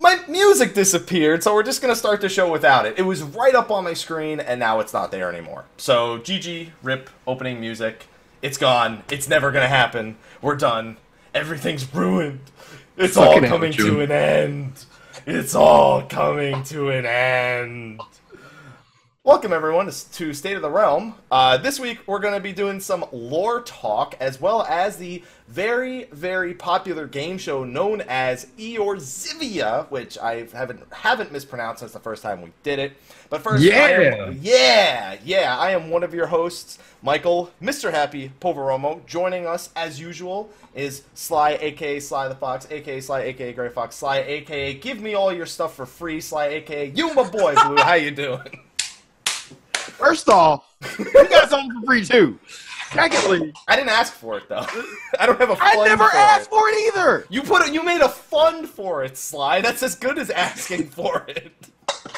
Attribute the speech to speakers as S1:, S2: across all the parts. S1: My music disappeared, so we're just gonna start the show without it. It was right up on my screen, and now it's not there anymore. So GG, rip, opening music. It's gone. It's never gonna happen. We're done. Everything's ruined. It's
S2: Fucking
S1: all coming
S2: attitude.
S1: to an end. It's all coming to an end. Welcome everyone to State of the Realm. Uh, this week we're going to be doing some lore talk as well as the very, very popular game show known as Eorzivia, which I haven't haven't mispronounced since the first time we did it. But first, I am- yeah, yeah, I am one of your hosts, Michael, Mr. Happy Poveromo. Joining us as usual is Sly, aka Sly the Fox, aka Sly, aka Gray Fox, Sly, aka Give me all your stuff for free, Sly, aka You my boy Blue. How you doing?
S2: First off, you got something for free too. Secondly,
S1: I didn't ask for it though. I don't have a fund
S2: I never
S1: for
S2: asked
S1: it.
S2: for it either.
S1: You put a, you made a fund for it, Sly. That's as good as asking for it.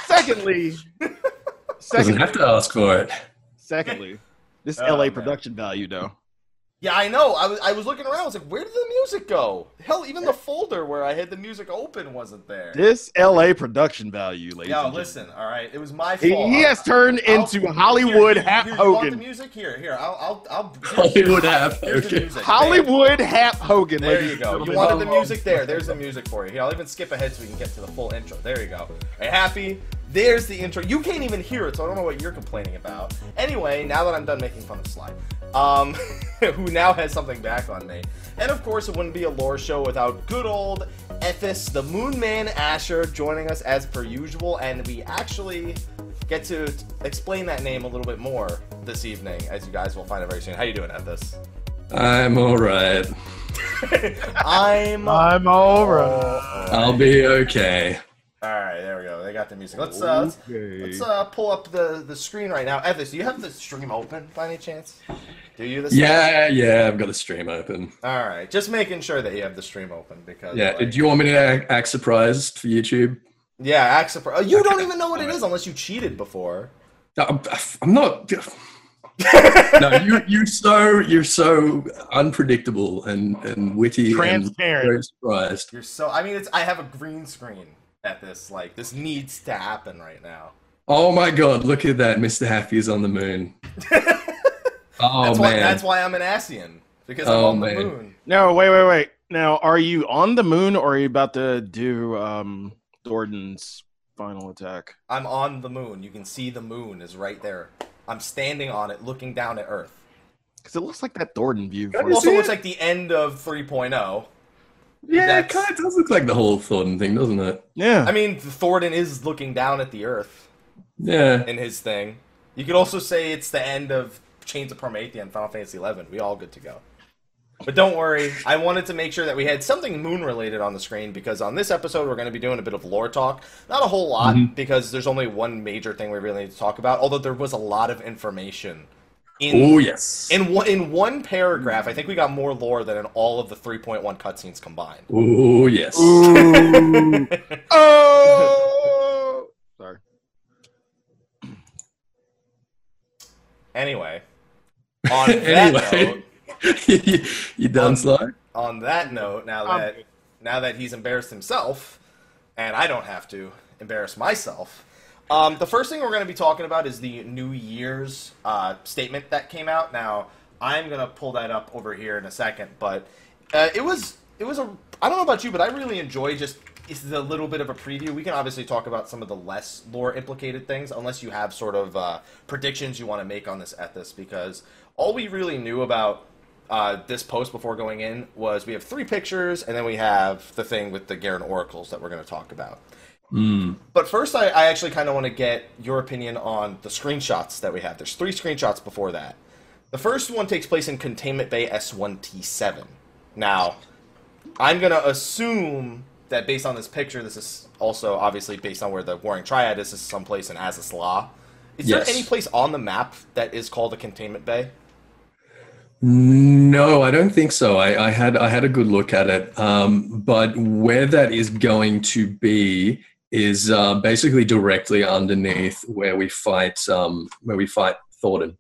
S2: Secondly,
S3: Doesn't
S2: secondly,
S3: have to ask for it.
S2: secondly, this
S1: Oh,
S2: LA
S1: man.
S2: production value though.
S1: Yeah, I know. I was I was looking around. I was like, where did the music go? Hell, even the folder where I had the music open wasn't there.
S2: This LA production value, ladies.
S1: Yo,
S2: and
S1: listen. All right, it was my
S2: gentlemen.
S1: fault.
S2: He, he has turned
S1: I'll-
S2: into Hollywood
S1: here,
S2: Hap
S1: here, you want the
S2: Hogan.
S1: music here, here. I'll I'll. I'll
S3: Hollywood have.
S1: Here's the
S3: Okay.
S1: music.
S2: Hollywood Hap Hogan,
S1: There
S2: ladies
S1: you go.
S2: and
S1: You
S2: gentlemen.
S1: wanted the music there. There's the music for you. Here, I'll even skip ahead so we can get to the full intro. There you go. Hey, happy. There's the intro. You can't even hear it, so I don't know what you're complaining about. Anyway, now that I'm done making fun of Sly, um, who now has something back on me. And of course, it wouldn't be a lore show without good old Ethis, the Moon Man Asher, joining us as per usual. And we actually get to t- explain that name a little bit more this evening, as you guys will find out very soon. How you doing, Ethis?
S3: I'm all right.
S1: I'm
S2: I'm over.
S3: I'll be okay.
S1: All right, there we go. They got the music. Let's uh, let's,
S2: Okay.
S1: let's uh, pull up the the screen right now. Ethics, do you have the stream open by any chance? Do you this? time?
S3: Yeah, yeah. I've got the stream open.
S1: All right, just making sure that you have the stream open because
S3: Yeah.
S1: like-
S3: Do you want me to act, act surprised for YouTube?
S1: yeah, Axe of- oh, You don't even know what it is unless you cheated before.
S3: No, I'm, I'm not. no, you, you're so you're so unpredictable and and witty
S2: Transparent.
S3: and very surprised.
S1: You're so. I mean, it's. I have a green screen at this. Like this needs to happen right now.
S3: Oh my God! Look at that, Mr. Happy is on the moon. Oh
S1: That's
S3: man!
S1: why. That's why I'm an Asian because I'm
S3: Oh,
S1: on the
S3: man.
S1: moon.
S2: No, wait, wait, wait. Now, are you on the moon or are you about to do um Jordan's final attack?
S1: I'm on the moon. You can see the moon is right there. I'm standing on it, looking down at Earth.
S2: Because it looks like that Jordan view.
S3: Can
S2: for
S3: I
S2: us.
S1: also
S3: see
S1: looks
S3: it?
S1: like the end of oh. 3.0.
S3: yeah, it
S1: that's-
S3: kind of does look like the whole Thornton thing, doesn't it?
S2: Yeah.
S1: I mean, Thornton is looking down at the Earth
S3: Yeah.
S1: in his thing. You could also say it's the end of Chains of Prometheus and Final Fantasy Eleven. We all good to go. But don't worry, I wanted to make sure that we had something moon related on the screen because on this episode we're going to be doing a bit of lore talk. Not a whole lot because there's only one major thing we really need to talk about, although there was a lot of information in
S3: Oh yes.
S1: in one, in one paragraph. I think we got more lore than in all of the 3.1 cutscenes combined.
S3: Oh yes.
S2: Ooh. oh. Sorry.
S1: Anyway, on that note,
S3: anyway, you, you done,
S1: Um,
S3: Sly?
S1: on that note, now
S2: I'm
S1: that
S2: good.
S1: now that he's embarrassed himself, and I don't have to embarrass myself, um, the first thing we're going to be talking about is the New Year's uh, statement that came out. Now I'm going to pull that up over here in a second, but uh, it was it was a I don't know about you, but I really enjoy just it's a little bit of a preview. We can obviously talk about some of the less lore implicated things, unless you have sort of uh, predictions you want to make on this ethos, because all we really knew about uh, this post before going in was we have three pictures, and then we have the thing with the Garen oracles that we're going to talk about.
S3: Mm.
S1: But first, I, I actually kind of want to get your opinion on the screenshots that we have. There's three screenshots before that. The first one takes place in Containment Bay S1T7. Now, I'm going to assume that based on this picture, this is also obviously based on where the Warring Triad is. This is someplace in Azazla. Is
S3: Yes.
S1: there any place on the map that is called a containment bay?
S3: No, I don't think so. I, I had I had a good look at it, um, but where that is going to be is uh, basically directly underneath where we fight um, where we fight Thornton.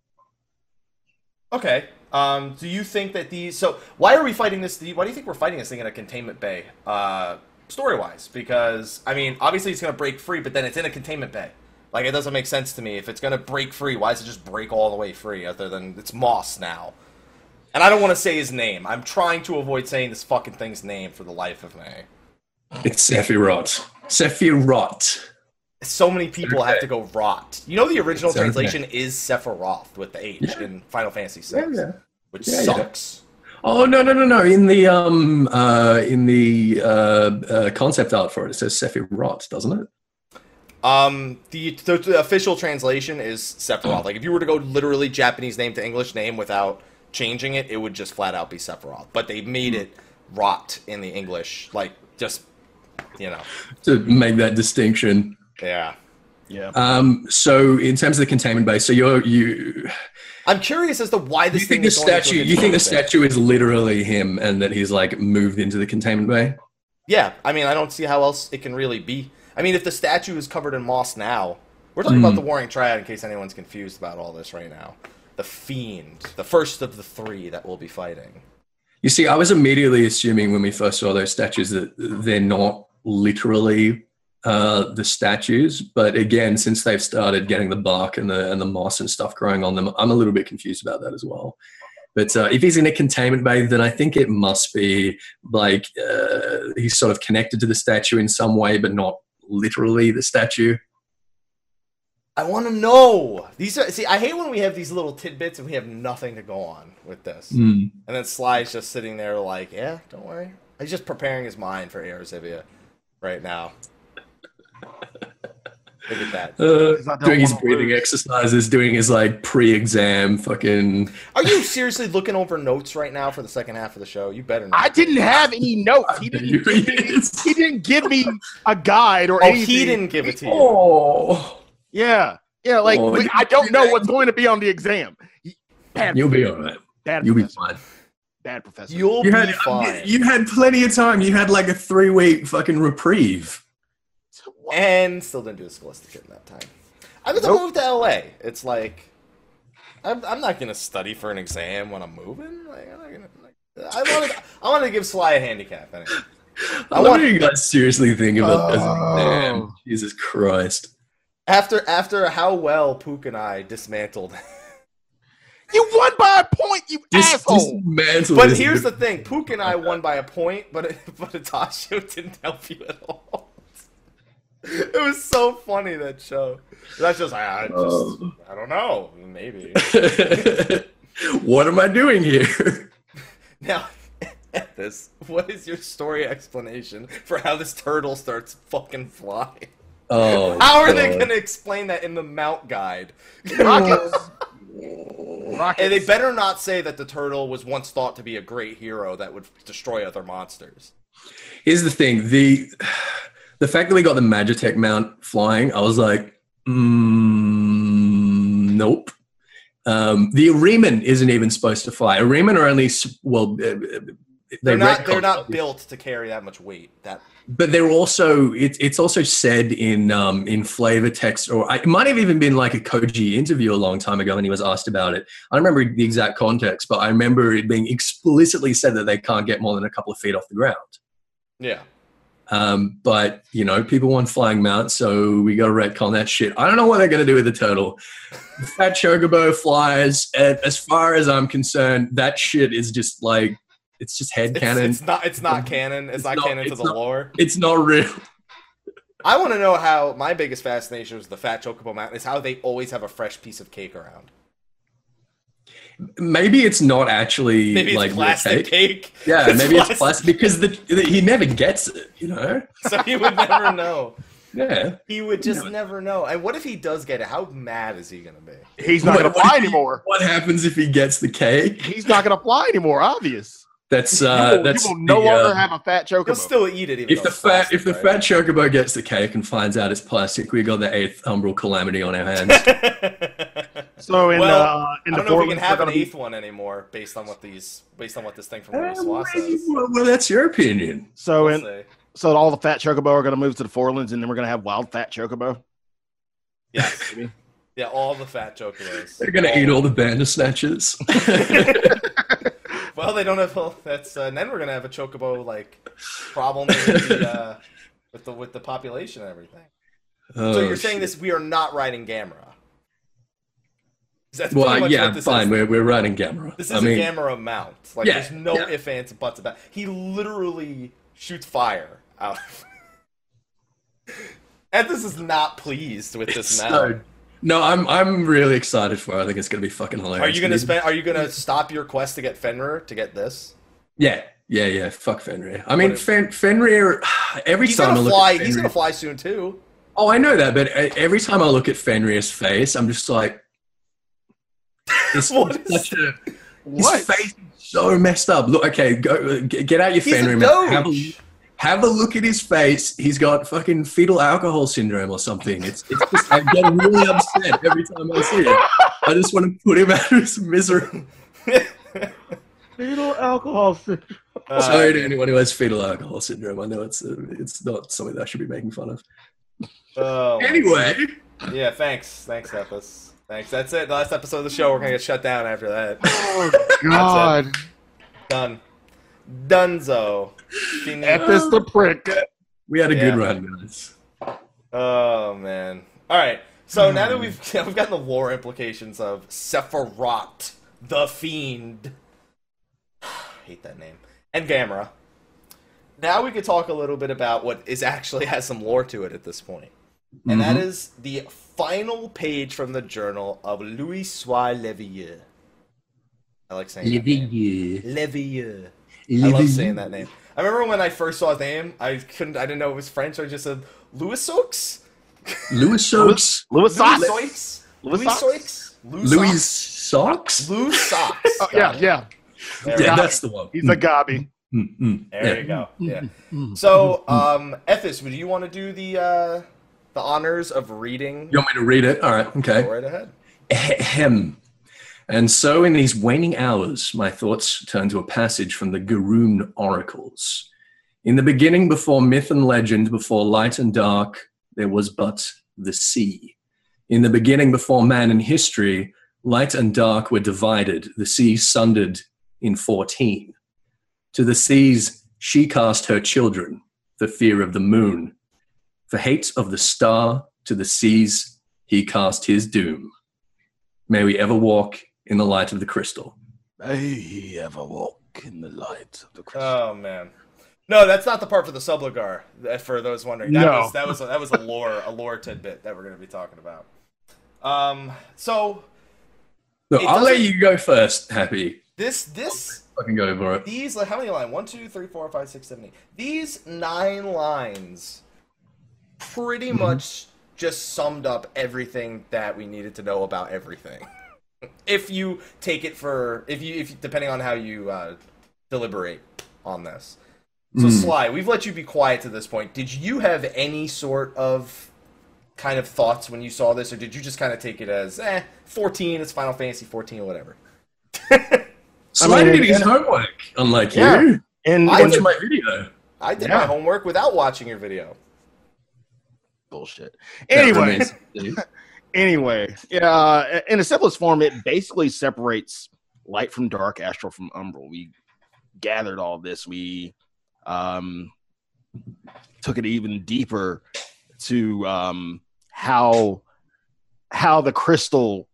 S1: Okay. Um, do you think that these? So why are we fighting this? Why do you think we're fighting this thing in a containment bay? Uh, story wise, because I mean, obviously it's going to break free, but then it's in a containment bay. Like it doesn't make sense to me. If it's going to break free, why does it just break all the way free? Other than it's Moss now, and I don't want to say his name. I'm trying to avoid saying this fucking thing's name for the life of me.
S3: It's Sephiroth. Sephiroth.
S1: So many people have to go rot. You know the original
S3: It's okay.
S1: translation is Sephiroth with the H in Final Fantasy VI, which
S3: Yeah, yeah.
S1: sucks.
S3: Oh no no no no! In the um uh, in the uh, uh, concept art for it, it says Sephiroth, doesn't it?
S1: Um, the, the, the official translation is Sephiroth. Like, if you were to go literally Japanese name to English name without changing it, it would just flat out be Sephiroth. But they
S3: Hmm.
S1: made it rot in the English, like just you know,
S3: To make that distinction.
S1: yeah.
S2: Yeah.
S3: Um, so in terms of the containment base, so you're, you
S1: I'm curious as to why
S3: you
S1: this.
S3: think
S1: thing
S3: the
S1: is going into
S3: statue
S1: a
S3: you think the
S1: containment bay.
S3: statue is literally him, and that he's like moved into the containment bay.
S1: Yeah, I mean, I don't see how else it can really be. I mean, if the statue is covered in moss now, we're talking
S3: Hmm.
S1: about the Warring Triad. In case anyone's confused about all this right now, the fiend, the first of the three that we'll be fighting.
S3: You see, I was immediately assuming when we first saw those statues that they're not literally uh, the statues, but again, since they've started getting the bark and the and the moss and stuff growing on them, I'm a little bit confused about that as well. But uh, if he's in a containment bay, then I think it must be like uh, he's sort of connected to the statue in some way, but not literally the statue.
S1: I want to know. These are see. I hate when we have these little tidbits and we have nothing to go on with this.
S3: Mm.
S1: And then Sly's just sitting there, like, yeah, don't worry. He's just preparing his mind for Aerzivia right now. Look at that.
S3: Uh,
S2: Because I don't
S3: doing his
S2: wanna
S3: breathing
S2: lose.
S3: exercises, doing his like pre-exam fucking.
S1: Are you seriously looking over notes right now for the second half of the show? You better not.
S2: I didn't have any notes. He didn't. Give me, he didn't give me a guide or
S1: oh,
S2: anything.
S1: he didn't give it to you.
S3: Oh.
S2: Yeah, yeah. Like
S3: Oh,
S2: we,
S3: you-
S2: I don't know what's going to be on the exam. Bad,
S3: You'll be all right.
S2: bad
S3: You'll be
S2: professor.
S3: fine.
S2: bad professor.
S1: You'll
S3: You
S1: be
S3: had
S1: fine.
S3: you had plenty of time. You had like a three week fucking reprieve.
S1: and still didn't do a scholastic shit in that time. I was
S2: Nope.
S1: to move to LA. It's like I'm, I'm not gonna study for an exam when I'm moving. Like I'm not gonna. Like, I wanted I wanted to give Sly a handicap. Anyway.
S3: I,
S1: want-
S3: wonder if you guys seriously think about this.
S2: Oh.
S3: Damn, Jesus Christ.
S1: After after how well Pook and I dismantled.
S2: You won by a point, you
S3: Dis-
S2: asshole.
S3: dismantle
S1: But
S3: this-
S1: here's the thing: Pook and I won by a point, but but Atasho didn't help you at all. It was so funny that show. That's just I, I just
S3: Oh.
S1: I don't know maybe.
S3: what am I doing here?
S1: Now, this what is your story explanation for how this turtle starts fucking flying?
S3: Oh,
S1: How are they
S3: God.
S1: gonna explain that in the mount guide?
S2: Rockets. Rockets.
S1: And they better not say that the turtle was once thought to be a great hero that would destroy other monsters.
S3: Here's the thing the the fact that we got the Magitech mount flying, I was like, mm, nope. Um, the Areman isn't even supposed to fly. Areman are only s- well, uh, uh, they
S1: They're not.
S3: retcon-
S1: They're not built to carry that much weight. That
S3: but they're also it, it's also said in um, in flavor text or I, it might have even been like a Koji interview a long time ago and he was asked about it. I don't remember the exact context, but I remember it being explicitly said that they can't get more than a couple of feet off the ground.
S1: yeah.
S3: Um, but you know, people want flying mounts, so we got to retcon that shit. I don't know what they're going to do with the turtle. The Fat chocobo flies. And as far as I'm concerned, that shit is just like it's just head
S1: It's,
S3: cannon.
S1: it's not. It's not canon. It's,
S3: It's
S1: not,
S3: not-
S1: canon to
S3: it's
S1: the
S3: not-
S1: lore.
S3: It's not real.
S1: I want to know how my biggest fascination with the Fat Chocobo Mountain is how they always have a fresh piece of cake around.
S3: Maybe it's not actually
S1: Maybe it's
S3: like real
S1: plastic
S3: cake.
S1: cake.
S3: Yeah,
S1: It's
S3: maybe
S1: plastic.
S3: it's plastic because the, the, he never gets it. You know?
S1: so he would never know.
S3: Yeah.
S1: He would just
S3: No.
S1: never know. And what if he does get it? How mad is he gonna be?
S3: Oh
S2: He's not going to
S3: What- what
S2: fly
S3: if he-
S2: anymore.
S3: What happens if he gets the cake?
S2: He's not going to fly anymore. Obvious.
S3: That's uh,
S2: you will,
S3: that's
S2: you will no
S3: the, uh,
S2: longer have a fat
S1: You'll
S2: chocobo.
S1: still eat it even
S3: if
S1: though
S3: the
S1: it's
S3: fat
S1: plastic,
S3: if the
S1: right?
S3: fat chocobo gets the cake and finds out it's plastic, we got the eighth umbral calamity on our hands.
S2: so in
S1: Well,
S2: uh, in
S1: I don't
S2: the
S1: know if we can
S2: Portland, we're
S1: have an
S2: gonna be-
S1: eighth one anymore based on what these based on what this thing from
S3: Uh,
S1: Warsaw says.
S3: well, well, that's your opinion.
S2: so
S1: We'll
S2: in
S1: see.
S2: so all the fat chocobo are going to move to the Forlands, and then we're going to have wild fat chocobo.
S1: Yes. yeah, all the fat chocobos.
S3: They're gonna eat all the bandersnatches.
S1: Well, they don't have. Well, that's uh, and then we're gonna have a chocobo like problem with the, uh, with the with the population and everything.
S3: Oh,
S1: So you're saying this? We are not riding Gamera. 'Cause That's pretty
S3: Well,
S1: much
S3: yeah,
S1: what this is.
S3: fine. We're, we're riding Gamera.
S1: This is
S3: I mean,
S1: a Gamera mount. Like,
S3: Yeah,
S1: there's no
S3: yeah.
S1: ifs, ands, and buts about. He literally shoots fire out. of Ethos is not pleased with this mount.
S3: so, no, I'm I'm really excited for. it. I think it's gonna be fucking hilarious.
S1: Are you gonna spend? Are you gonna stop your quest to get Fenrir to get this?
S3: Yeah, yeah, yeah. Fuck Fenrir. I mean,
S1: What if-
S3: Fen- Fenrir. Every
S1: He's
S3: time I
S1: gonna
S3: look
S1: fly.
S3: at
S1: He's
S3: Fenrir-
S1: gonna fly soon too.
S3: Oh, I know that, but uh, every time I look at Fenrir's face, I'm just like, it's
S1: What is-
S3: such a,
S2: What?
S3: his face is so messed up. Look, okay, go uh, get, get out your
S1: He's
S3: Fenrir.
S1: a
S3: mouth.
S1: doge.
S3: Have a, have a look at his face. He's got fucking fetal alcohol syndrome or something. It's, it's just I get really upset every time I see it. I just want to put him out of his misery.
S2: Fetal alcohol.
S1: Uh,
S3: Oh, Sorry to anyone who has fetal alcohol syndrome. I know it's uh, it's not something that I should be making fun of.
S1: oh,
S3: Anyway,
S1: yeah. Thanks. Thanks, Ethos. Thanks. That's it. Last episode of the show. We're gonna get shut down after that.
S2: Oh God!
S1: Done. Dunzo.
S2: At this the prick.
S3: we had a
S1: Yeah.
S3: good run, guys.
S1: Oh man! All right. So now that we've we've gotten the lore implications of Sephiroth the Fiend, hate that name, and Gamera. Now we could talk a little bit about what is actually has some lore to it at this point, and that is the final page from the journal of Louis Sois Levieux. I like saying that name. Levieux. I love saying that name. I remember when I first saw his name, I couldn't, I didn't know it was French, so I just said Louis Soaks.
S3: Louis Socks.
S2: Louis
S1: Louis
S2: Sox.
S1: Soaks.
S2: Louis
S1: Louis
S2: Sox?
S1: Soaks.
S3: Louis Socks?
S1: Lou Socks.
S2: Oh, yeah, yeah.
S1: There,
S3: Yeah,
S1: we go.
S3: that's the one.
S2: He's a gobby.
S3: Mm, mm,
S1: There
S3: yeah.
S1: you go. Yeah. So, um, Ethis, would you want to do the uh, the honors of reading?
S3: You want me to read it? All right, okay.
S1: Go right ahead.
S3: Ahem. And so, in these waning hours, my thoughts turn to a passage from the Garun Oracles. In the beginning, before myth and legend, before light and dark, there was but the sea. In the beginning, before man and history, light and dark were divided, the sea sundered in 14. To the seas she cast her children, for fear of the moon. For hate of the star, to the seas he cast his doom. May we ever walk in the light of the crystal.
S2: I ever walk in the light of the crystal.
S1: Oh man. No, that's not the part for the Subligar. that- For those wondering, that
S2: No.
S1: was that was a, that was a lore a lore tidbit that we're going to be talking about. Um, so
S3: Look,
S1: It
S3: I'll let
S1: doesn't-
S3: you go first, Happy.
S1: this this
S3: I can go for it.
S1: these like how many lines? One, two, three, four, five, six, seven, eight. These nine lines pretty much just summed up everything that we needed to know about everything. if you take it for if you if depending on how you uh, deliberate on this. So
S3: Mm.
S1: Sly, we've let you be quiet to this point. Did you have any sort of kind of thoughts when you saw this, or did you just kind of take it as eh, fourteen? It's Final Fantasy fourteen, whatever.
S3: Sly
S2: mean,
S3: did his
S2: yeah.
S3: homework, unlike
S2: Yeah.
S3: you.
S2: And
S1: I
S2: and-
S3: Watch my video.
S1: I did my
S2: Yeah.
S1: homework without watching your video.
S2: bullshit.
S3: That
S2: Anyway,
S3: remains to be.
S2: anyway, yeah. uh, In the simplest form, it basically separates light from dark, astral from umbral. We gathered all this. We um, took it even deeper to um, how how the crystal,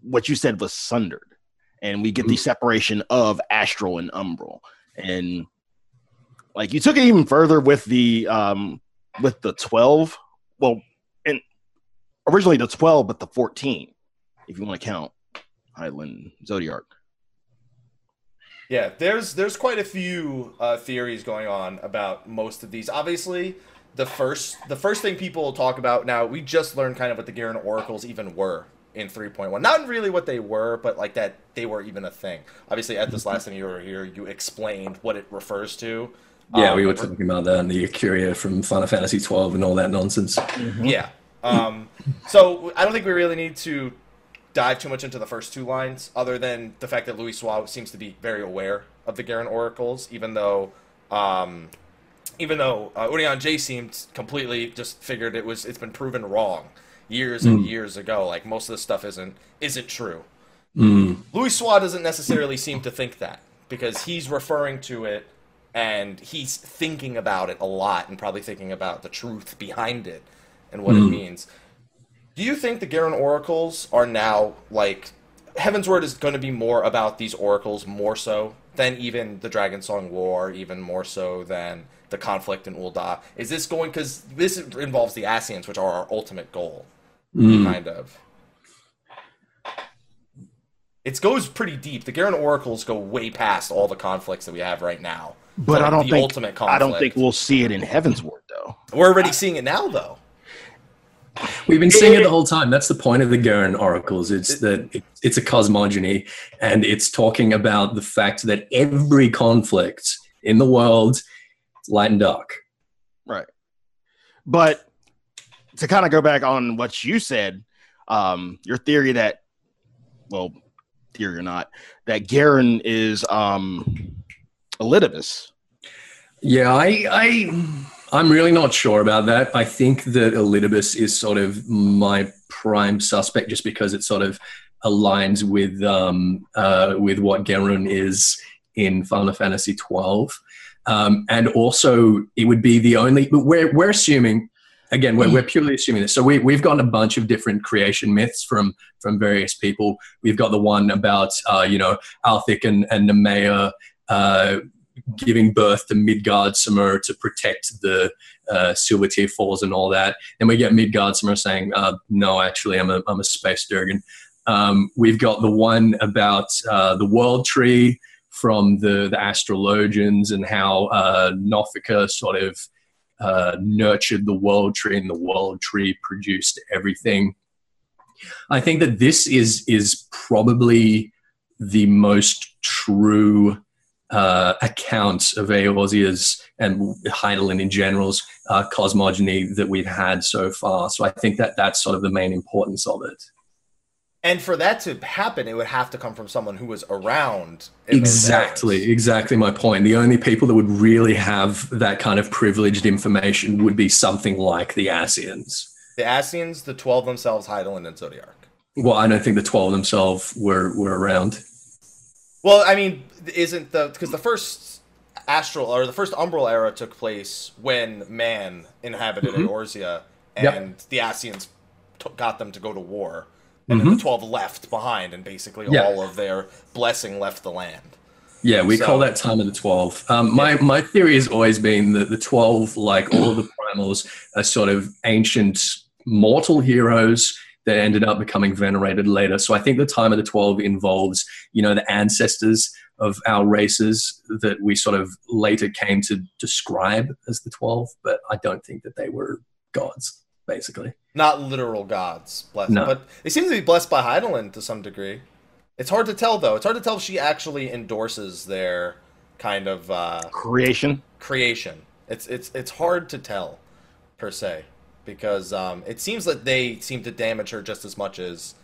S2: what you said was sundered, and we get the separation of astral and umbral, and like you took it even further with the um, with the twelve. Well, and originally the twelve, but the fourteen, if you want to count Highland Zodiac.
S1: Yeah, there's there's quite a few uh, theories going on about most of these. Obviously, the first the first thing people talk about now we just learned kind of what the Garen oracles even were in 3.1. Not really what they were, but like that they were even a thing. Obviously, at this last time you were here, you explained what it refers to.
S3: Yeah,
S1: Um,
S3: we were talking about that and the Curia from Final Fantasy twelve and all that nonsense.
S1: Yeah. Um, so I don't think we really need to dive too much into the first two lines, other than the fact that Louis Suave seems to be very aware of the Garen oracles, even though, um, even though uh, Urian J seemed completely just figured it was it's been proven wrong years and years ago. Like most of this stuff isn't isn't true.
S3: Mm.
S1: Louis Swa doesn't necessarily seem to think that because he's referring to it and he's thinking about it a lot and probably thinking about the truth behind it and what it means. Do you think the Garen oracles are now like Heaven's Word is going to be more about these oracles more so than even the Dragon Song War, even more so than the conflict in Ulda? Is this going because this involves the Asians, which are our ultimate goal,
S3: Mm.
S1: kind of? It goes pretty deep. The Garen oracles go way past all the conflicts that we have right now.
S2: But
S1: Like
S2: I don't
S1: the
S2: think
S1: ultimate
S2: I don't
S1: conflict.
S2: think we'll see it in Heaven's Word though.
S1: We're already seeing it now, though.
S3: We've been seeing it the whole time. That's the point of the Garen oracles. It's that it, it's a cosmogony, and it's talking about the fact that every conflict in the world, is light and dark.
S2: But to kind of go back on what you said, um, your theory that, well, theory or not, that Garen is um, Elidibus.
S3: Yeah, I, I, I'm really not sure about that. I think that Elidibus is sort of my prime suspect, just because it sort of aligns with um, uh, with what Gerun is in Final Fantasy XII, um, and also it would be the only. But we're we're assuming. Again, we're, we're purely assuming this. So we, we've gotten a bunch of different creation myths from from various people. We've got the one about uh, you know Althik and and Nemea, uh, giving birth to Midgard Summer to protect the uh, Silver Tear Falls and all that. And we get Midgard Summer saying, uh, no, actually, I'm a, I'm a space Durgan. Um, we've got the one about uh, the World Tree from the, the astrologians and how uh, Nothica sort of uh, nurtured the World Tree and the World Tree produced everything. I think that this is is probably the most true uh, accounts of Eorzea's and Heidelin in general's uh, cosmogony that we've had so far. So I think that that's sort of the main importance of it.
S1: And for that to happen, it would have to come from someone who was around. in those
S3: Exactly,
S1: eras.
S3: exactly my point. The only people that would really have that kind of privileged information would be something like the Asians.
S1: The Asians, the 12 themselves, Heidelin, and Zodiac.
S3: Well, I don't think the twelve themselves were were around.
S1: Well, I mean, isn't the. Because the first astral or the first umbral era took place when man inhabited
S3: Mhm.
S1: Eorzea
S3: Yep.
S1: and the Asians t- got them to go to war. And then the 12 left behind, and basically
S3: Mm-hmm. Yeah.
S1: all of their blessing left the land.
S3: Yeah, we
S1: So-
S3: call that time of the 12. Um, my, my theory has always been that the 12, like all of the primals, are sort of ancient mortal heroes that ended up becoming venerated later. So I think the time of the 12 involves, you know, the ancestors of our races that we sort of later came to describe as the 12, but I don't think that they were gods, basically.
S1: Not literal gods, blessed,
S3: No.
S1: but they seem to be blessed by Heidelin to some degree. It's hard to tell though. It's hard to tell if she actually endorses their kind of uh,
S2: Creation.
S1: creation. It's it's it's hard to tell per se because um, it seems that they seem to damage her just as much as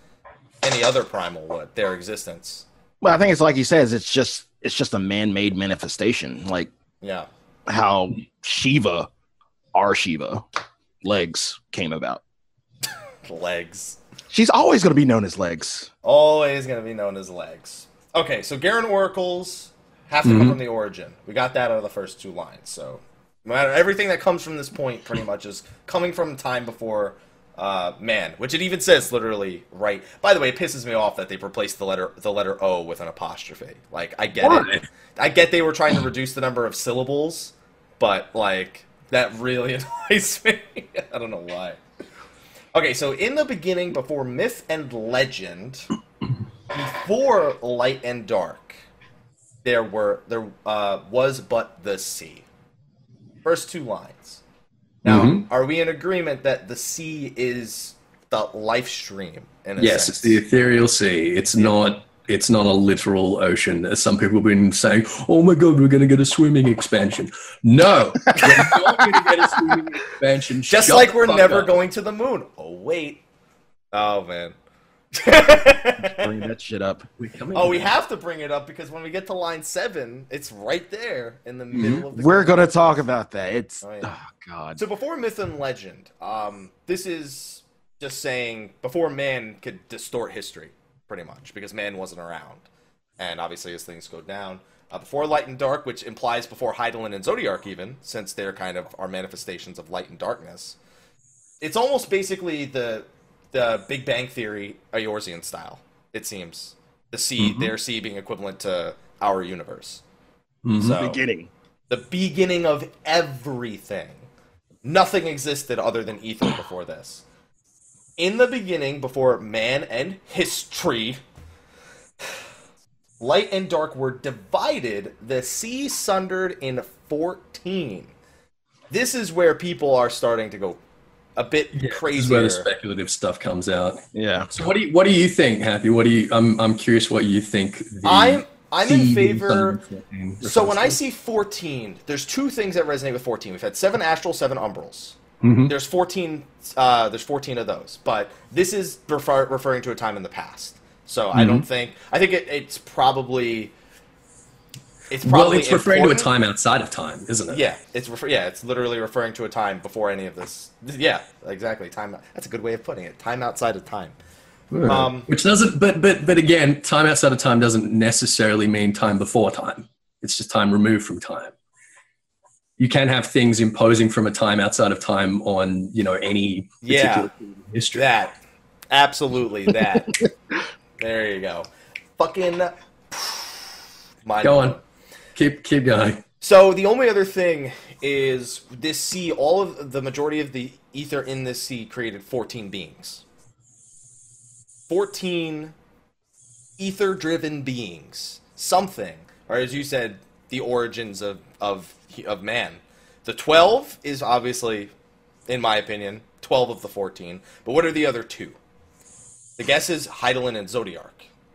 S1: any other primal would. Their existence,
S2: Well, I think it's like he says, it's just it's just a man-made manifestation, like
S1: yeah.
S2: how Shiva, our Shiva, legs came about.
S1: Legs
S2: She's always going to be known as legs.
S1: always gonna be known as legs. Okay, so Garen oracles have to come
S3: Mhm.
S1: from the origin. We got that out of the first two lines. So no matter everything that comes from this point, pretty much is coming from time before uh, man, which it even says literally right. By the way, it pisses me off that they replaced the letter the letter O with an apostrophe. Like I get it. I get they were trying to reduce the number of syllables, but like that really annoys me. I don't know why. Okay, so in the beginning, before myth and legend, before light and dark, there were there uh, was but the sea. First two lines. Now,
S3: Mhm.
S1: are we in agreement that the sea is the life stream. In a
S3: yes,
S1: sense.
S3: it's the ethereal sea. It's not. It's not a literal ocean, as some people have been saying. Oh my God, we're going to get a swimming expansion. No, we're not going to get a swimming expansion.
S1: just
S3: Shut
S1: like
S3: the
S1: we're
S3: fuck
S1: never
S3: up.
S1: going to the moon. Oh wait, oh man.
S2: Bring that shit up.
S3: We're coming
S1: oh, we
S3: back.
S1: have to bring it up because when we get to line seven, it's right there in the middle of the.
S2: Mm-hmm. We're gonna talk about that. It's
S1: Oh,
S2: oh,
S1: yeah.
S2: god.
S1: So before myth and legend, um, this is just saying before man could distort history, pretty much, because man wasn't around, and obviously as things go down, uh, before light and dark, which implies before Heidelin and Zodiac, even since they're kind of our manifestations of light and darkness. It's almost basically the the Big Bang Theory Eorzean style. It seems the sea,
S3: Mhm.
S1: their sea being equivalent to our universe.
S3: Mhm.
S1: So
S2: Beginning.
S1: the beginning of everything. Nothing existed other than ether before this. In the beginning, before man and history, light and dark were divided, the sea sundered in 14. This is where people are starting to go a bit
S3: Yeah, This is
S1: crazy.
S3: where the speculative stuff comes out.
S2: Yeah.
S3: So what do you, what do you think, Happy? What do you? I'm I'm curious what you think. The
S1: I'm I'm in
S3: theme
S1: favor
S3: something
S1: So when I
S3: refers
S1: see 14, there's two things that resonate with 14. We've had seven astral, seven umbrals.
S3: Mhm.
S1: There's 14. Uh, there's 14 of those, but this is refer- referring to a time in the past. So I
S3: Mm-hmm.
S1: don't think. I think it, it's probably. It's
S3: to.
S1: probably
S3: well, it's referring to a
S1: important.
S3: time outside of time, isn't it?
S1: Yeah, it's refer- yeah, it's literally referring to a time before any of this. Yeah, exactly. Time. That's a good way of putting it. Time outside of time. Um,
S3: Which doesn't, but but but again, time outside of time doesn't necessarily mean time before time. It's just time removed from time. You can have things imposing from a time outside of time on you know any
S1: Yeah.
S3: particular period in history.
S1: That. Absolutely that. there you go. Fucking. Mind
S3: Go on,
S1: blown.
S3: keep keep going.
S1: So the only other thing is this sea. All of the majority of the ether in this sea created fourteen beings. Fourteen ether-driven beings. Something, or as you said, the origins of of of man. The twelve is obviously, in my opinion, twelve of the fourteen. But what are the other two? The guess is Heidelin and Zodiac.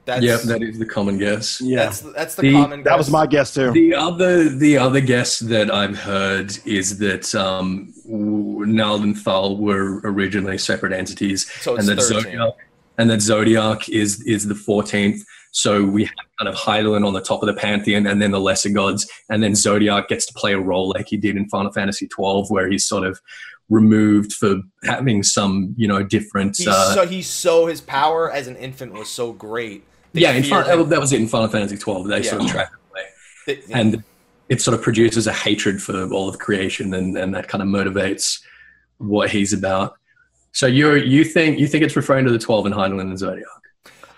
S1: That's
S3: yeah, that is the common guess.
S1: that's that's the,
S3: The-
S1: common.
S2: That was
S1: guess.
S2: my guess too.
S3: The other the other guess that I've heard is that um, w- Nald and Thal were originally separate entities,
S1: So it's
S3: and that
S1: 13.
S3: Zodiac and that Zodiac is is the fourteenth. So we have kind of Hydaelyn on the top of the pantheon, and then the lesser gods, and then Zodiac gets to play a role like he did in Final Fantasy twelve, where he's sort of removed for having some you know different.
S1: He's
S3: uh,
S1: so he's so his power as an infant was so great. They
S3: yeah, in
S1: feared
S3: Final,
S1: him.
S3: that was it in Final Fantasy twelve. They sort of
S1: Yeah.
S3: tracked him away.
S1: They- yeah.
S3: and it sort of produces a hatred for all of creation and, and that kind of motivates what he's about so you're you think you think it's referring to the 12 in Heidelin and zodiac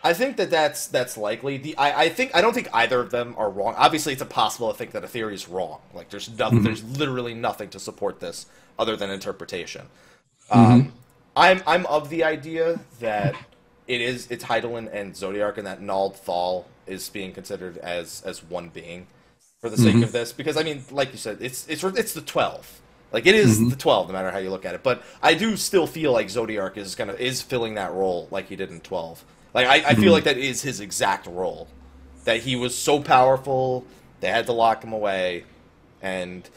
S1: I think that that's that's likely. The I, I think I don't think either of them are wrong. Obviously, it's impossible to think that a theory is wrong. Like there's nothing,
S3: Mhm.
S1: there's literally nothing to support this other than interpretation.
S3: Mm-hmm.
S1: Um, I'm I'm of the idea that it is it's Heidelin and Zodiac, and that Nald Thal is being considered as as one being for the sake
S3: Mhm.
S1: of this. Because I mean, like you said, it's it's it's the twelve. Like it is
S3: Mhm.
S1: the twelve, no matter how you look at it. But I do still feel like Zodiac is gonna is filling that role like he did in twelve. Like I, I feel like that is his exact role. That he was so powerful, they had to lock him away, and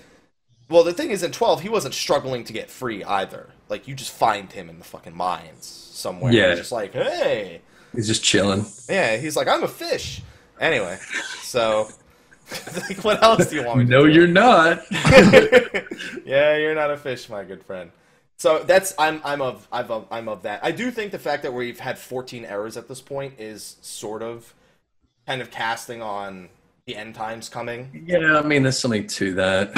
S1: well, the thing is, in 12, he wasn't struggling to get free either. Like, you just find him in the fucking mines somewhere.
S3: Yeah.
S1: He's just like, hey.
S3: he's just chilling
S1: Yeah, he's like, I'm a fish. Anyway, so. like, what else do you want me to
S3: no
S1: do?
S3: you're not
S1: yeah, you're not a fish, my good friend. So that's I'm I'm of I'm of, I'm of that. I do think the fact that we've had 14 errors at this point is sort of kind of casting on the end times coming.
S3: yeah i mean there's something to that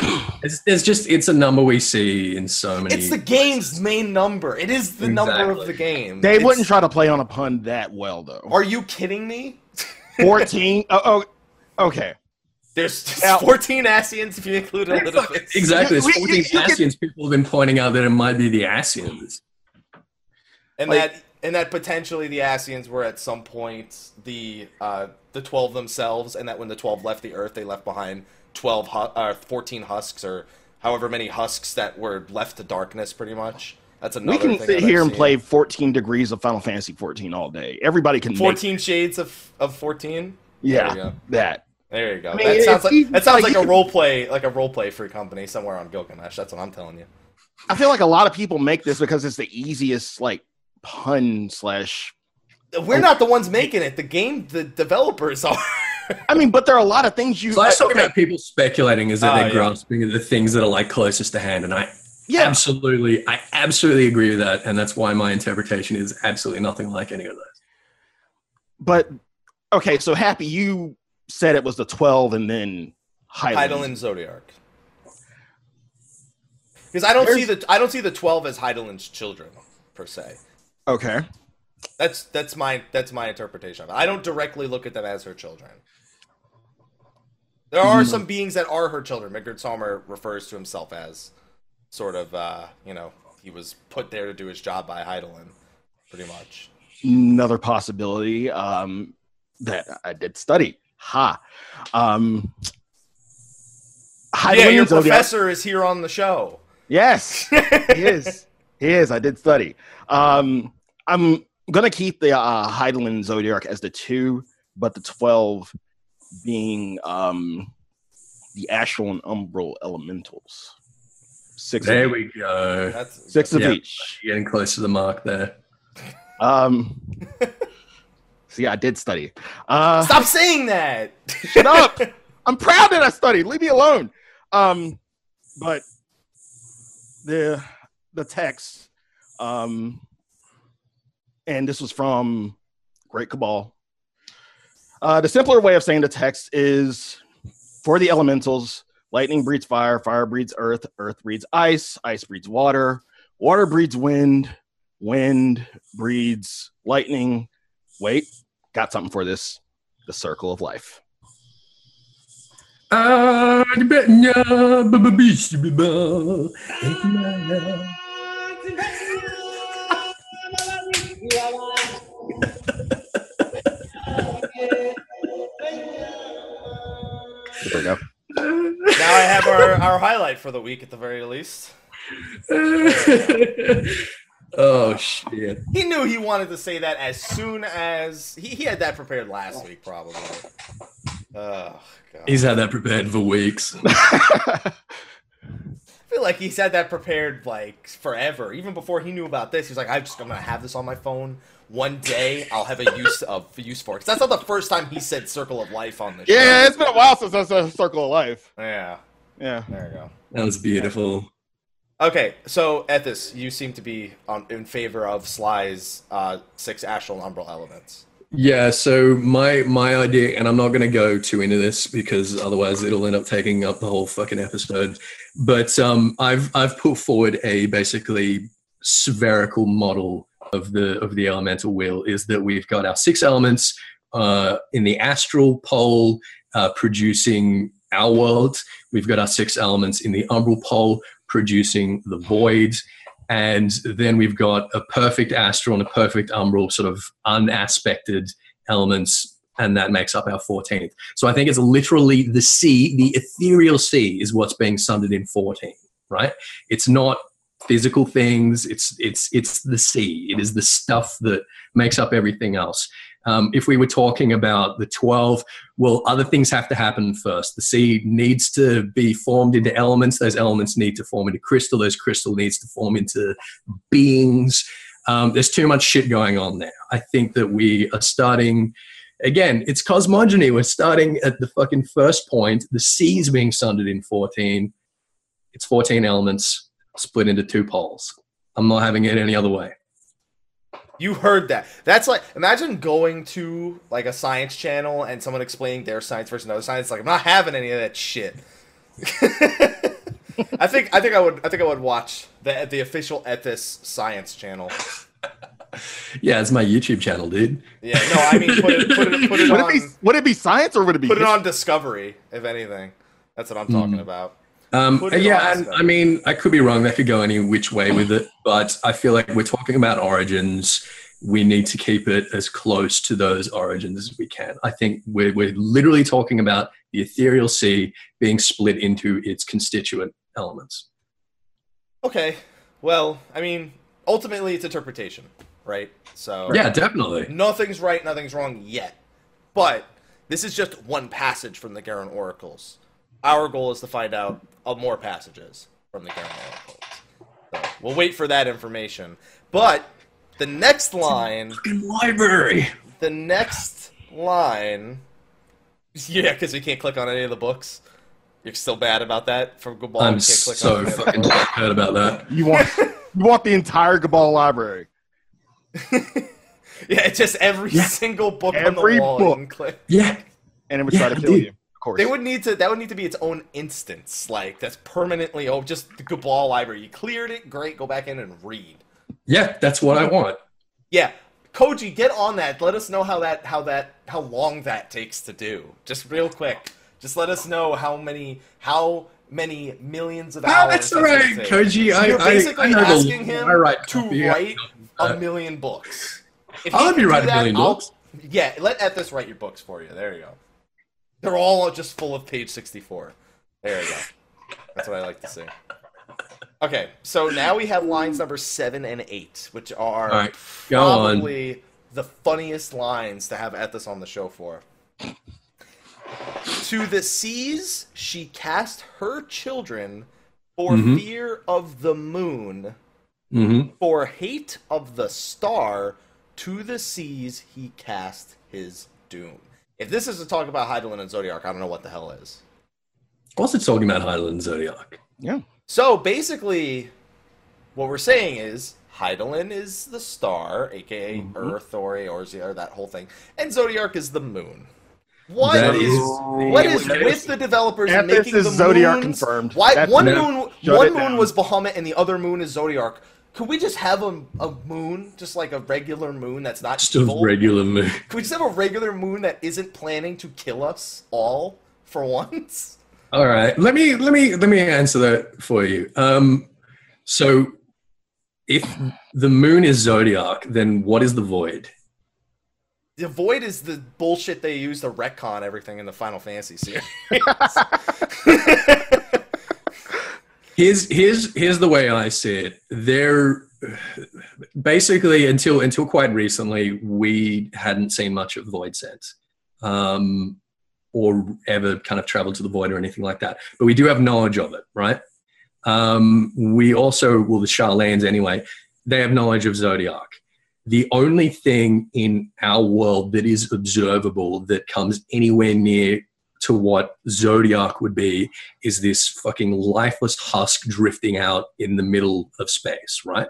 S3: it's, there's just it's a number we see in so many
S1: It's the game's main number. It is the number of
S3: Exactly.
S1: the game.
S2: They
S1: It's-
S2: wouldn't try to play on a pun that well though.
S1: Are you kidding me?
S2: Fourteen. Oh, oh, okay.
S1: There's
S2: Now-
S1: 14 Asians if you include a little bit.
S3: exactly there's
S2: You- you-
S3: 14
S2: you can-
S3: Asians. people have been pointing out that it might be the Asians.
S1: And
S2: Like-
S1: that and that potentially the Asians were at some point the uh, the 12 themselves, and that when the 12 left the Earth, they left behind 12 hu- uh, 14 husks or however many husks that were left to darkness, pretty much. That's another.
S2: We can
S1: thing
S2: sit
S1: that
S2: here
S1: I've
S2: and
S1: seen.
S2: play 14 degrees of Final Fantasy 14 all day. Everybody can make
S1: Fourteen Shades of of Fourteen.
S2: yeah
S1: There you go.
S2: that.
S1: There you go.
S2: I mean,
S1: that
S2: it's
S1: sounds like
S2: easy-
S1: that sounds
S2: like,
S1: like
S2: you
S1: a
S2: can-
S1: role play, like a role play free company somewhere on Gilgamesh. That's what I'm telling you.
S2: I feel like a lot of people make this because it's the easiest like pun slash.
S1: We're
S2: Oh.
S1: not the ones making it. The game, the developers are.
S2: I mean, but there are a lot of things you. uh,
S3: So I was talking about people speculating is that
S1: Oh,
S3: they're
S1: yeah.
S3: grasping at the things that are like closest to hand, and I
S2: yeah,
S3: absolutely, I absolutely agree with that, and that's why my interpretation is absolutely nothing like any of those.
S2: but okay. So happy you said it was the 12 and then Highland.
S1: Heidelin Zodiac. Because I don't see the I don't see the twelve as Heidelin's children per se.
S2: Okay.
S1: That's that's my that's my interpretation. of it. I don't directly look at them as her children. There
S2: Hmm.
S1: are some beings that are her children. Midgard Salmer refers to himself as sort of uh, you know he was put there to do his job by Heidelin, pretty much.
S2: another possibility um, that I did study. Ha. Um,
S1: yeah,
S2: Heidelin
S1: your
S2: Zodiac-
S1: professor is here on the show.
S2: Yes, he is. He is. I did study. Um, I'm gonna keep the uh, Heidelin Zodiac as the two, but the twelve being um, the astral and umbral elementals. Six.
S3: There
S2: of,
S3: we go.
S1: That's
S2: six of
S3: Yeah.
S2: each.
S3: Getting close to the mark there.
S2: Um, see, I did study. Uh,
S1: Stop saying that.
S2: Shut up. I'm proud that I studied. Leave me alone. Um, but the the text, um, and this was from Great Cabal. Uh, the simpler way of saying the text is for the elementals: lightning breeds fire, fire breeds earth, earth breeds ice, ice breeds water, water breeds wind, wind breeds lightning. Wait, got something for this: the circle of life.
S3: Ah, the bit- yeah, bu- bu- beast, bu- bu- yeah.
S2: There we go.
S1: now I have our, our highlight for the week at the very least.
S3: oh shit!
S1: He knew he wanted to say that as soon as he, he had that prepared last week, probably. Oh god.
S3: He's had that prepared for weeks.
S1: I feel like he's had that prepared like forever. Even before he knew about this, he's like, "I'm just I'm gonna have this on my phone. One day I'll have a use of use for it." 'Cause that's not the first time he said "circle of life" on the show.
S2: yeah, it's been a while since I saw Circle of Life.
S1: yeah.
S2: Yeah.
S1: There you go.
S3: That was beautiful.
S1: Okay, so at this, you seem to be on, in favor of Sly's uh, six astral and umbral elements.
S3: Yeah. So my my idea, and I'm not going to go too into this because otherwise it'll end up taking up the whole fucking episode. But um, I've I've put forward a basically spherical model of the of the elemental wheel. Is that we've got our six elements uh, in the astral pole uh, producing our world. We've got our six elements in the umbral pole producing the void. And then we've got a perfect astral and a perfect umbral, sort of unaspected elements, and that makes up our 14th. So I think it's literally the sea, the ethereal sea is what's being sundered in 14, right? It's not physical things, it's it's it's the sea. It is the stuff that makes up everything else. Um, if we were talking about the 12, well, other things have to happen first. The sea needs to be formed into elements. Those elements need to form into crystal. Those crystal needs to form into beings. Um, there's too much shit going on there. I think that we are starting, again, it's cosmogony. We're starting at the fucking first point. The sea's being sundered in 14. It's 14 elements split into two poles. I'm not having it any other way.
S1: You heard that. That's like imagine going to like a science channel and someone explaining their science versus another science. Like I'm not having any of that shit. I think I think I would I think I would watch the the official Ethis Science Channel.
S3: Yeah, it's my YouTube channel, dude.
S1: Yeah, no, I mean put it put it, put it
S2: Would
S1: on
S2: it be would it be science or would it be
S1: put it
S2: history?
S1: on Discovery if anything. That's what I'm talking
S3: Mm.
S1: about.
S3: Um,
S1: Put it
S3: yeah,
S1: on
S3: and
S1: us,
S3: I mean, I could be wrong. That could go any which way with it, but I feel like we're talking about origins. We need to keep it as close to those origins as we can. I think we're, we're literally talking about the ethereal sea being split into its constituent elements.
S1: Okay, well, I mean ultimately it's interpretation, right? So
S3: Yeah, definitely.
S1: nothing's right, nothing's wrong yet. But this is just one passage from the Garen Oracles. Our goal is to find out uh, more passages from the Garen Oracles. So we'll wait for that information. But the next line,
S3: Fucking library.
S1: the next line, yeah, because we can't click on any of the books. You're still bad about that from Gabal.
S3: I'm
S1: you can't click
S3: so
S1: on any of the
S3: fucking
S1: books.
S3: hurt about that.
S2: You want you want the entire Gabal library.
S1: yeah, it's just every
S3: Yeah.
S1: single book on
S2: Every
S1: the wall. you
S2: book.
S1: can click.
S3: Yeah,
S2: And it would try
S3: Yeah,
S2: to
S3: I
S2: kill
S3: did.
S2: you. Of course.
S1: They would need to. That would need to be its own instance, like that's permanently. Oh, just the Gabal library. You cleared it. Great. Go back in and read.
S3: yeah, that's what I want.
S1: Yeah, Koji, get on that. Let us know how that, how that, how long that takes to do. Just real quick. Just let us know how many, how many millions of
S3: Ah,
S1: hours.
S3: that's all
S1: gonna
S3: right,
S1: take.
S3: Koji. I,
S1: You're
S3: I,
S1: basically
S3: I know the
S1: asking him
S3: I write
S1: to
S3: copy.
S1: write
S3: Uh,
S1: a million books. If
S3: I'll
S1: he
S3: let
S1: can
S3: me
S1: do
S3: write a
S1: that,
S3: million
S1: I'll-
S3: books.
S1: Yeah, let Ethos write your books for you. There you go. They're all just full of page 64. There you go. That's what I like to see. Okay, so now we have lines number seven and eight, which are
S3: All right, go on.
S1: probably the funniest lines to have Ethos on the show for. to the seas she cast her children for
S3: Mhm.
S1: fear of the moon.
S3: hmm
S1: For hate of the star, to the seas he cast his doom. If this is to talk about Heidelin and Zodiac, I don't know what the hell is.
S3: What's it talking about, Highland Zodiac?
S1: So basically, what we're saying is Heidelin is the star, aka
S3: Mhm.
S1: Earth or Eorzea, or that whole thing, and Zodiac is the moon. What
S3: That
S1: is
S3: is-
S1: what is with the developers
S2: Ethos
S1: making
S2: is
S1: the
S2: Zodiac
S1: moons-
S2: confirmed.
S1: Why
S2: That's-
S1: one
S3: No.
S1: moon
S2: Shut
S1: one
S2: it
S1: moon
S2: down.
S1: was Bahamut and the other moon is Zodiac? Could we just have a, a moon, just like a regular moon that's not
S3: Just a
S1: evil?
S3: regular moon.
S1: Could we just have a regular moon that isn't planning to kill us all for once?
S3: All right. Let me let me let me answer that for you. Um, so, if the moon is zodiac, then what is the void?
S1: The void is the bullshit they use to retcon everything in the Final Fantasy series.
S3: Here's here's here's the way I see it. There, basically, until until quite recently, we hadn't seen much of void sense, um, or ever kind of traveled to the void or anything like that. But we do have knowledge of it, right? Um, we also, well, the Charlans anyway, they have knowledge of zodiac. The only thing in our world that is observable that comes anywhere near to what zodiac would be is this fucking lifeless husk drifting out in the middle of space, right?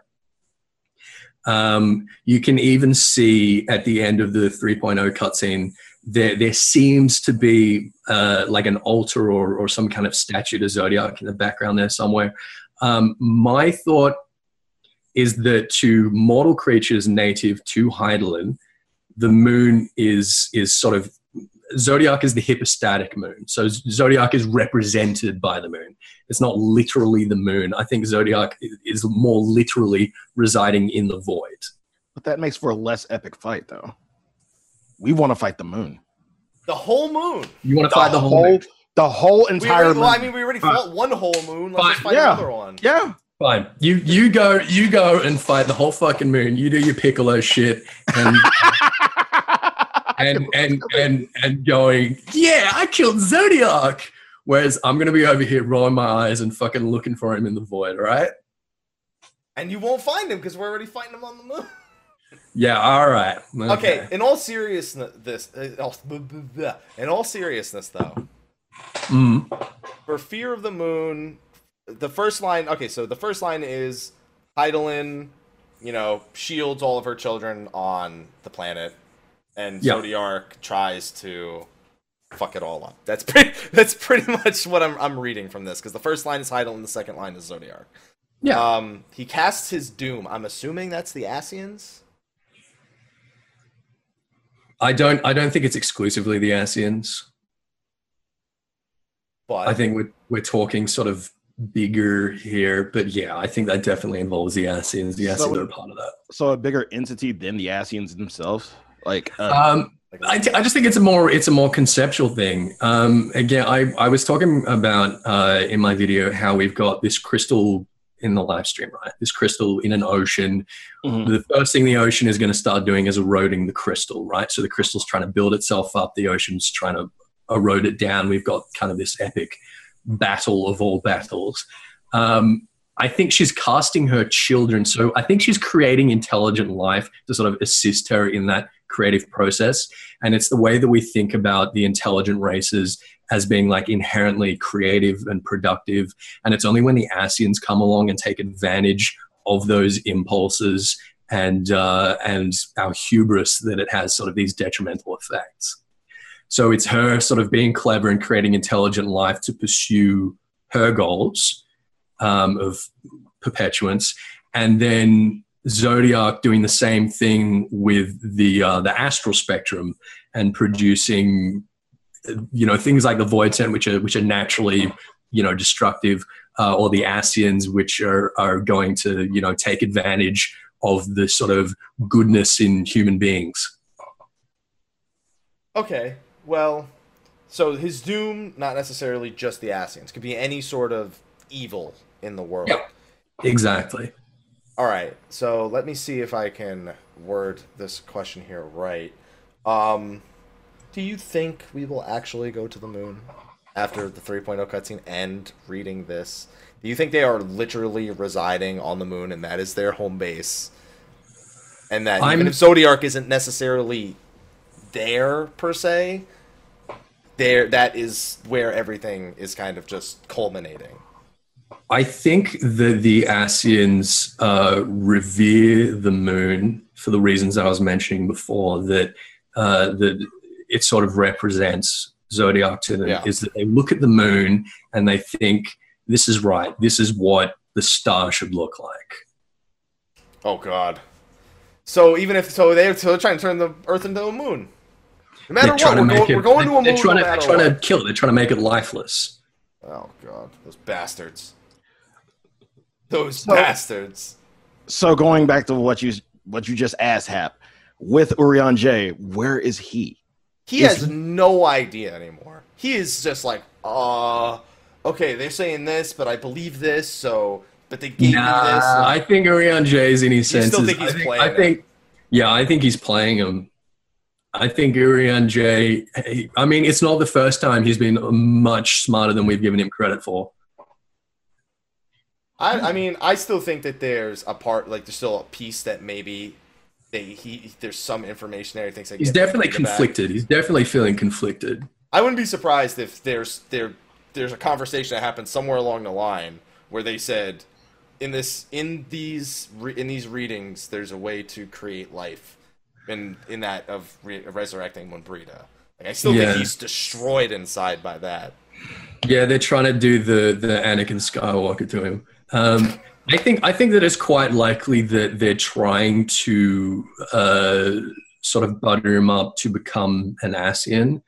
S3: Um, you can even see at the end of the 3.0 cutscene, there, there seems to be uh, like an altar or, or some kind of statue to Zodiac in the background there somewhere. Um, my thought is that to model creatures native to Heidelin, the moon is is sort of zodiac is the hypostatic moon so Z- zodiac is represented by the moon it's not literally the moon i think zodiac i- is more literally residing in the void
S2: But that makes for a less epic fight, though. We want to fight the moon.
S1: the whole moon.
S3: you want to fight the whole moon?
S2: the whole
S1: We
S2: entire
S1: already,
S2: moon.
S1: well, I mean, we already
S3: Fine.
S1: fought one whole moon. Let's just
S3: Fine.
S1: fight
S2: Yeah.
S1: another one.
S2: yeah,
S3: fine you you go you go and fight the whole fucking moon you do your piccolo shit and and and and and going, yeah, I killed Zodiac. Whereas I'm gonna be over here rolling my eyes and fucking looking for him in the void, all right?
S1: And you won't find him because we're already fighting him on the moon.
S3: Yeah, all right.
S1: Okay, in all seriousness, this uh, all- blah, blah, blah. in all seriousness though,
S3: Mm.
S1: for fear of the moon, the first line. Okay, so the first line is Heidelin, you know, shields all of her children on the planet, and
S3: Yeah.
S1: Zodiac tries to fuck it all up. That's pretty. That's pretty much what I'm I'm reading from this because the first line is Heidelin, the second line is Zodiac.
S3: Yeah.
S1: Um, he casts his doom. I'm assuming that's the Asians.
S3: I don't I don't think it's exclusively the Asians.
S1: But
S3: I think we're we're talking sort of bigger here, but yeah, I think that definitely involves the Asians. The
S2: So-
S3: Asians are a part of that.
S2: so a bigger entity than the Asians themselves. Like uh,
S3: Um,
S1: Like-
S3: I, I just think it's a more it's a more conceptual thing. Um, again, I, I was talking about uh, in my video how we've got this crystal in the live stream, right? This crystal in an ocean.
S2: Mhm.
S3: The first thing the ocean is going to start doing is eroding the crystal, right? So the crystal's trying to build itself up, the ocean's trying to erode it down. We've got kind of this epic battle of all battles. Um, I think she's casting her children. So I think she's creating intelligent life to sort of assist her in that creative process. And it's the way that we think about the intelligent races as being like inherently creative and productive. And it's only when the Asians come along and take advantage of those impulses and uh, and our hubris that it has sort of these detrimental effects. So it's her sort of being clever and creating intelligent life to pursue her goals um, of perpetuance, and then Zodiac doing the same thing with the uh, the astral spectrum and producing uh, you know things like the void scent, which are which are naturally you know destructive, uh, or the Asians, which are are going to you know take advantage of the sort of goodness in human beings.
S1: Okay, well, so his doom, not necessarily just the Asians, could be any sort of evil in the world.
S3: Yeah. Exactly.
S1: All right, so let me see if I can word this question here right. Um, do you think we will actually go to the moon after the 3.0 cutscene and reading this? Do you think they are literally residing on the moon and that is their home base? And that
S3: I'm-
S1: even if Zodiac isn't necessarily there per se, there that is where everything is kind of just culminating.
S3: I think that the Asians uh, revere the moon for the reasons I was mentioning before. That uh, that it sort of represents zodiac to them
S1: Yeah.
S3: is that they look at the moon and they think this is right. This is what the star should look like.
S1: Oh God. So even if so, they're, so they're trying to turn the Earth into a moon. No matter
S3: They're
S1: what, we're, going, we're going to a
S3: they're
S1: moon.
S3: trying
S1: no
S3: to, they're
S1: matter
S3: trying
S1: what.
S3: to kill it. They're trying to make it lifeless.
S1: Oh God, those bastards. Those
S2: So-
S1: bastards.
S2: So going back to what you what you just asked, Hap, with Urian J, where is he?
S1: He
S2: Is-
S1: has no idea anymore. He is just like, uh, okay, they're saying this, but I believe this, so, but they gave me this.
S3: Nah, I think Orion Jay's in his
S1: You
S3: senses.
S1: still think he's
S3: I think,
S1: playing
S3: I think- yeah, I think he's playing him. I think Orion Jay. I mean, it's not the first time he's been much smarter than we've given him credit for.
S1: I, I mean, I still think that there's a part, like, there's still a piece that maybe they, he, there's some information there. He thinks they
S3: He's
S1: get the
S3: definitely
S1: data back.
S3: conflicted. He's definitely feeling conflicted.
S1: I wouldn't be surprised if there's there there's a conversation that happened somewhere along the line where they said in this in these re- in these readings there's a way to create life in in that of, re- of resurrecting Mumbrita. Like I still
S3: Yeah.
S1: think he's destroyed inside by that.
S3: Yeah, they're trying to do the the Anakin Skywalker to him. Um, I think I think that it's quite likely that they're trying to uh, sort of butter him up to become an Asian.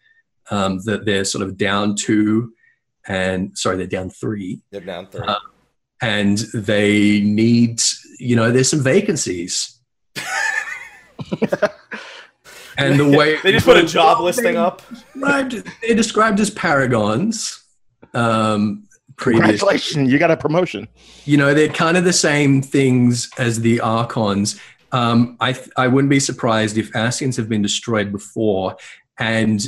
S3: Um, that they're sort of down two, and sorry, they're down three,
S1: They're down three.
S3: Uh, and they need you know there's some vacancies. and the way
S1: they just put a job listing up.
S3: Described, they're described as paragons. Um, previously.
S2: Congratulations, you got a promotion.
S3: you know they're kind of the same things as the archons um, I, th- I wouldn't be surprised if asians have been destroyed before and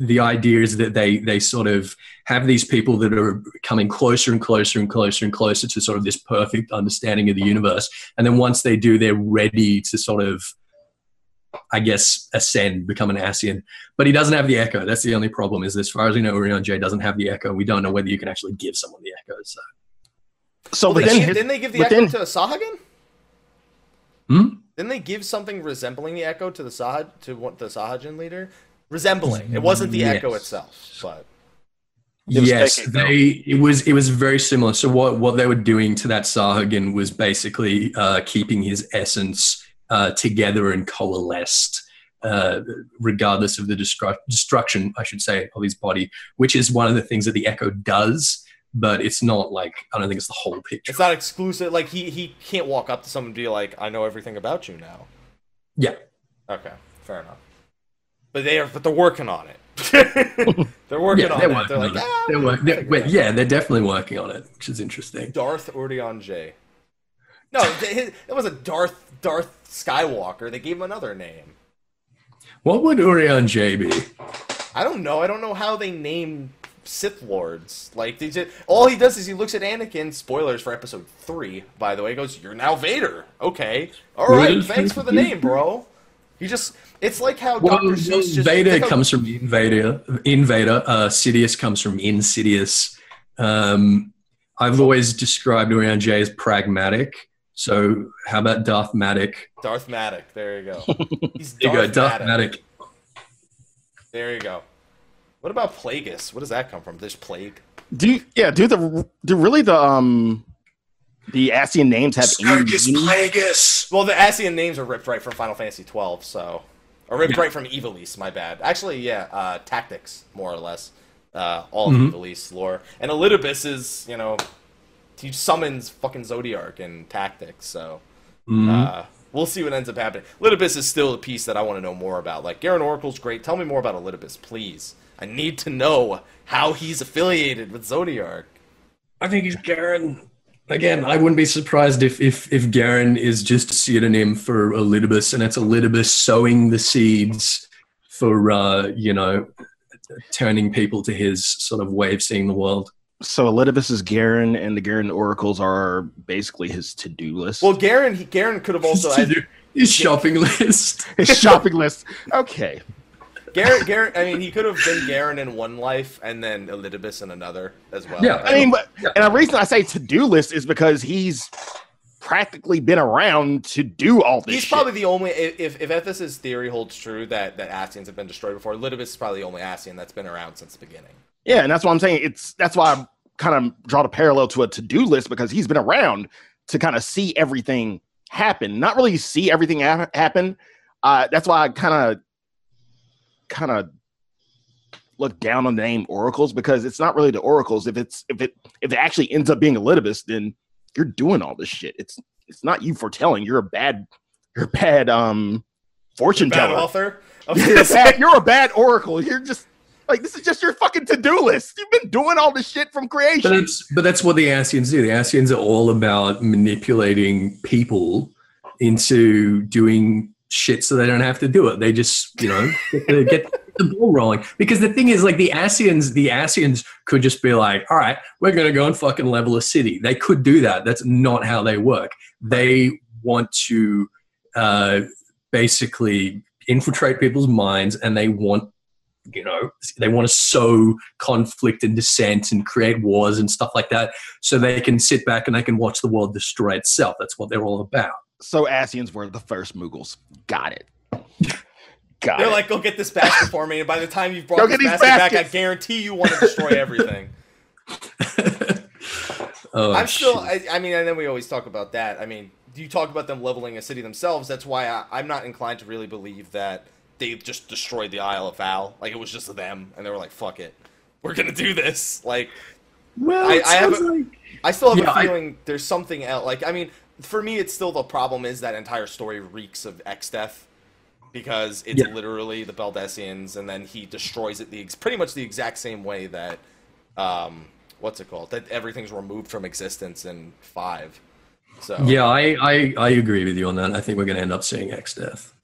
S3: the idea is that they they sort of have these people that are coming closer and closer and closer and closer to sort of this perfect understanding of the universe and then once they do they're ready to sort of i guess ascend become an asian but he doesn't have the echo that's the only problem is as far as we know orion j doesn't have the echo we don't know whether you can actually give someone the echo so
S2: So
S1: Well, they,
S2: within
S1: gave-
S2: his,
S1: didn't they give the
S2: within-
S1: echo to Sahagin?
S3: Hmm?
S1: Didn't they give something resembling the echo to the Sah to what the Sahagin leader? Resembling. It wasn't the echo
S3: Yes.
S1: itself, but
S2: It was
S3: yes,
S2: taking-
S3: they it was it was very similar. So what what they were doing to that Sahagin was basically uh, keeping his essence uh, together and coalesced, uh, regardless of the destru- destruction, I should say, of his body, which is one of the things that the Echo does. But it's not like I don't think it's the whole picture.
S1: It's not exclusive. Like he he can't walk up to someone and be like, "I know everything about you now."
S3: Yeah.
S1: Okay, fair enough. But they are. But they're working on it. they're working
S3: yeah,
S1: on
S3: they're
S1: that.
S3: working
S1: They're like,
S3: on it.
S1: "Ah,
S3: They're
S1: we'll
S3: work- they're-
S1: figure it out."
S3: yeah, they're definitely working on it, which is interesting.
S1: Darth Ordeon J. No, th- his- it was a Darth Darth Skywalker. They gave him another name.
S3: What would Urian J be?
S1: I don't know. I don't know how they name Sith lords. Like they just, all he does is he looks at Anakin. Spoilers for Episode Three, by the way. He goes, "You're now Vader." Okay, all right. Thanks for the name, bro. He just, it's like how
S3: Well,
S1: Doctor Seuss just
S3: Vader
S1: it's like-
S3: comes from Invader. Invader. Uh, Sidious comes from Insidious. Um, I've always described Urian J as pragmatic. So how about Darth Matic?
S1: Darth Matic. There you go. He's
S3: There
S1: Darth,
S3: you go, Darth
S1: Matic.
S3: Matic.
S1: There you go. What about Plagueis? What does that come from? This plague.
S2: Do yeah? Do the do really the um the Asian names have any
S3: Mm-hmm.
S2: meaning?
S3: Plagueis.
S1: Well, the Asian names are ripped right from Final Fantasy twelve, so or ripped
S3: Yeah.
S1: right from Evilise. My bad. Actually, yeah, uh, tactics more or less, uh, all of
S3: Mhm.
S1: Evilise lore. And Elidibus is you know he summons fucking Zodiac and tactics. So uh, we'll see what ends up happening. Elidibus is still a piece that I want to know more about. Like Garen Oracle's great. Tell me more about Elidibus, please. I need to know how he's affiliated with Zodiac.
S3: I think he's Garen. Again, I wouldn't be surprised if if if Garen is just a pseudonym for Elidibus, and it's Elidibus sowing the seeds for uh, you know turning people to his sort of way of seeing the world.
S2: So Elidibus is Garen, and the Garen oracles are basically his to do list.
S1: Well, Garen, he, Garen could have also. I,
S3: his shopping list.
S2: his shopping list. Okay,
S1: Garrett, Garrett. I mean, he could have been Garen in one life, and then Elidibus in another as well.
S3: Yeah,
S2: I mean, but,
S3: Yeah.
S2: and the reason I say to do list is because he's practically been around to do all this.
S1: he's
S2: shit.
S1: probably the only. If if Ethus's theory holds true that that Asians have been destroyed before, Elidibus is probably the only Asian that's been around since the beginning.
S2: Yeah, and that's why I'm saying it's that's why I kind of draw the parallel to a to-do list because he's been around to kind of see everything happen. Not really see everything ha- happen. Uh, that's why I kind of kind of look down on the name oracles because it's not really the oracles. If it's if it if it actually ends up being a litibus, then you're doing all this shit. It's it's not you foretelling. You're a bad you're a bad um fortune
S1: Bad
S2: teller.
S1: author.
S2: You're a, bad, you're a bad oracle. You're just like this is just your fucking to-do list. You've been doing all this shit from
S3: But
S2: creation.
S3: that's but that's what the Asians do. The Asians are all about manipulating people into doing shit so they don't have to do it. They just you know get the, get the ball rolling. Because the thing is, like the Asians, the Asians could just be like, all right, we're gonna go and fucking level a city. They could do that. That's not how they work. They want to uh, basically infiltrate people's minds, and they want you know they want to sow conflict and dissent and create wars and stuff like that so they can sit back and they can watch the world destroy itself that's what they're all about
S2: So Asians were the first Mughals. Got it. Got
S1: They're
S2: it.
S1: like, go get this basket for me, and by the time you've brought
S2: Go
S1: this
S2: get these
S1: basket back, I
S2: baskets.
S1: guarantee you want to destroy everything.
S3: oh,
S1: I'm still.
S3: shit.
S1: I, I mean, and then we always talk about that. I mean, you talk about them leveling a city themselves. That's why I, I'm not inclined to really believe that they just destroyed the Isle of Val. Like it was just them, and they were like, "Fuck it, we're gonna do this." Like
S2: well,
S1: I-
S2: it
S1: I have
S2: sounds
S1: a-
S2: like-
S1: I still have
S3: Yeah,
S1: a
S3: I-
S1: feeling there's something else. Like I mean, for me, it's still the problem is that entire story reeks of X Death because it's
S3: Yeah.
S1: literally the Baldessians, and then he destroys it the ex- pretty much the exact same way that um, what's it called? That everything's removed from existence in five. So
S3: yeah I, I i agree with you on that i think we're going to end up seeing x death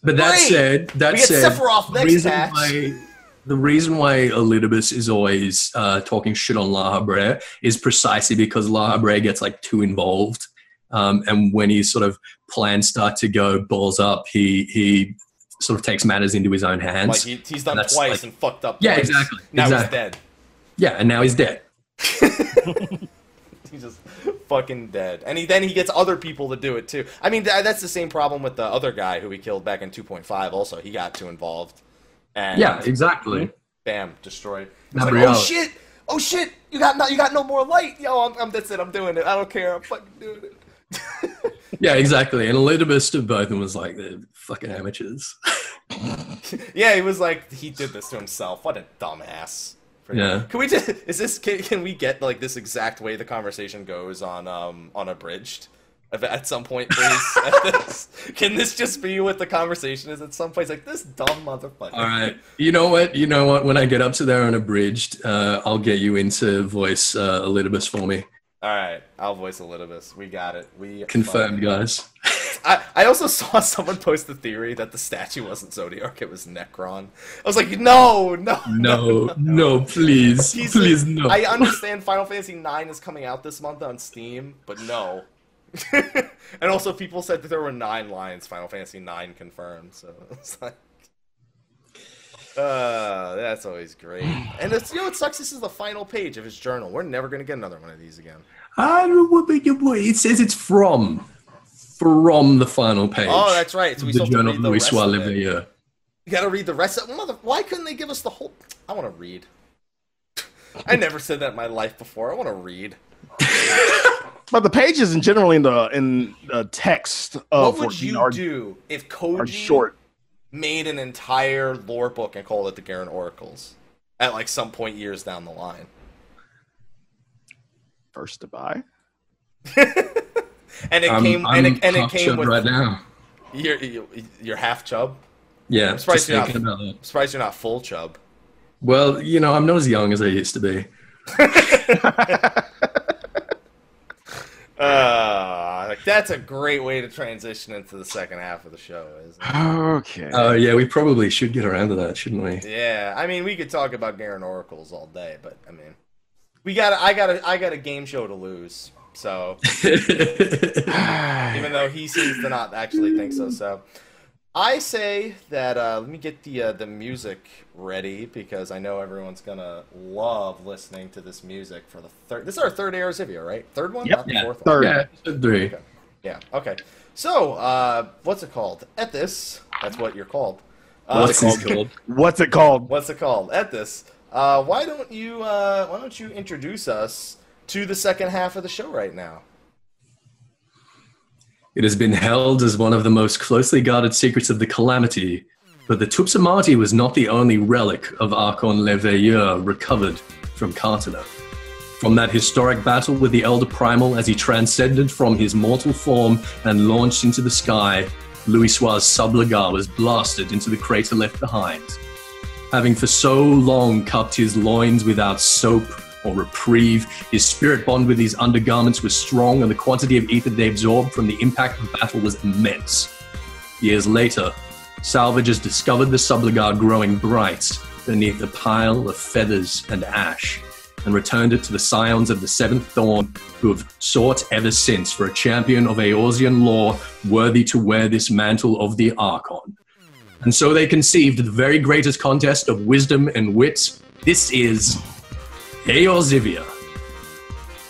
S3: but that
S1: Great.
S3: said that
S1: We get
S3: said
S1: Sephiroth
S3: the
S1: next,
S3: reason
S1: Pax.
S3: why the reason why Elidibus is always uh, talking shit on La Habre is precisely because La Habre gets like too involved, um, and when his sort of plans start to go balls up, he he sort of takes matters into his own hands.
S1: Like he, he's done
S3: That's
S1: twice
S3: like-
S1: and fucked up.
S3: Yeah,
S1: twice.
S3: exactly,
S1: Now he's
S3: exactly.
S1: dead.
S3: yeah, and now he's dead.
S1: He's just fucking dead. And he then he gets other people to do it too. I mean, tha- that's the same problem with the other guy who he killed back in 2.5. Also, he got too involved. And
S3: Yeah, exactly.
S1: bam, destroyed. It's like,
S3: Gabrielle.
S1: oh shit! Oh shit! You got no, you got no more light. Yo, I'm, I'm that's it. I'm doing it. I don't care. I'm fucking doing it.
S3: Yeah, exactly. And Elidibus to both of them was like, they're fucking amateurs.
S1: Yeah, he was like he did this to himself. What a dumbass.
S3: Yeah.
S1: Can we just is this can, can we get like this exact way the conversation goes on um on abridged? if- at some point, please? at this? Can this just be what the conversation is at some place? Like this dumb motherfucker.
S3: All right. You know what? You know what? When I get up to there unabridged, uh, I'll get you into voice uh, Elidibus for me.
S1: All right, I'll voice Elidibus. We got it. We
S3: Confirmed, guys.
S1: I, I also saw someone post the theory that the statue wasn't Zodiac, it was Necron. I was like, no, no.
S3: No, no, please,
S1: He's-
S3: please, no.
S1: I understand Final Fantasy IX is coming out this month on Steam, but no. and also, people said that there were nine lines Final Fantasy IX confirmed, so it's like. Uh, that's always great. And it's, you know, it sucks. This is the final page of his journal. We're never going to get another one of these again.
S3: I don't know what- what- what- It says it's from, from the final page.
S1: Oh, that's right. So we still
S3: the
S1: have to
S3: Journal
S1: read
S3: of
S1: the
S3: Luis
S1: rest of it.
S3: Livier.
S1: You gotta read the rest of mother. Why couldn't they give us the whole? I want to read. I never said that in my life before. I want to read.
S2: But the pages in generally in the in the text
S1: What
S2: of
S1: would
S2: 14
S1: you
S2: Oh, are,
S1: do if
S2: are
S1: Koji
S2: short.
S1: made an entire lore book and called it the Garen Oracles at like some point years down the line?
S2: First to buy.
S1: And it
S3: I'm,
S1: came
S3: I'm
S1: and it, and it
S3: half
S1: came
S3: chub
S1: with
S3: right now.
S1: you're, you're you're half chub.
S3: Yeah,
S1: I'm surprised
S3: just
S1: you're
S3: thinking about that.
S1: I'm surprised you're not full chub.
S3: Well, you know, I'm not as young as I used to be.
S1: Uh, like that's a great way to transition into the second half of the show, isn't it?
S2: Okay.
S3: Oh, yeah, we probably should get around to that, shouldn't we?
S1: Yeah, I mean, we could talk about Garen Oracles all day, but I mean, we got I got a I got a game show to lose. So
S2: Uh,
S1: even though he seems to not actually think so, so I say that uh, let me get the uh, the music ready because I know everyone's gonna love listening to this music for the third. This is our third Air Zivia, right? Third one,
S2: Yep.
S1: not the
S3: Yeah.
S1: fourth one.
S2: Third.
S3: yeah, episode three.
S1: Yeah. Okay. So uh, what's it called? Ethis. That's what you're called. Uh,
S3: What's this called?
S2: What's it called?
S1: what's it called at this uh, why don't you uh, why don't you introduce us to the second half of the show right now
S3: It has been held as one of the most closely guarded secrets of the Calamity, but the Tupsamati was not the only relic of Archon Le Veilleur recovered from Cartana. From that historic battle with the Elder Primal as he transcended from his mortal form and launched into the sky, Louisois' Sublegar was blasted into the crater left behind. Having for so long cupped his loins without soap or reprieve, his spirit bond with these undergarments was strong, and the quantity of ether they absorbed from the impact of battle was immense. Years later, salvagers discovered the subligar growing bright beneath a pile of feathers and ash, and returned it to the scions of the Seventh Thorn, who have sought ever since for a champion of Eorzean lore worthy to wear this mantle of the Archon. And so they conceived the very greatest contest of wisdom and wit. This is Eorzivia.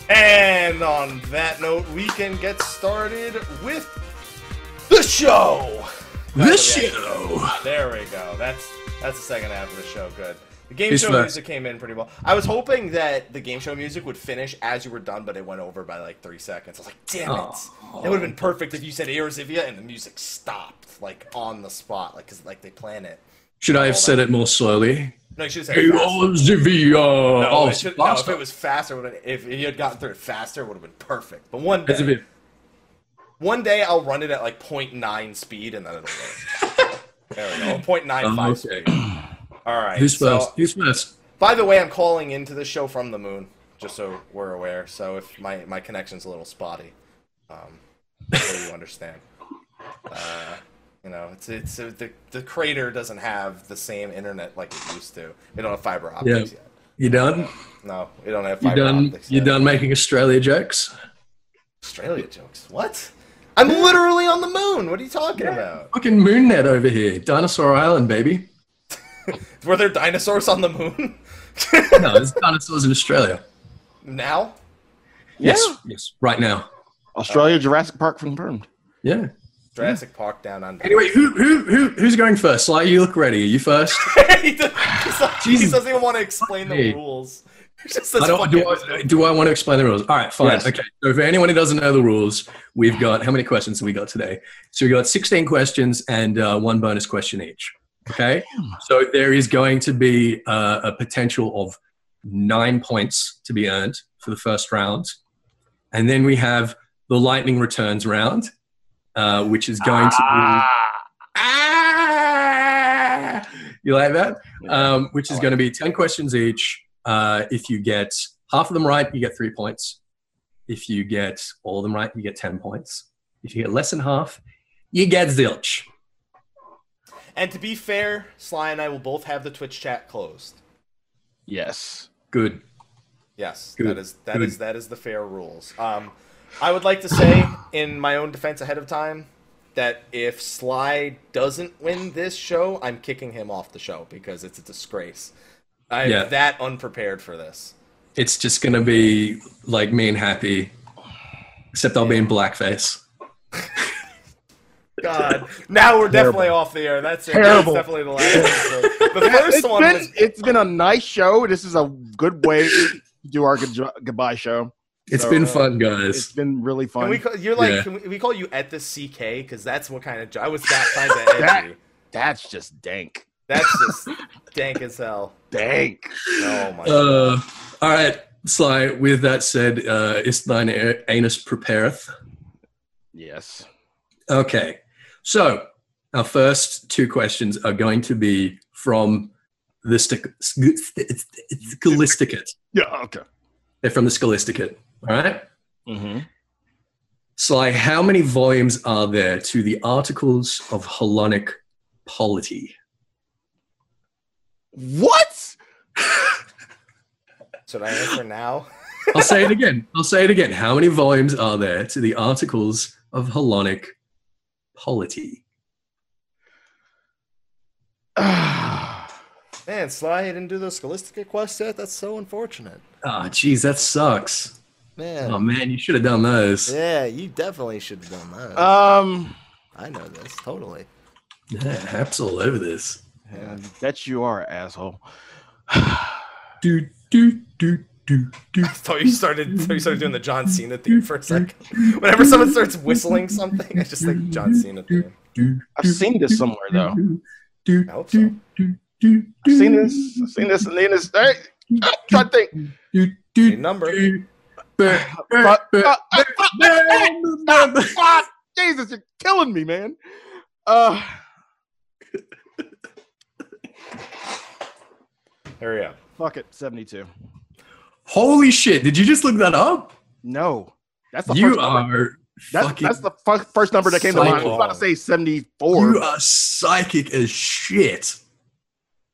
S1: and on that note we can get started with the show
S3: The show.
S1: there we go that's that's the second half of the show good the game
S3: It's
S1: show
S3: the-
S1: music came in pretty well i was hoping that the game show music would finish as you were done but it went over by like three seconds i was like damn it
S3: Oh.
S1: that would have been perfect if you said Eorzivia and the music stopped like on the spot like because like they plan it
S3: Should I have said it more slowly?
S1: no you should have said it faster.
S3: Eorzivia.
S1: No,
S3: Oh,
S1: it
S3: it's
S1: should- no, if
S3: faster.
S1: it was faster, would've- if he had gotten through it faster, it would have been perfect. But one
S3: As if
S1: day,
S3: it-
S1: one day I'll run it at like 0.9 speed, and then it'll work. there we go, 0.95
S3: Oh,
S1: speed.
S3: okay.
S1: All right.
S3: Who's
S1: so-
S3: first? Who's first?
S1: by the way, I'm calling into the show from the moon, just so we're aware. So if my my connection's a little spotty, um, so you understand. Uh, you know, it's it's uh, the the crater doesn't have the same internet like it used to. They don't have fiber optics
S3: Yeah.
S1: yet.
S3: You done?
S1: No, we don't have
S3: You
S1: fiber
S3: done?
S1: optics.
S3: You
S1: yet.
S3: done making Australia jokes?
S1: Australia jokes. What? I'm literally on the moon. What are you talking about?
S3: Fucking moon net over here, Dinosaur Island, baby.
S1: Were there dinosaurs on the moon?
S3: No, there's dinosaurs in Australia.
S1: now?
S3: Yes,
S2: Yeah.
S3: yes, right now.
S2: Australia Jurassic Park confirmed.
S3: Yeah.
S1: Jurassic Park down under.
S3: Anyway, who who who who's going first? Sly, you look ready. Are you first?
S1: he, does, he's like- he
S3: Jesus.
S1: doesn't even want to explain the
S3: Hey.
S1: rules. He just says
S3: I don't, do,
S1: fuck
S3: I,
S1: it.
S3: do I want to explain the rules? All right, fine.
S2: Yes.
S3: Okay. So, for anyone who doesn't know the rules, we've got how many questions have we got today? So, we got 16 questions and uh, one bonus question each. Okay. So, there is going to be uh, a potential of nine points to be earned for the first round. And then we have the lightning returns round, uh, which is going
S2: Ah.
S3: to be. Ah! You like that? um, which
S2: I
S3: is
S2: like
S3: going to be 10 questions each. Uh, if you get half of them right, you get three points. If you get all of them right, you get 10 points. If you get less than half, you get zilch.
S1: And to be fair, Sly and I will both have the Twitch chat closed.
S2: yes.
S3: Good.
S1: Yes,
S3: Good.
S1: that is that is
S3: Good.
S1: that is the fair rules. Um, I would like to say, in my own defense ahead of time, that if Sly doesn't win this show, I'm kicking him off the show because it's a disgrace. I'm
S3: Yeah.
S1: that unprepared for this.
S3: It's just going to be like me and Happy, except I'll be in blackface.
S1: God, now we're
S2: Terrible.
S1: definitely off the air. That's it.
S2: Terrible.
S1: That's definitely the last episode. The
S2: It's
S1: first one
S2: been,
S1: was
S2: it's been a nice show. This is a good way to do our good- goodbye show.
S3: It's
S2: So,
S3: been
S2: uh,
S3: fun,
S2: It's
S3: guys.
S2: been really
S1: Can
S2: fun.
S1: we call, you're like,
S3: Yeah.
S1: can, we, we call you at the CK? Because that's what kind of jo- I was that kind of edgy.
S2: That's just dank.
S1: That's just dank as hell.
S2: Dank.
S1: Oh my. god.
S3: Uh, all right, Sly, with that said, uh, is thine a- anus prepareth?
S2: Yes.
S3: Okay. So our first two questions are going to be from the sti- sk- st- st- Scholisticate.
S2: Yeah. Okay.
S3: They're from the Scholisticate. All right.
S2: Mm-hmm.
S3: Sly, how many volumes are there to the Articles of Hellenic Polity?
S2: What?
S1: Should I answer now?
S3: I'll say it again. I'll say it again. How many volumes are there to the Articles of Hellenic Polity?
S1: Man, Sly you didn't do the Scholastica quest yet. That's so unfortunate.
S3: Oh, geez, that sucks.
S1: Man,
S3: Oh, man, you should have done those.
S1: yeah, you definitely should have done that.
S2: um.
S1: I know this totally.
S3: Yeah, apps all over this.
S1: Yeah.
S2: That you are asshole.
S3: Do, do, do, do, do.
S1: I thought you started. I thought you started doing the John Cena theme for a second. Whenever someone starts whistling something, I just think John Cena theme.
S2: I've seen this somewhere though.
S1: I hope so.
S2: I've seen this. I've seen this. And then it's. Hey, I'm trying to think.
S1: Your number.
S2: But- but- God, Jesus, you're killing me, man. Uh,
S1: There we go.
S2: fuck it. Seventy-two.
S3: Holy shit! Did you just look that up?
S2: No, that's the
S3: You
S2: first number.
S3: are
S2: That's,
S3: fucking.
S2: that's the fu- first number that came to mind. I was about to say seventy-four.
S3: you are psychic as shit.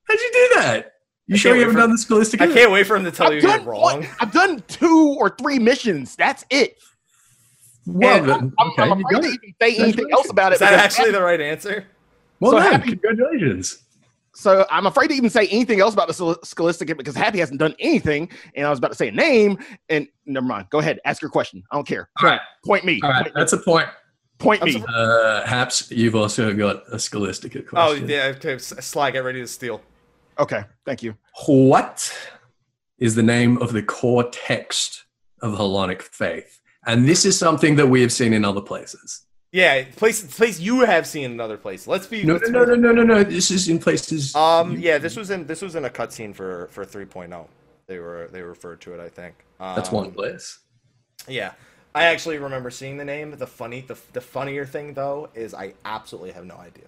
S3: How'd you do that? You
S1: I
S3: sure
S1: can't
S3: you haven't
S1: wait for-
S3: done the scholastic?
S1: I can't wait for him to tell
S2: I've
S1: you you're
S2: done, one-
S1: wrong.
S2: I've done two or three missions. That's it.
S3: Well,
S2: And
S3: but-
S2: I'm, I'm-
S3: okay,
S2: I'm
S3: you
S2: afraid
S3: got
S2: to
S3: it.
S2: even say anything else about it.
S1: Is that
S2: because-
S1: actually the right answer?
S3: Well
S2: So
S3: done.
S2: happy-
S3: Congratulations.
S2: so I'm afraid to even say anything else about the Schol- Scholastic because Happy hasn't done anything, and I was about to say a name, and never mind. Go ahead, ask your question. I don't care.
S3: All right,
S2: Point me.
S3: all right. That's a point.
S2: Point
S1: I'm
S2: me.
S1: surprised-
S3: Uh, Haps, you've also got a scholastic question.
S1: Oh yeah, okay. S- Sly, get ready to steal.
S2: Okay, thank you.
S3: What is the name of the core text of Hellenic faith? And this is something that we have seen in other places.
S1: Yeah, place place you have seen in other places. Let's be
S3: No,
S1: let's
S3: no,
S1: be-
S3: no, no, no, no. This is in places.
S1: Um, yeah, this was in this was in a cutscene for for 3.0. They were they referred to it, I think. Um,
S3: That's one place.
S1: Yeah, I actually remember seeing the name. The funny the the funnier thing though is I absolutely have no idea.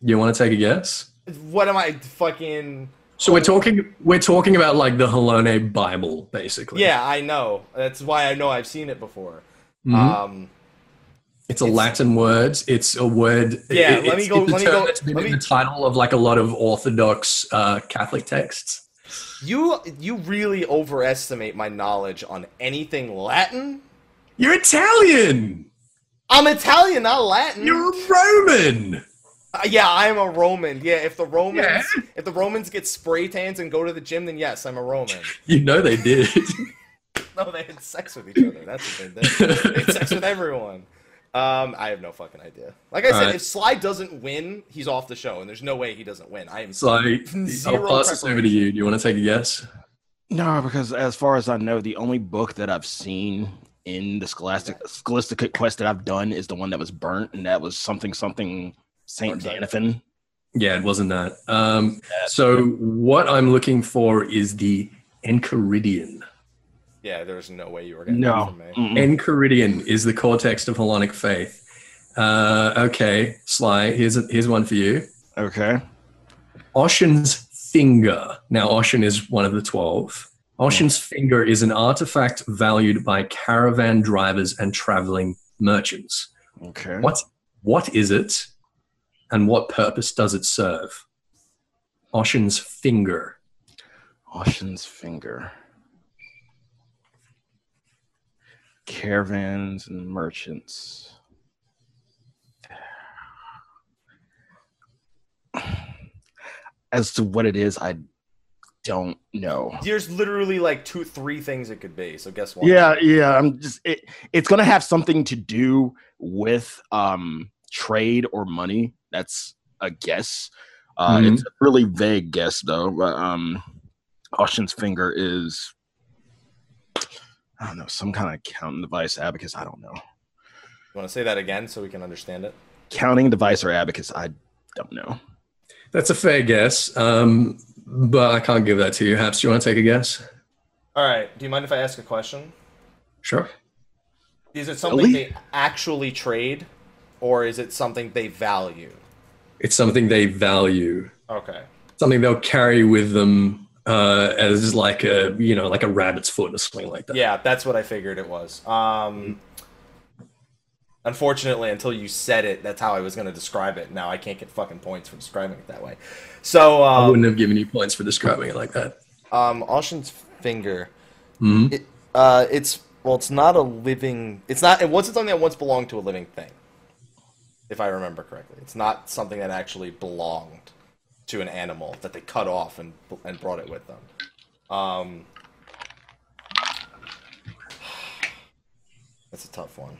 S3: You want to take a guess?
S1: What am I fucking?
S3: So we're talking. We're talking about like the Hellenic Bible, basically.
S1: Yeah, I know. That's why I know I've seen it before.
S3: Mhm.
S1: Um,
S3: it's a
S1: it's-
S3: Latin word. It's a word.
S1: Yeah,
S3: it-
S1: let me
S3: it's-
S1: go-
S3: It's a
S1: let me go-
S3: term that's been
S1: let
S3: in
S1: me-
S3: the title of like a lot of Orthodox uh, Catholic texts.
S1: you you really overestimate my knowledge on anything Latin.
S3: You're Italian.
S1: I'm Italian, not Latin.
S3: You're a Roman.
S1: Uh, yeah, I'm a Roman. Yeah, if the Romans
S3: Yeah.
S1: if the Romans get spray tans and go to the gym, then yes, I'm a Roman.
S3: You know they did.
S1: No, they had sex with each other. That's what they did. They had sex with everyone. Um, I have no fucking idea. Like I said,
S3: Alright.
S1: if Sly doesn't win, he's off the show, and there's no way he doesn't win. I am.
S3: so I,
S1: Zero
S3: I'll pass this over to you. Do you want to take a guess?
S2: No, because as far as I know, the only book that I've seen in the Scholastic Scholastic quest that I've done is the one that was burnt, and that was something something Saint
S1: Burnt.
S2: Danathan.
S3: Yeah, it wasn't that. Um, so what I'm looking for is the Enchiridion.
S1: Yeah, there's no way you were getting
S2: No.
S1: that from me.
S2: Mm-mm.
S3: Enchiridion is the core text of Hellenic faith. Uh, okay, Sly, here's a, here's one for you.
S2: Okay.
S3: Oshin's finger. Now, Oshin is one of the 12. Oshin's finger is an artifact valued by caravan drivers and traveling merchants.
S2: Okay.
S3: What, what is it and what purpose does it serve? Oshin's finger.
S2: Ocean's finger. Caravans and merchants. As to what it is, I don't know.
S1: There's literally like two, three things it could be. So guess what?
S2: Yeah, yeah. I'm just it. It's gonna have something to do with um trade or money. That's a guess. Uh,
S3: Mhm.
S2: It's a really vague guess though. But um, Ocean's finger is I don't know some kind of counting device, abacus. I don't know
S1: You want to say that again so we can understand it?
S2: counting device or abacus. I don't know.
S3: That's a fair guess, um, but I can't give that to you. Haps, do you want to take a guess?
S1: All right. Do you mind if I ask a question?
S3: Sure.
S1: Is it something they
S2: least-
S1: actually trade, or is it something they value?
S3: It's something they value.
S1: Okay.
S3: something they'll carry with them uh, as like a you know like a rabbit's foot or something like that.
S1: Yeah, that's what I figured it was. Um,
S3: Mm-hmm.
S1: unfortunately, until you said it, that's how I was going to describe it. Now I can't get fucking points for describing it that way. So,
S3: I
S1: um,
S3: wouldn't have given you points for describing it like that.
S1: um Oshin's finger.
S3: hmm
S1: It, uh, it's well, it's not a living. It's not. It wasn't something that once belonged to a living thing, if I remember correctly. It's not something that actually belonged to an animal that they cut off and and brought it with them. Um, that's a tough one.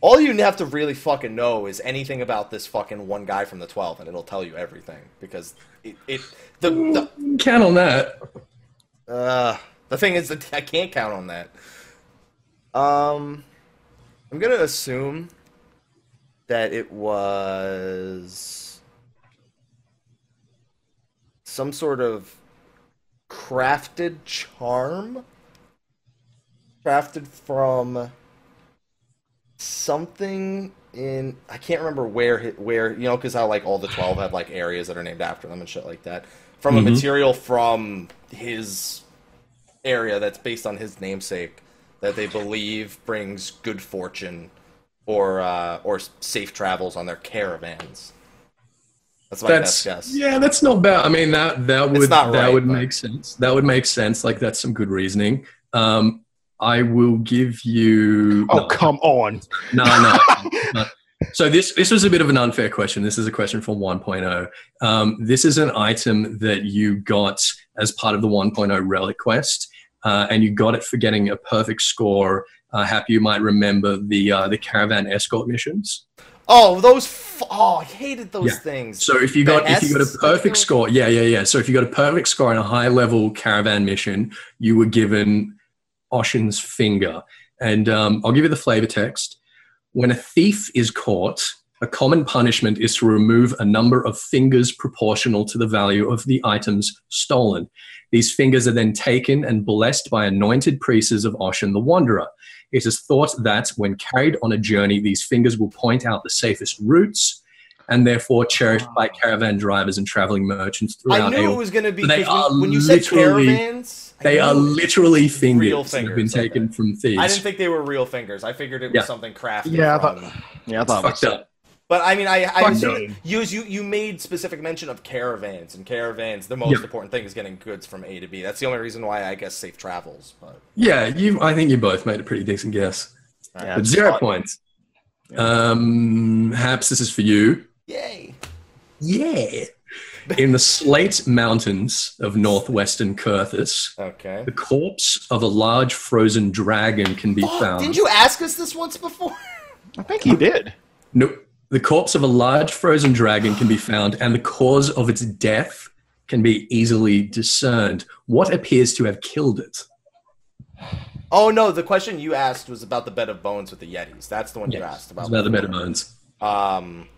S1: All you have to really fucking know is anything about this fucking one guy from the 12, and it'll tell you everything because it, it the, the
S3: Count on that.
S1: uh, the thing is that I can't count on that. Um, I'm gonna assume that it was some sort of crafted charm, crafted from something in I can't remember where hi- where you know because how like all the twelve have like areas that are named after them and shit like that from
S3: Mhm.
S1: a material from his area that's based on his namesake that they believe brings good fortune or uh, or safe travels on their caravans. That's my best
S3: That's
S1: guess.
S3: yeah, that's not bad. I mean that that
S1: It's
S3: would
S1: not
S3: that
S1: right,
S3: would
S1: but-
S3: make sense. That would make sense. Like that's some good reasoning. Um, I will give you.
S2: Oh
S3: no,
S2: come on!
S3: No, no. no. So this this was a bit of an unfair question. This is a question from 1.0. Um, this is an item that you got as part of the 1.0 relic quest, uh, and you got it for getting a perfect score. Uh, happy you might remember the uh, the caravan escort missions.
S1: Oh, those! F- oh, I hated those
S3: Yeah.
S1: things.
S3: So if you got
S1: The
S3: if you got
S1: S's,
S3: a
S1: like
S3: perfect
S1: those-
S3: score, yeah, yeah, yeah. So if you got a perfect score on a high level caravan mission, you were given Oshin's finger. And um, I'll give you the flavor text. When a thief is caught, a common punishment is to remove a number of fingers proportional to the value of the items stolen. These fingers are then taken and blessed by anointed priests of Oshin the Wanderer. It is thought that when carried on a journey, these fingers will point out the safest routes and therefore cherished by caravan drivers and traveling merchants
S1: I
S3: throughout
S1: knew it
S3: Aeol.
S1: was gonna be
S3: They
S1: 'cause when-
S3: are
S1: when, you said
S3: literally-
S1: caravans. I
S3: They
S1: knew
S3: are
S1: it was
S3: literally fingers,
S1: real
S3: that have been
S1: fingers, okay.
S3: taken from thieves.
S1: I didn't think they were real fingers. I figured it was
S3: Yeah.
S1: something crafted.
S2: Yeah, I
S1: from-
S2: Yeah, I
S3: It's
S2: thought it was-
S3: fucked up.
S1: But I mean, I, I
S2: Fuck
S1: assume
S2: no.
S1: you, you you made specific mention of caravans and caravans. The most
S3: Yeah.
S1: important thing is getting goods from A to B. That's the only reason why I guess safe travels. But
S3: Yeah, you. I think you both made a pretty decent guess.
S2: Yeah,
S3: But
S2: it's
S3: zero
S2: fucked.
S3: points. Um, perhaps this is for you.
S1: yay!
S3: Yeah. In the Slate Mountains of northwestern Curthus,
S1: Okay.
S3: the corpse of a large frozen dragon can be
S1: Oh,
S3: found.
S1: didn't you ask us this once before?
S2: I think he did.
S3: Nope. The corpse of a large frozen dragon can be found, and the cause of its death can be easily discerned. What appears to have killed it?
S1: Oh no, the question you asked was about the bed of bones with the yetis. That's the one you
S3: Yes.
S1: asked about.
S3: It's about the better bones.
S1: Um,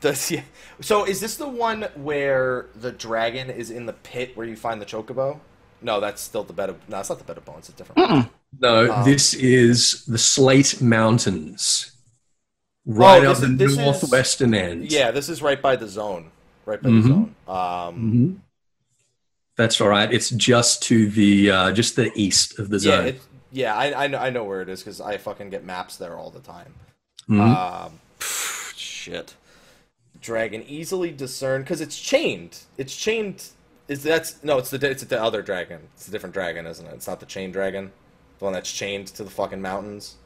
S1: does yeah. So is this the one where the dragon is in the pit where you find the chocobo? No, that's still the bed of. No, it's not the bed of bones. It's different.
S2: Mm-mm.
S3: No,
S1: Um,
S3: this is the Slate Mountains, right
S1: Oh,
S3: up
S1: this
S3: the
S1: is- this is-
S3: northwestern end.
S1: Yeah, this is right by the zone. Right by
S3: Mhm.
S1: the zone. Um,
S3: Mhm. that's all right. It's just to the uh, just the east of the
S1: Yeah,
S3: zone.
S1: it, yeah. I, I know I know where it is because I fucking get maps there all the time.
S3: Mhm.
S1: Um, pff, shit. Dragon easily discerned because it's chained. It's chained. Is that's no? It's the it's the other dragon. It's a different dragon, isn't it? It's not the chain dragon, the one that's chained to the fucking mountains.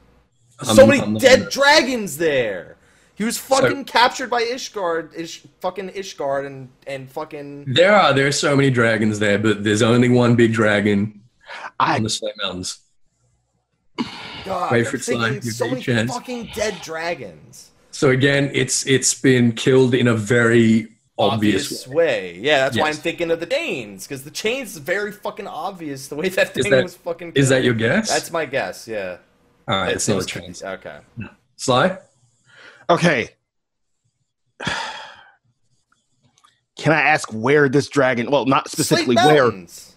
S3: I'm-
S1: so many
S3: I'm looking
S1: dead
S3: at-
S1: dragons there. He was fucking captured by Ishgard, Ish, fucking Ishgard, and and fucking
S3: There are there are so many dragons there, but there's only one big dragon
S2: I-
S3: on the Slate Mountains.
S1: God.
S3: Mm. Wait
S1: I'm
S3: for it to
S1: thinking
S3: land, give
S1: so
S3: me a
S1: many
S3: chance.
S1: fucking dead dragons.
S3: So again, it's it's been killed in a very obvious, way.
S1: way. Yeah, that's why I'm
S3: Yes.
S1: thinking of the Danes because the chain's very fucking obvious. The way that
S3: Is
S1: thing
S3: that-
S1: was fucking.
S3: Is that your guess?
S1: That's my guess. Yeah.
S3: all right.
S1: It
S3: It's not a
S1: seems-
S3: chance.
S1: Okay.
S3: Sly.
S2: Okay. Can I ask where this dragon? Well, not specifically
S1: Slate
S2: where.
S1: Mountains.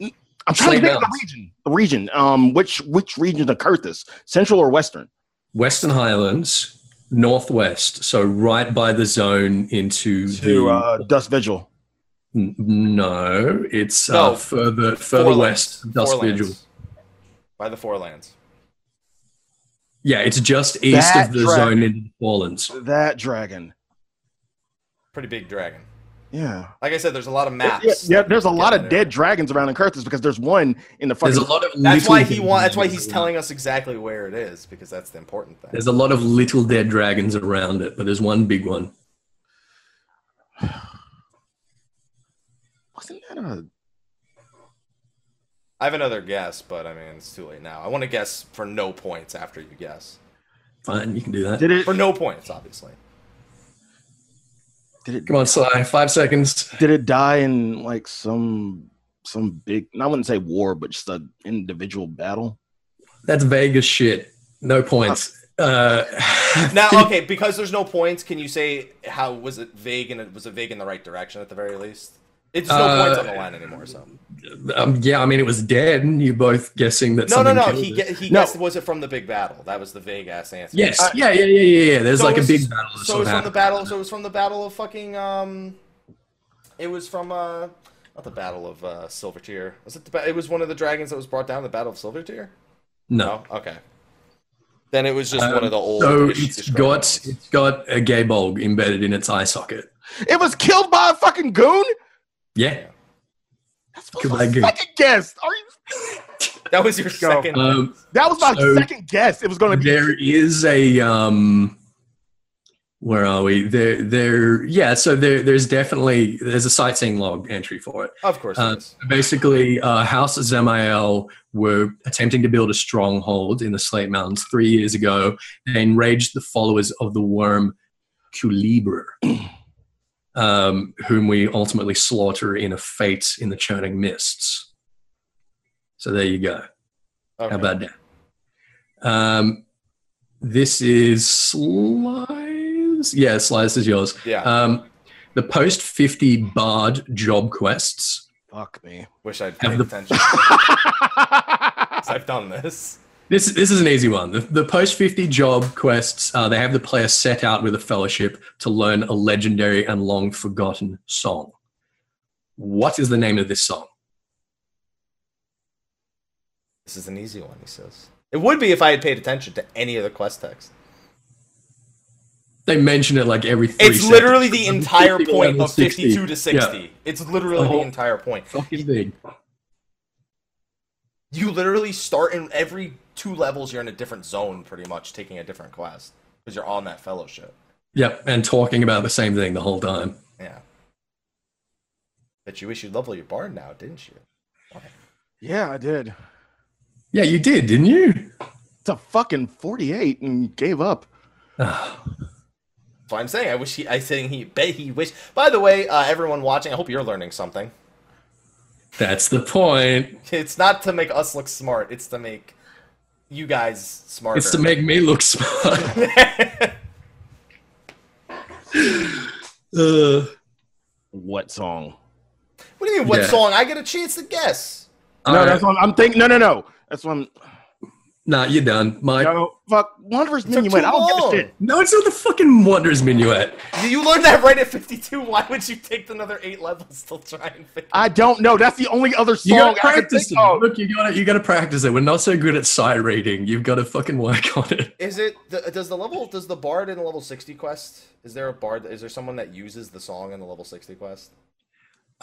S2: I'm trying to
S3: Slate
S2: think of the
S3: Mountains.
S2: region. The region. Um, which which region occurred this? Central or western?
S3: Western Highlands, northwest, so right by the zone into the.
S2: To uh, Dust Vigil.
S3: n- no, it's
S1: No.
S3: uh, further further
S1: Forelands.
S3: west. of Dust
S1: Forelands.
S3: Vigil.
S1: By the Forelands.
S3: Yeah, it's just east
S2: That
S3: of the
S2: track-
S3: zone in New Orleans.
S2: That dragon.
S1: Pretty big dragon.
S2: Yeah.
S1: Like I said, there's a lot of maps.
S2: Yeah, yeah, there's a lot
S1: Yeah.
S2: of dead dragons around in Curtis because there's one in the fucking.
S3: There's a lot of.
S1: That's
S3: little
S1: why he
S3: dead
S1: want. That's why
S3: dragons
S1: he's
S3: around.
S1: telling us exactly where it is because that's the important thing.
S3: There's a lot of little dead dragons around it, but there's one big one.
S2: wasn't that a?
S1: I have another guess, but I mean it's too late now. I want to guess for no points after you guess.
S3: Fine, you can do that.
S2: Did it?
S1: For no points, obviously.
S2: Did it?
S3: Come on, Sly. Five seconds.
S2: Did it die in like some some big? I wouldn't say war, but just an individual battle.
S3: That's vague as shit. No points. Uh,
S1: Oh. Now, um, okay, because there's no points, can you say how was it vague and it was it vague in the right direction at the very least? It's no
S3: Uh,
S1: points on the line anymore. So
S3: um, yeah, I mean, it was dead. and You both guessing that
S1: no, no,
S3: something
S1: no.
S3: killed
S1: He
S3: it.
S1: gu- he
S2: No.
S1: guessed was it from the big battle? That was the vague ass answer.
S3: Yes.
S2: Uh,
S3: yeah, yeah, yeah, yeah, yeah. There's
S1: So
S3: like a
S1: it's-
S3: big battle. that
S1: So it
S3: sort
S1: was
S3: of
S1: from the
S3: happened.
S1: battle. So it was from the battle of fucking. Um, it was from uh, not the battle of uh, Silver Tear. Was it the? Ba- it was one of the dragons that was brought down. The battle of Silver Tear.
S3: No. Um,
S1: No. Okay. Then it was just one of the old.
S3: So
S1: ish-
S3: it's
S1: described
S3: got
S1: ones.
S3: it's got a gay bulb embedded in its eye socket.
S2: It was killed by a fucking goon.
S3: Yeah.
S2: That's
S3: Killed by
S2: my
S3: a goon.
S2: second guess. Are you?
S1: That was your
S2: go.
S1: second.
S3: Um,
S2: That was my
S3: So-
S2: second guess. It was going to be.
S3: there is a um, where are we? There, there. Yeah. So there, there's definitely there's a sightseeing log entry for it.
S1: of course.
S3: uh,
S1: it is.
S3: Basically, uh, House Zamael were attempting to build a stronghold in the Slate Mountains three years ago. They enraged the followers of the worm Culebra, um, whom we ultimately slaughter in a fate in the churning mists. So there you go.
S1: Okay.
S3: How about that? Um, this is Slice. Yeah, Slice is yours.
S1: Yeah.
S3: Um, the post 50 barred job quests.
S2: Fuck me.
S1: Wish I'd
S3: Have
S1: paid
S3: the-
S1: attention. 'cause I've done this.
S3: This, this is an easy one. The, the post 50 job quests, uh, they have the player set out with a fellowship to learn a legendary and long forgotten song. What is the name of this song?
S1: This is an easy one. He says it would be if I had paid attention to any of the quest text.
S3: They mention it like every three
S1: It's literally the
S3: seconds.
S1: entire
S3: 51
S1: point
S3: to
S1: of 52 to
S3: 60. Yeah. Oh.
S1: 60. It's literally
S3: The whole-
S1: the entire point.
S3: Fucking big.
S1: You literally start in every two levels, you're in a different zone, pretty much, taking a different quest because you're on that fellowship.
S3: Yep, and talking about the same thing the whole time.
S1: Yeah. But you wish you'd level your bard now, didn't you?
S2: Yeah, I did.
S3: Yeah, you did, didn't you?
S2: It's a fucking forty-eight and gave up.
S3: Ah,
S1: That's what I'm saying. I wish he. I saying he. Bet he wish. By the way, uh, everyone watching, I hope you're learning something.
S3: that's the point.
S1: It's not to make us look smart. It's to make you guys smarter.
S3: It's to make me look smart. Uh,
S2: What song?
S1: What do you mean? What
S3: Yeah.
S1: song? I get a chance to guess.
S2: No, that's what I'm thinking. No, no, no. That's what I'm.
S3: Nah, you're done, Mike. No.
S2: No, fuck. Wanderer's
S1: took
S2: Minuet.
S1: too
S2: I don't
S1: long.
S2: give a shit.
S3: it's not the fucking Wanderer's Minuet.
S1: You- You learned that right at 52. Why would you take another eight levels to try and figure
S2: I don't know. That's the only other
S3: You
S2: song
S3: gotta
S2: I can
S3: practice
S2: think
S3: it.
S2: of.
S3: Look, you gotta you gotta practice it. We're not so good at sight reading. You've got to fucking work on it.
S1: Is it the, does the level does the bard in the level 60 quest? Is there a bard? Is there someone that uses the song in the level 60 quest?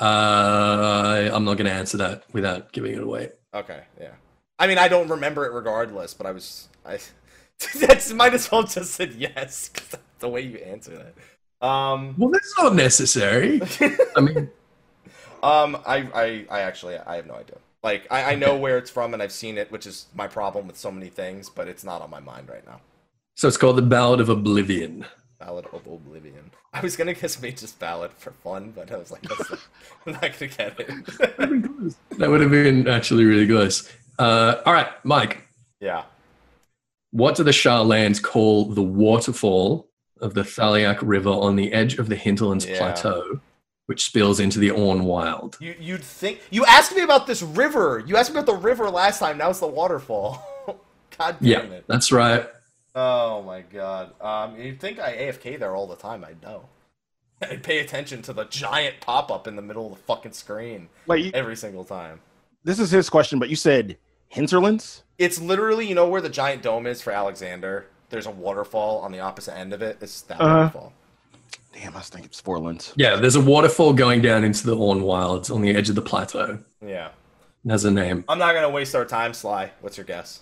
S3: Uh, I'm not gonna answer that without giving it away.
S1: Okay, yeah. I mean, I don't remember it regardless, but I was I that's might as well just said yes 'cause the way you answer that. Um,
S3: Well, that's not necessary. I mean,
S1: um, I, I, I actually I have no idea. Like I, I know where it's from and I've seen it, which is my problem with so many things, but it's not on my mind right now.
S3: so it's called the Ballad of Oblivion.
S1: Ballad of Oblivion. I was gonna guess Mage's Ballad for fun, but I was like, that's not, I'm not gonna get it.
S3: That would have been actually really close. Uh, all right, Mike.
S1: yeah.
S3: What do the Shah lands call the waterfall of the Thaliac River on the edge of the Hinterlands
S1: Yeah.
S3: Plateau, which spills into the Orne Wild?
S1: You you'd think you asked me about this river. You asked me about the river last time. Now it's the waterfall. god
S3: Yeah,
S1: damn it.
S3: that's right.
S1: Oh my god. Um, you'd think I AFK there all the time. I'd know. I'd pay attention to the giant pop up in the middle of the fucking screen
S2: Wait, you-
S1: every single time.
S2: this is his question, but you said Hinterlands?
S1: It's literally you know where the giant dome is for Alexander. There's a waterfall on the opposite end of it. It's that
S2: Uh-huh.
S1: waterfall.
S2: Damn, I was thinking Sporlands.
S3: Yeah, there's a waterfall going down into the Orne Wilds on the edge of the plateau.
S1: Yeah.
S3: It has a name.
S1: I'm not gonna waste our time, Sly. What's your guess?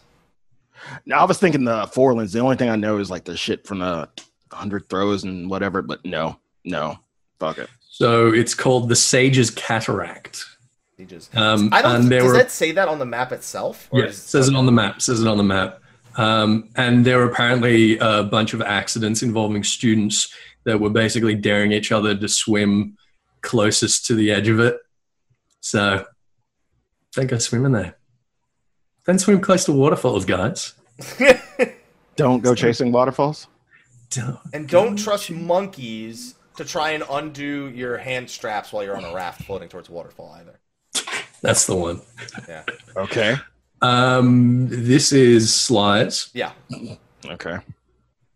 S2: No, I was thinking the Forlands. The only thing I know is like the shit from the 100 throws and whatever, but no, no. Fuck it.
S3: So it's called the Sage's Cataract.
S1: He just.
S3: Um,
S1: I don't.
S3: and there
S1: Does
S3: were
S1: that say that on the map itself?
S3: Yes,
S1: is-
S3: says it on the map. Says it on the map. Um, and there were apparently a bunch of accidents involving students that were basically daring each other to swim closest to the edge of it. So don't go swimming there. Don't swim close to waterfalls, guys.
S2: Don't go chasing waterfalls.
S3: Don't.
S1: and don't trust monkeys to try and undo your hand straps while you're on a raft floating towards a waterfall either.
S3: That's the one.
S1: Yeah.
S2: Okay.
S3: Um, this is slides.
S1: Yeah.
S2: Okay.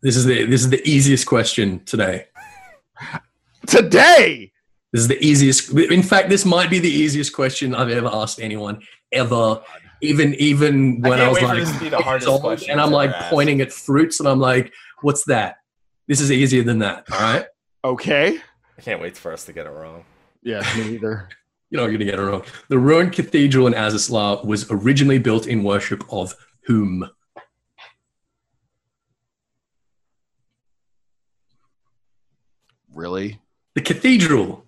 S3: This is the this is the easiest question today.
S2: Today.
S3: This is the easiest. In fact, this might be the easiest question I've ever asked anyone ever. Even even
S1: I
S3: when I,
S1: can't
S3: was
S1: wait for
S3: like,
S1: this to be the
S3: six
S1: hardest
S3: old,
S1: question
S3: and
S1: I've
S3: I'm like
S1: ever asked.
S3: pointing at fruits, and I'm like, "What's that? This is easier than that." All right,
S2: Okay.
S1: I can't wait for us to get it wrong.
S2: Yeah, me either.
S3: you're not going to get it wrong. The ruined cathedral in Azazlar was originally built in worship of whom?
S2: really?
S3: The cathedral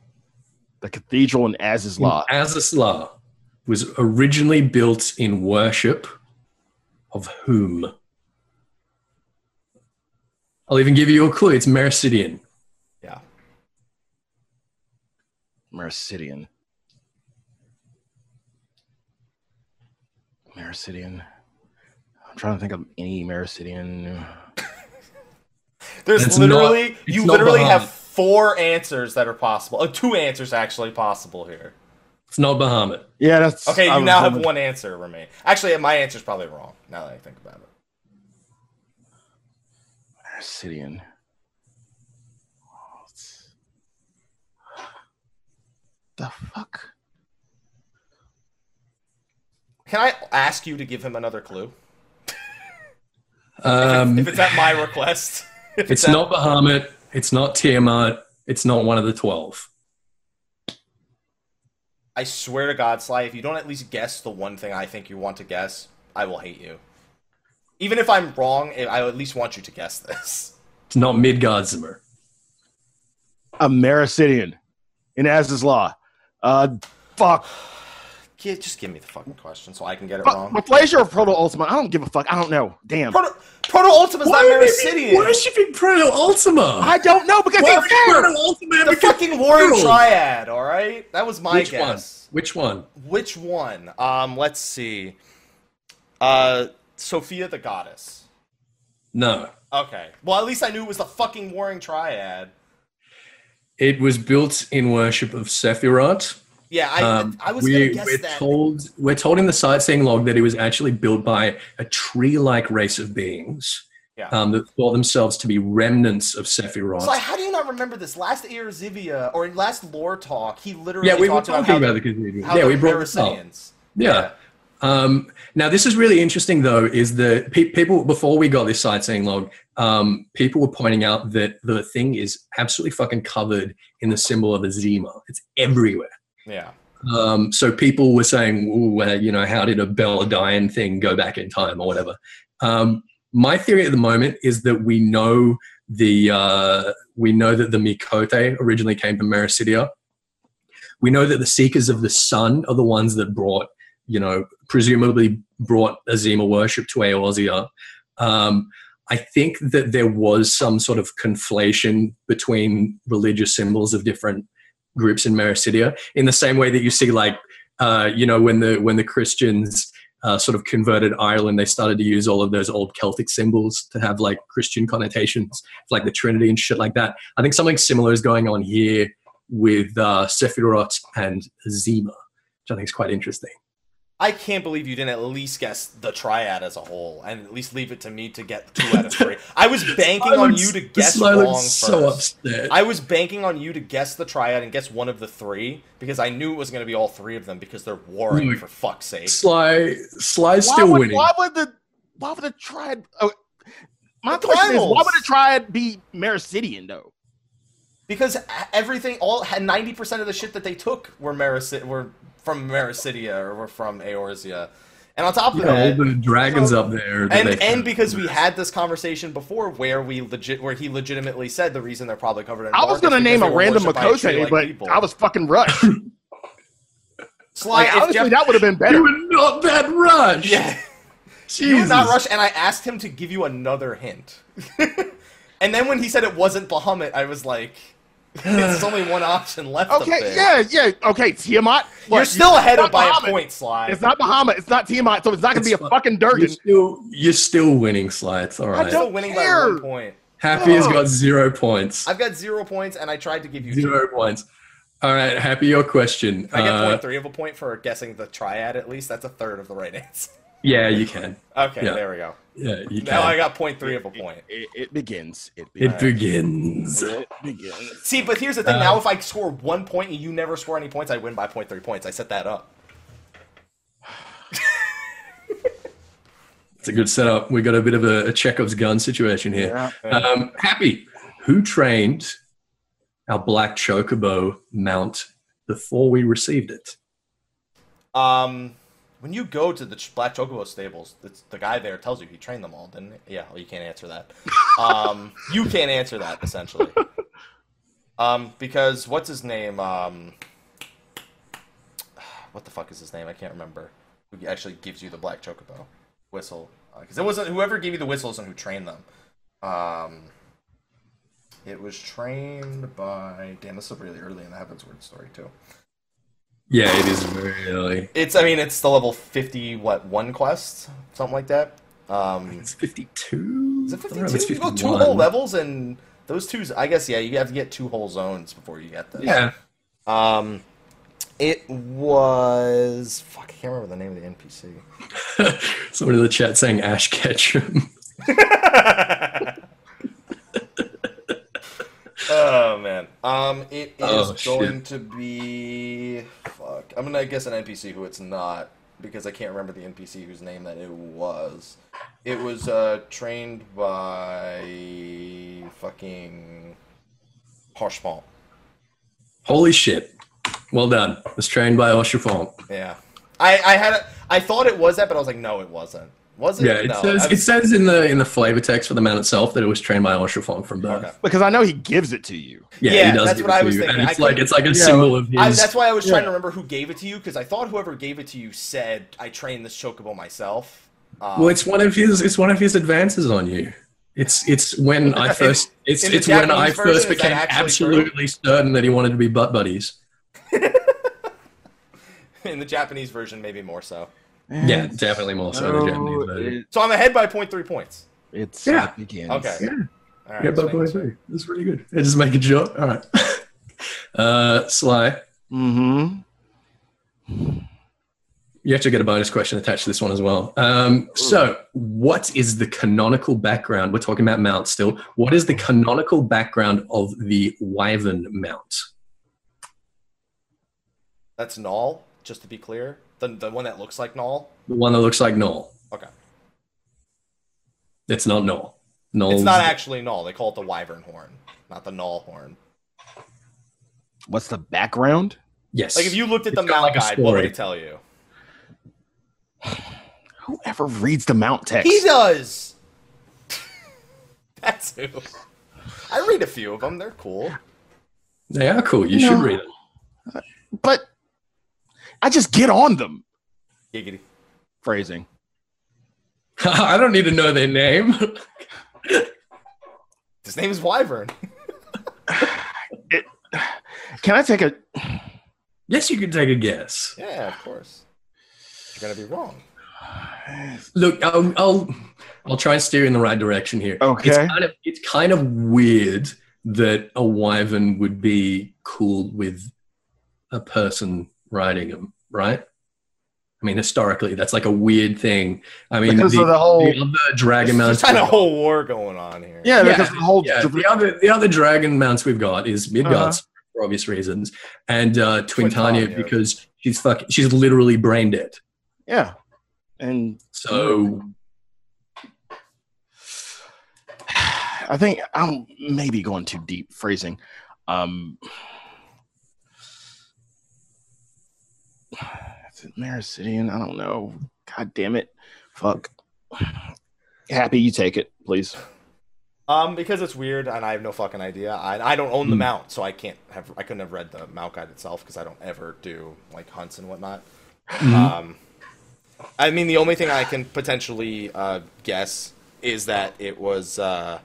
S2: The cathedral in
S3: in
S2: Azizla.
S3: Azazlar was originally built in worship of whom? I'll even give you a clue. It's Mercidian.
S1: Yeah.
S2: Mercidian. Mercidian. I'm trying to think of any Mercidian.
S1: There's
S3: It's
S1: literally
S3: not- it's
S1: you
S3: not
S1: literally
S3: Bahamut.
S1: have four answers that are possible. Oh, two answers actually possible here.
S3: It's not Bahamut.
S2: Yeah, that's
S1: Okay, you
S2: I was
S1: now have
S2: wondering-
S1: one answer remaining. Actually, my answer's probably wrong now that I think about it.
S2: Obsidian. The fuck?
S1: Can I ask you to give him another clue?
S3: Um,
S1: If it's at my request. If
S3: it's
S1: at-
S3: not Bahamut. It's not Tiamat. It's not one of the twelve.
S1: I swear to God, Sly, if you don't at least guess the one thing I think you want to guess, I will hate you. Even if I'm wrong, eh, I I at least want you to guess this.
S3: It's not Midgardzimmer.
S2: A Mericidian in Az's Law. Uh, fuck.
S1: Gi- Just give me the fucking question so I can get it
S2: fuck.
S1: wrong.
S2: Replace your Proto Ultima. I don't give a fuck. I don't know. Damn.
S1: Proto, Proto Ultima's not Mericidian.
S3: worshipping Proto Ultima?
S2: I don't know because
S3: Why
S2: they
S3: would Proto
S2: fair.
S3: Ultima have
S1: The
S3: a good
S1: fucking Warrior
S3: funeral?
S1: Triad, alright? That was my
S3: Which one?
S1: guess.
S3: Which one?
S1: Which one? Um, let's see. Uh, Sophia the Goddess.
S3: No.
S1: Okay. Well, at least I knew it was the fucking Warring Triad.
S3: It was built in worship of Sephiroth,
S1: Yeah, I,
S3: Um,
S1: I was
S3: we,
S1: gonna
S3: we're
S1: guess that.
S3: told we're told in the sightseeing log that he was actually built by a tree-like race of beings
S1: Yeah.
S3: um, that thought themselves to be remnants of Sephiroth.
S1: So like, how do you not remember this? Last Eorzivia or last lore talk, he literally
S3: yeah, we were
S1: talked
S3: talking
S1: how
S3: about,
S1: the,
S3: the cathedral.
S1: how
S3: Yeah,
S1: the
S3: we brought this up.
S1: Parasaians.
S3: Yeah. Um, now, this is really interesting, though, is that pe- people, before we got this sightseeing log, um, people were pointing out that the thing is absolutely fucking covered in the symbol of a Zima. It's everywhere.
S1: Yeah.
S3: Um, so people were saying, Ooh, well, you know, how did a Belladine thing go back in time or whatever? Um, my theory at the moment is that we know the uh, we know that the Mikote originally came from Mericidia. We know that the Seekers of the Sun are the ones that brought, you know, presumably brought Azima worship to Eorzea. Um, I think that there was some sort of conflation between religious symbols of different groups in Mericidia, in the same way that you see, like, uh, you know, when the when the Christians uh, sort of converted Ireland, they started to use all of those old Celtic symbols to have like Christian connotations, like the Trinity and shit like that. I think something similar is going on here with uh, Sephiroth and Zima, which I think is quite interesting.
S1: I can't believe you didn't at least guess the triad as a whole, and at least leave it to me to get two out of three. I was banking on you to guess
S3: I
S1: wrong first.
S3: so upset.
S1: I was banking on you to guess the triad and guess one of the three because I knew it was going to be all three of them because they're warring
S3: Look.
S1: for fuck's sake.
S3: Sly, Sly's
S2: Why
S3: still
S2: would,
S3: winning.
S2: Why would the why would the triad? Oh, my
S1: The
S2: question is, why
S1: Tribals.
S2: would the triad be Mericidian though?
S1: Because e, everything, all ninety percent of the shit that they took were Mericid, were from Mericidia or were from Eorzea, and on top of
S3: Yeah, all
S1: that,
S3: the dragons
S1: So-
S3: up there. that
S1: and
S3: they-
S1: and because we had this conversation before where we legit where he legitimately said the reason they're probably covered in
S2: I was
S1: dark
S2: gonna
S1: is because
S2: name
S1: they
S2: a
S1: were
S2: random
S1: worshipped by a tree-like
S2: Makote, but
S1: people.
S2: I was fucking rushed.
S1: Sly.
S2: like,
S1: if
S2: honestly,
S1: Jeff-
S2: that would have been
S3: you
S2: better.
S3: were not that rushed.
S1: yeah, you
S3: Jesus.
S1: did not rush, and I asked him to give you another hint, and then when he said it wasn't Bahamut, I was like, "It's only one option left." up
S2: Okay,
S1: there.
S2: yeah, yeah. Okay, Tiamat.
S1: You're
S2: Look,
S1: still ahead
S2: not
S1: of by
S2: Bahamut.
S1: a point, Sly.
S2: It's not Bahama. It's not Tiamat. So it's not gonna
S3: It's
S2: be a
S3: fu-
S2: fucking
S3: You're
S2: Durgan.
S3: still, you're still winning, Sly. It's all
S1: I'm
S3: right.
S1: still winning by
S2: care.
S1: one point.
S3: Happy has
S2: Ugh.
S3: got zero points.
S1: I've got zero points, and I tried to give you
S3: Zero points. All right, Happy, your question.
S1: I get
S3: Uh,
S1: point three of a point for guessing the triad at least. That's a third of the right answer.
S3: yeah, you can.
S1: Okay,
S3: Yeah.
S1: there we go.
S3: Yeah, you
S1: Now I
S3: can.
S1: got point three of a point.
S2: It, it begins. It
S3: It
S2: begins.
S3: begins.
S2: It begins.
S1: See, but here's the
S3: Uh,
S1: thing. now, if I score one point and you never score any points, I win by point three points. I set that up.
S3: It's a good setup. We got a bit of a, a Chekhov's gun situation here.
S2: Yeah.
S3: Um, Happy, who trained our black chocobo mount before we received it?
S1: Um, when you go to the Ch- Black Chocobo stables, it's, the guy there tells you he trained them all, didn't he? Yeah, well, you can't answer that. Um, you can't answer that essentially. Um, because what's his name? Um, what the fuck is his name? I can't remember. Who actually gives you the Black Chocobo whistle? Because it wasn't whoever gave you the whistles and who trained them. Um, it was trained by. Damn, this is really early in the Heaven's Word story too.
S3: Yeah, it is very early.
S1: It's I mean it's the level fifty what one quest something like that. Um,
S3: It's 52?
S1: is it
S3: I don't know if
S1: fifty
S3: it's
S1: two? You go two
S3: 51.
S1: whole levels and those two. I guess yeah, you have to get two whole zones before you get this.
S3: Yeah.
S1: Um, it was fuck. I can't remember the name of the NPC.
S3: Somebody in the chat saying Ash Ketchum.
S1: oh man. Um, it is
S3: Oh, shit.
S1: going to be fuck. I'm gonna guess an NPC who it's not because I can't remember the NPC whose name that it was. It was uh trained by fucking Harshmont.
S3: Holy shit. Well done. It was trained by Oshifon.
S1: Yeah. I I had a, I thought it was that, but I was like, no, it wasn't. Was it?
S3: Yeah, it
S1: no.
S3: says
S1: I
S3: it
S1: was-
S3: says in the in the flavor text for the mount itself that it was trained by Oshifon from birth.
S1: Okay.
S2: Because I know he gives it to you.
S3: Yeah,
S1: Yeah,
S3: he does
S1: that's
S3: give
S1: what
S3: it
S1: I
S3: to
S1: was
S3: you.
S1: thinking.
S3: And
S1: I
S3: it's like
S1: couldn't-
S3: it's like a
S2: Yeah.
S3: symbol of his
S1: I, that's why I was trying
S2: Yeah.
S1: to remember who gave it to you because I thought whoever gave it to you said I trained this chocobo myself. Um,
S3: Well, it's one of his. It's one of his advances on you. It's it's when I first. It's
S1: in the
S3: it's when I
S1: Japanese version,
S3: first
S1: is that
S3: became
S1: actually
S3: absolutely certain that he wanted to be butt buddies.
S1: in the Japanese version, maybe more so.
S3: Yeah, definitely more so in the Japanese version.
S2: it,
S1: So I'm ahead by 0.3 points.
S2: it's
S3: Yeah.
S2: it begins.
S1: Okay.
S3: Yeah.
S1: All right,
S3: yeah,
S1: so
S3: butt buddies. hey, That's pretty good. I just make a joke. All right. Uh, Sly,
S2: Mm-hmm.
S3: You actually get a bonus question attached to this one as well. Um, so, what is the canonical background? We're talking about mount still. What is the canonical background of the Wyvern mount?
S1: That's Null, just to be clear. The, the one that looks like Null.
S3: The one that looks like Null.
S1: Okay.
S3: It's not Null. Null.
S1: It's not actually Null. They call it the Wyvern Horn, not the Null Horn.
S2: What's the background?
S3: Yes.
S1: Like if you looked at the
S3: It's got
S1: mount
S3: like a
S1: guide, what would
S3: story.
S1: it tell you?
S2: Whoever reads the mount text.
S1: He does. That's who. I read a few of them. They're cool.
S3: they are cool. You
S2: No.
S3: should read it.
S2: but I just get on them.
S1: Giggity.
S2: Phrasing.
S3: I don't need to know their name.
S1: His name is Wyvern.
S2: Can I take a?
S3: yes, you can take a guess.
S1: Yeah, of course. You're gonna be wrong.
S3: Look, I'll, I'll I'll try and steer you in the right direction here. It's
S2: Okay.
S3: kind of it's kind of weird that a wyvern would be cool with a person riding him, right? I mean, historically, that's like a weird thing. I mean,
S2: Because
S3: the,
S2: of the whole.
S3: the other dragon
S1: There's
S3: mounts.
S1: kind of whole war going on here.
S2: yeah, because
S3: yeah,
S2: of the whole.
S3: yeah, the other the other dragon mounts we've got is Midgard's
S2: Uh-huh.
S3: for obvious reasons, and uh, Twintania,
S1: Twintania.
S3: because she's fucking she's literally brain dead.
S2: yeah. And
S3: So
S2: I think I'm maybe going too deep phrasing. Um, is it Maricidian? I don't know. God damn it. Fuck. Happy, you take it, please.
S1: Um, because it's weird, and I have no fucking idea. I, I don't own the
S3: Hmm.
S1: mount, so I can't have. I couldn't have read the mount guide itself because I don't ever do like hunts and whatnot. Um, I mean, the only thing I can potentially uh, guess is that it was uh,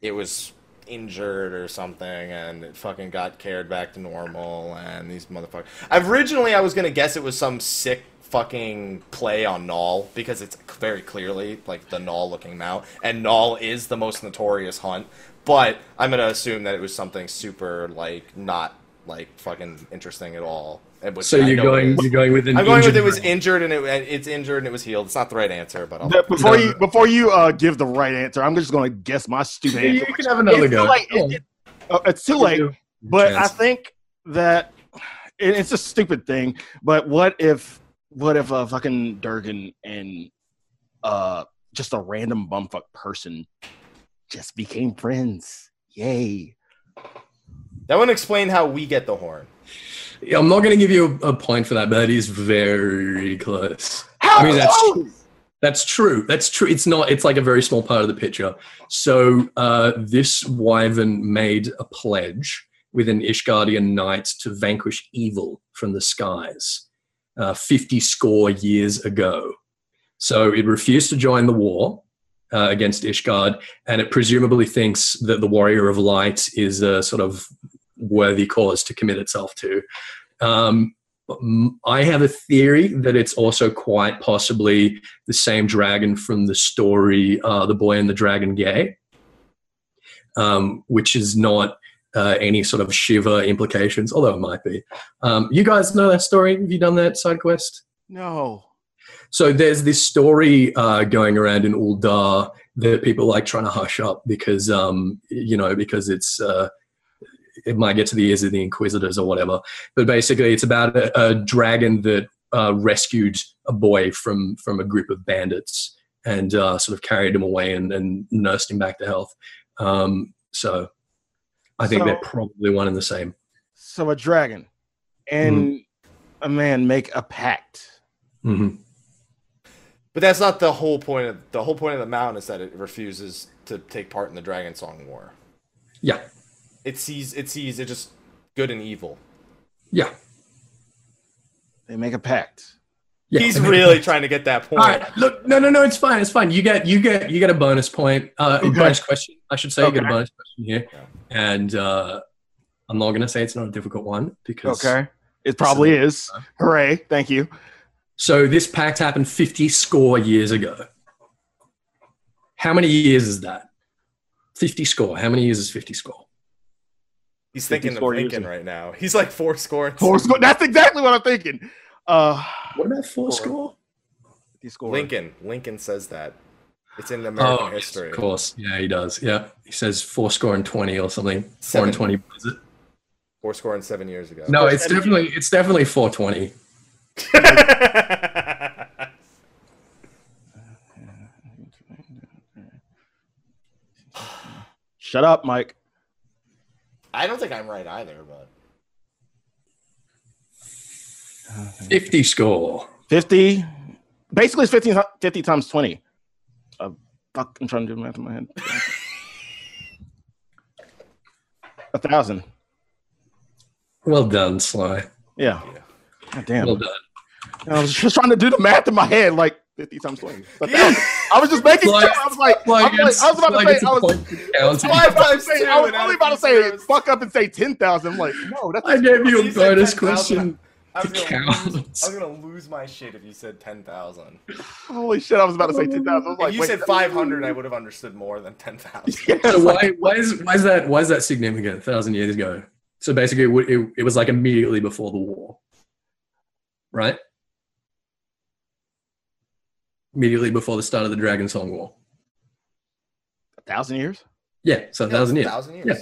S1: it was injured or something, and it fucking got cared back to normal. And these motherfuckers. Originally, I was gonna guess it was some sick fucking play on Null because it's very clearly like the Null looking mount, and Null is the most notorious hunt. But I'm gonna assume that it was something super like not like fucking interesting at all. and which
S3: so
S1: I
S3: you're
S1: know it
S3: going
S1: is.
S3: you're going with an
S1: I'm going with
S3: injured
S1: it was
S3: brain.
S1: injured and it and it's injured and it was healed. It's not the right answer, but I'll
S2: before you before you uh, give the right answer, I'm just going to guess my stupid
S3: You
S2: answer.
S3: can have another
S2: It's
S3: go.
S2: too late.
S3: Go on.
S2: It- Uh, it's too late. but I think that it, it's a stupid thing. But what if what if a fucking Durgan and uh just a random bumfuck person just became friends? Yay!
S1: that would explain how we get the horn.
S3: Yeah, I'm not going to give you a, a point for that, but it is very close.
S2: How
S3: I mean, that's
S2: close!
S3: That's true. That's true. It's not. It's like a very small part of the picture. So uh, this wyvern made a pledge with an Ishgardian knight to vanquish evil from the skies, uh, fifty score years ago. So it refused to join the war uh, against Ishgard, and it presumably thinks that the Warrior of Light is a sort of worthy cause to commit itself to. Um, but m- I have a theory that it's also quite possibly the same dragon from the story uh, The Boy and the Dragon Gay, um, which is not uh, any sort of Shiva implications, although it might be. Um, you guys know that story? Have you done that side quest?
S2: No.
S3: So there's this story uh, going around in Uldar that people like trying to hush up because, um, you know, because it's. Uh, it might get to the ears of the inquisitors or whatever, but basically, it's about a, a dragon that uh, rescued a boy from from a group of bandits and uh, sort of carried him away and, and nursed him back to health. Um, so, I think
S2: So-
S3: they're probably one and the same.
S2: So a dragon and a man make a pact.
S3: hmm
S1: But that's not the whole point of the whole point of the mountain is that it refuses to take part in the Dragon Song War.
S3: Yeah,
S1: It sees it sees it just good and evil.
S3: yeah,
S2: They make a pact.
S3: yeah.
S1: He's
S3: I mean-
S1: really trying to get that point.
S3: All right, look, no, no, no, it's fine, it's fine. You get, you get, you get a bonus point, uh,
S2: Okay.
S3: bonus question. I should say you get a
S2: Okay.
S3: bonus question here,
S1: Yeah.
S3: and uh, I'm not gonna say it's not a difficult one because
S2: Okay. It probably is. Hooray! Thank you.
S3: So this pact happened 50 score years ago. How many years is that? 50 score. How many years is 50 score?
S1: He's thinking of
S2: 54 years
S1: Lincoln
S2: in.
S1: right now. He's like four score. and
S2: Four score- That's exactly what I'm thinking. Uh,
S3: What about four
S2: Four.
S3: score?
S2: the score.
S1: Lincoln. Lincoln says that. It's in American
S3: Oh, yes,
S1: history.
S3: of course. Yeah, he does. Yeah, he says four score and twenty or something. Four
S1: Seven.
S3: and twenty. Was it?
S1: Four score and seven years ago.
S3: No, it's
S2: seven.
S3: definitely it's definitely four twenty.
S2: Shut up, Mike.
S1: I don't think I'm right either, but
S3: Fifty score.
S2: 50. Basically, it's 50, 50 times 20. Uh, fuck, I'm trying to do math in my head. A thousand.
S3: Well done, Sly.
S2: Yeah.
S1: Yeah.
S2: God damn.
S3: Well done.
S2: And I was just trying to do the math in my head, like 50 times 20. A thousand.
S1: yeah,
S2: I was just making
S3: Like-
S2: sure. I was like,
S3: Like,
S2: I, was like I was about
S3: like
S2: to
S3: it's
S2: say,
S3: a
S2: I was,
S3: point to count.
S1: Why-
S2: I was, about to
S1: Five times
S2: say,
S1: two
S2: I was
S1: and
S2: only
S1: out
S2: about to
S1: of
S2: say,
S1: zeros.
S2: fuck up and say 10,000. I'm like, no, that's
S3: I gave you
S1: You
S3: a
S1: said
S3: bonus
S1: 10,000.
S3: question
S1: I
S3: to
S1: was, gonna lose,
S3: count.
S1: I was gonna lose my shit if you said ten thousand.
S2: holy shit. I was about to say 10,000. I was
S1: If
S2: like,
S1: you
S2: wait,
S1: said
S2: that-
S1: five hundred, I would have understood more than ten thousand.
S2: Yeah,
S3: Yeah,
S2: it's like-
S3: why, why is why is that why is that significant? A thousand years ago. So basically, it, wa- it, it was like immediately before the war, right? Immediately before the start of the Dragon Song War.
S2: a thousand years?
S3: Yeah, so a thousand years.
S1: Thousand years.
S3: Yeah.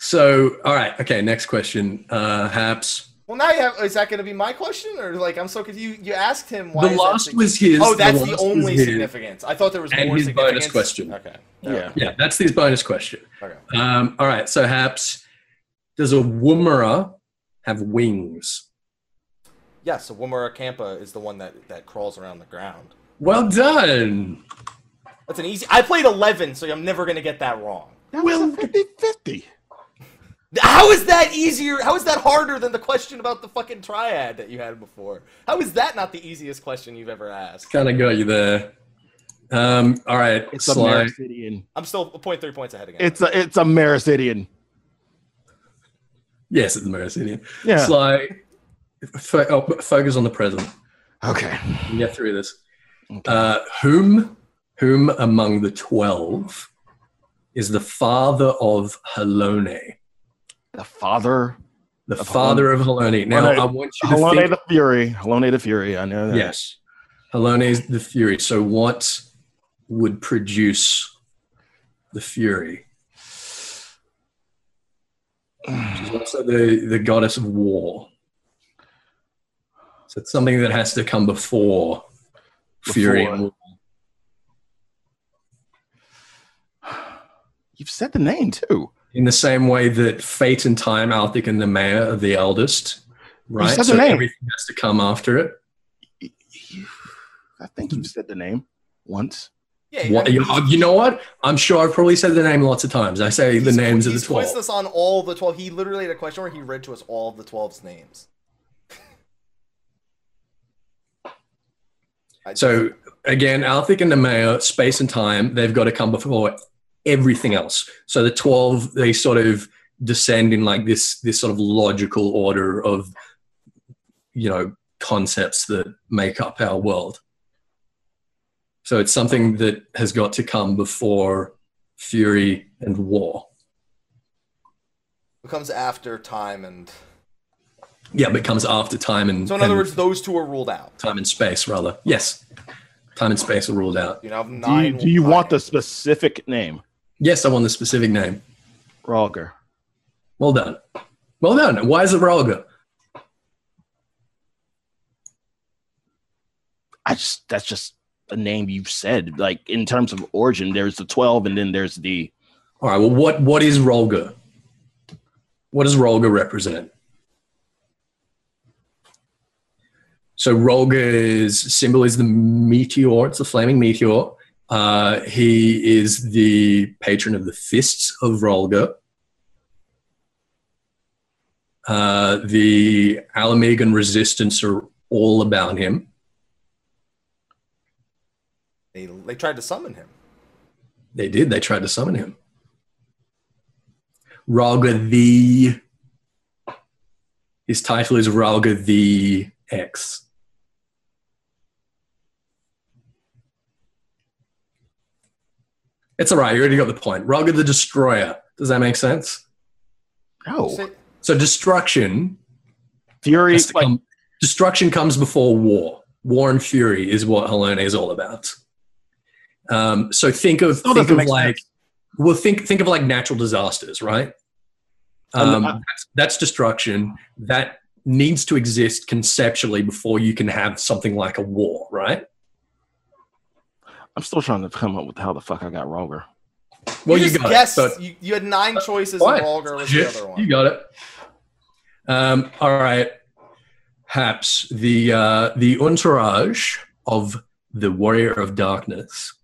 S3: So, all right, okay. Next question, uh, Haps.
S1: Well, now you have. Is that going to be my question, or like I'm so confused? You asked him why.
S3: the
S1: is that
S3: last
S1: sig-
S3: was his.
S1: Oh, that's the,
S3: last was
S1: only
S3: his.
S1: significance. I thought there was
S3: And
S1: more
S3: his bonus
S1: significance.
S3: question.
S1: Okay.
S2: Yeah.
S3: Yeah, that's his bonus question.
S1: Okay.
S3: Um, all right, so Haps, does a woomera have wings?
S1: Yeah. So Womera campa is the one that that crawls around the ground.
S3: Well done.
S1: That's an easy. I played eleven, so I'm never going to get that wrong.
S2: That
S3: Well-
S2: was a 50 50.
S1: How is that easier? How is that harder than the question about the fucking triad that you had before? How is that not the easiest question you've ever asked?
S3: Kind of got you there. Um, all right,
S2: It's a
S3: Sly.
S2: Mericidian.
S1: I'm still 0.3 points ahead again.
S2: It's a it's a Mericidian.
S3: Yes, it's the Mericidian.
S2: Yeah.
S3: Sly, fo- oh, focus on the present.
S2: okay.
S3: We can get through this.
S2: Okay.
S3: Uh, whom, whom among the twelve is the father of Halone?
S2: The father.
S3: The
S2: Of
S3: father of Halone. Now
S2: Halone-
S3: I want you to
S2: Halone
S3: think.
S2: the Fury. Halone the Fury. I know that.
S3: yes, Halone is the Fury. So what would produce the Fury? She's also the, the goddess of war. So it's something that has to come before, Fury
S2: Before.
S3: and war.
S2: You've said the name too.
S3: In the same way that fate and time, Althic and the Mayor are the eldest, right?
S2: said the
S3: So
S2: name.
S3: everything has to come after it.
S2: I think you've said the name once.
S1: yeah,
S3: What,
S1: I mean,
S3: you, you know what? I'm sure I've probably said the name lots of times. I say the
S1: he's-
S3: names of the
S1: he's
S3: 12.
S1: quizzed us on all the 12. He literally had a question where he read to us all of the 12's names. I just-
S3: So again, Althic and the Mayor, space and time, they've got to come before everything else. So the twelve, they sort of descend in like this this sort of logical order of you know concepts that make up our world. So it's something that has got to come before fury and war.
S1: it comes after time and.
S3: Yeah, but it comes after time and
S1: So, in other
S3: and-
S1: words, those two are ruled out.
S3: time and space rather. Yes, time and space are ruled out.
S1: You know, have
S2: Do you,
S1: nine.
S2: do you want the
S1: this?
S2: specific name?
S3: Yes, I want the specific name.
S2: Rolger.
S3: Well done. Well done. Why is it Rolga?
S2: I just that's just a name you've said. Like in terms of origin, there's the twelve, and then there's the
S3: All right. Well, what what is Rolga? What does Rolga represent? So Rolga's symbol is the meteor. It's a flaming meteor. Uh, he is the patron of the fists of Rolga. Uh, the Alamegan resistance are all about him.
S1: They, they tried to summon him.
S3: They did. They tried to summon him. Ralga the. His title is Ralga the X. It's all right. You already got the point. Ralga the Destroyer. Does that make sense?
S2: no
S1: Say-
S3: Oh. So destruction
S2: oh, fury.
S3: has to
S2: Like
S3: come, Destruction comes before war. War and fury is what Helone is all about. Um, so think of
S2: Still
S3: think
S2: doesn't
S3: of
S2: make
S3: like well think think of like natural disasters, right?
S2: Um,
S3: Um,
S2: I-
S3: that's, that's destruction that needs to exist conceptually before you can have something like a war, right?
S2: I'm still trying to come up with how the fuck I got wronger.
S3: Well,
S1: you,
S3: you,
S1: just
S3: got
S1: guessed.
S3: it. but-
S1: you, you had nine choices,
S3: Fine.
S1: and Walger was
S3: Shit,
S1: the other one.
S3: You got it. Um, all right. Haps, the uh, the entourage of the Warrior of Darkness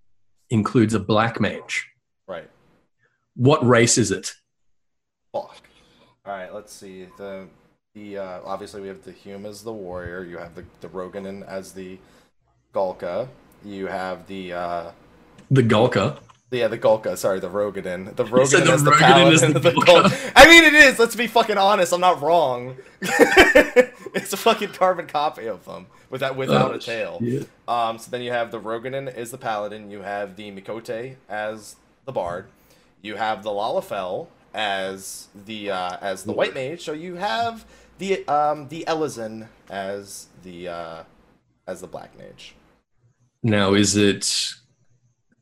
S3: includes a black mage.
S1: Right.
S3: What race is it?
S1: Fuck. All right, let's see. The the uh, obviously we have the Hume as the warrior. You have the the Roganin as the Gulka. You have the uh,
S3: The Golka.
S1: yeah the Gulka. Sorry, the Roganin. The
S3: You said
S1: Roganin
S3: the
S1: as the
S3: Roganin
S1: paladin.
S3: is
S1: The
S3: the
S1: Gul-
S3: Gulka.
S1: I mean, it is. Let's be fucking honest. I'm not wrong. it's a fucking carbon copy of them with that without
S3: Oh,
S1: a tail.
S3: Yeah.
S1: Um, so then you have the Roganin is the paladin. You have the Mikote as the bard. You have the Lalafell as the uh, as the white mage. So you have the um, the Elizan as the uh, as the black mage.
S3: Now, is it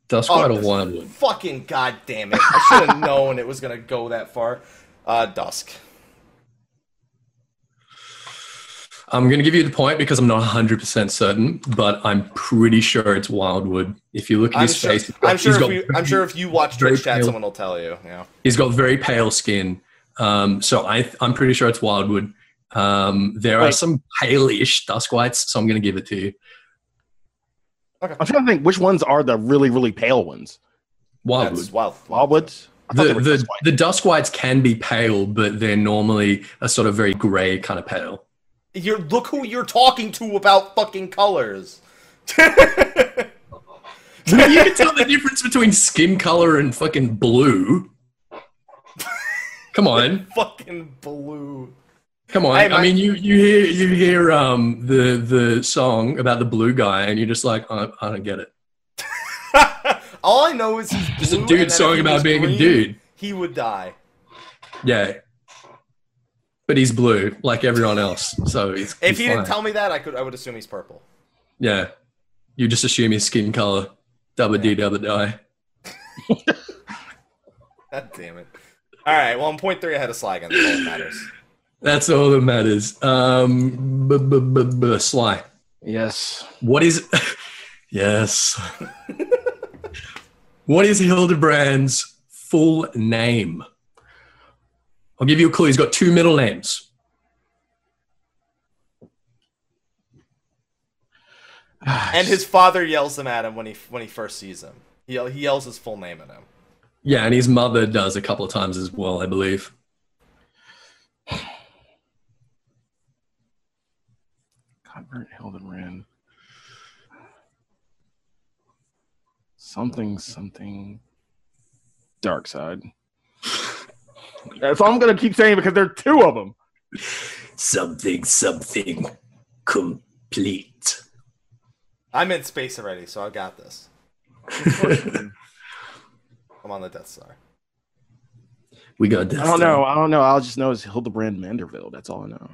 S3: Duskwad
S1: Oh,
S3: or Wildwood?
S1: Fucking goddamn it! I should have known it was gonna go that far. Uh, dusk.
S3: I'm going to give you the point because I'm not 100% certain, but I'm pretty sure it's Wildwood. If you look at
S1: I'm
S3: his
S1: sure.
S3: face, he's
S1: I'm sure.
S3: got
S1: If you, I'm sure if you watch
S3: very
S1: Twitch chat,
S3: pale.
S1: someone will tell you. Yeah.
S3: He's got very pale skin. Um, so I, I'm pretty sure it's Wildwood. Um, there are
S2: Wait.
S3: some pale-ish dusk whites, so I'm going to give it to you.
S2: I'm trying to think which ones are the really, really pale ones.
S3: Wildwood.
S1: That's wild.
S2: Wildwoods? I thought
S3: The,
S2: they were
S3: the,
S2: just white.
S3: the dusk whites can be pale, but they're normally a sort of very gray kind of pale.
S1: You're look who you're talking to about fucking colors.
S3: you can tell the difference between skin color and fucking blue. Come on.
S1: fucking blue.
S3: Come on.
S1: Hey,
S3: I
S1: my-
S3: mean, you, you hear you hear um, the the song about the blue guy, and you're just like, I, I don't get it.
S1: All I know is he's
S3: Just a
S1: blue and
S3: dude
S1: that if
S3: song
S1: he
S3: about
S1: was
S3: being a
S1: green,
S3: dude.
S1: He would die.
S3: Yeah. But he's blue, like everyone else. So he's,
S1: If
S3: he's
S1: he
S3: fine.
S1: didn't tell me that, I could. I would assume he's purple.
S3: yeah, you just assume his skin color. Double D, double die.
S1: God damn it. All right. Well, I'm point three ahead of Slagan. That's all that matters.
S3: That's all that matters. Um, b- b- b- b- Sly,
S2: yes.
S3: what is? yes. what is Hildebrand's full name? I'll give you a clue. He's got two middle names.
S1: And his father yells them at him when he when he first sees him. He yell- he yells his full name at him.
S3: Yeah, and his mother does a couple of times as well, I believe.
S2: Convert Hildenrin. Something, something. Dark side. That's all I'm gonna keep saying because there are two of them.
S3: Something, something, complete.
S1: I'm in space already, so I got this. I'm on the Death Star.
S3: we got this.
S2: I don't know. I don't know. All I just know is Hildebrand Manderville. That's all I know.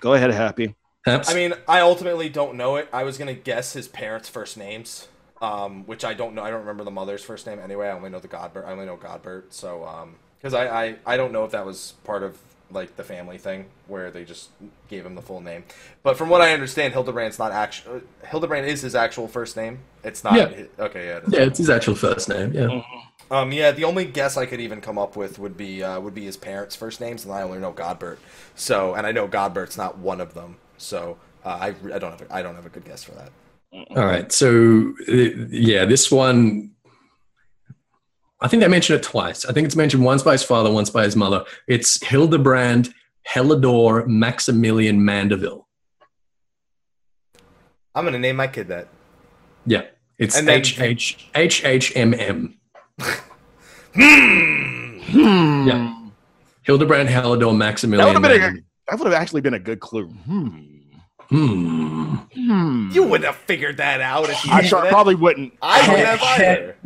S2: Go ahead, Happy.
S3: Perhaps.
S1: I mean, I ultimately don't know it. I was gonna guess his parents' first names, um, which I don't know. I don't remember the mother's first name anyway. I only know the Godbert. I only know Godbert. So, um 'cause because I, I I don't know if that was part of like the family thing where they just gave him the full name. But from what I understand, Hildebrand's not actual. Hildebrand is his actual first name. It's not.
S3: Yeah.
S1: okay. Yeah. it is.
S3: yeah, it's his actual first name. Yeah.
S2: Mm-hmm.
S1: Um, yeah, the only guess I could even come up with would be uh, would be his parents' first names, and I only know Godbert. So, and I know Godbert's not one of them. So, uh, I, I don't have a, I don't have a good guess for that.
S3: All right. So, uh, yeah, this one, I think they mentioned it twice. I think it's mentioned once by his father, once by his mother. It's Hildebrand Helidor Maximilian Mandeville.
S1: I'm gonna name my kid that.
S3: Yeah. It's
S1: And then-
S3: H H H H M M.
S2: Hmm.
S3: Yeah. Hildebrand Helidor Maximilian.
S2: That would have been a,
S3: Mandeville.
S2: that would have actually been a good clue. Hmm.
S3: Hmm.
S2: Hmm.
S1: You wouldn't have figured that out if you.
S2: I
S1: knew
S2: sure,
S1: that.
S2: probably wouldn't.
S1: I wouldn't have either.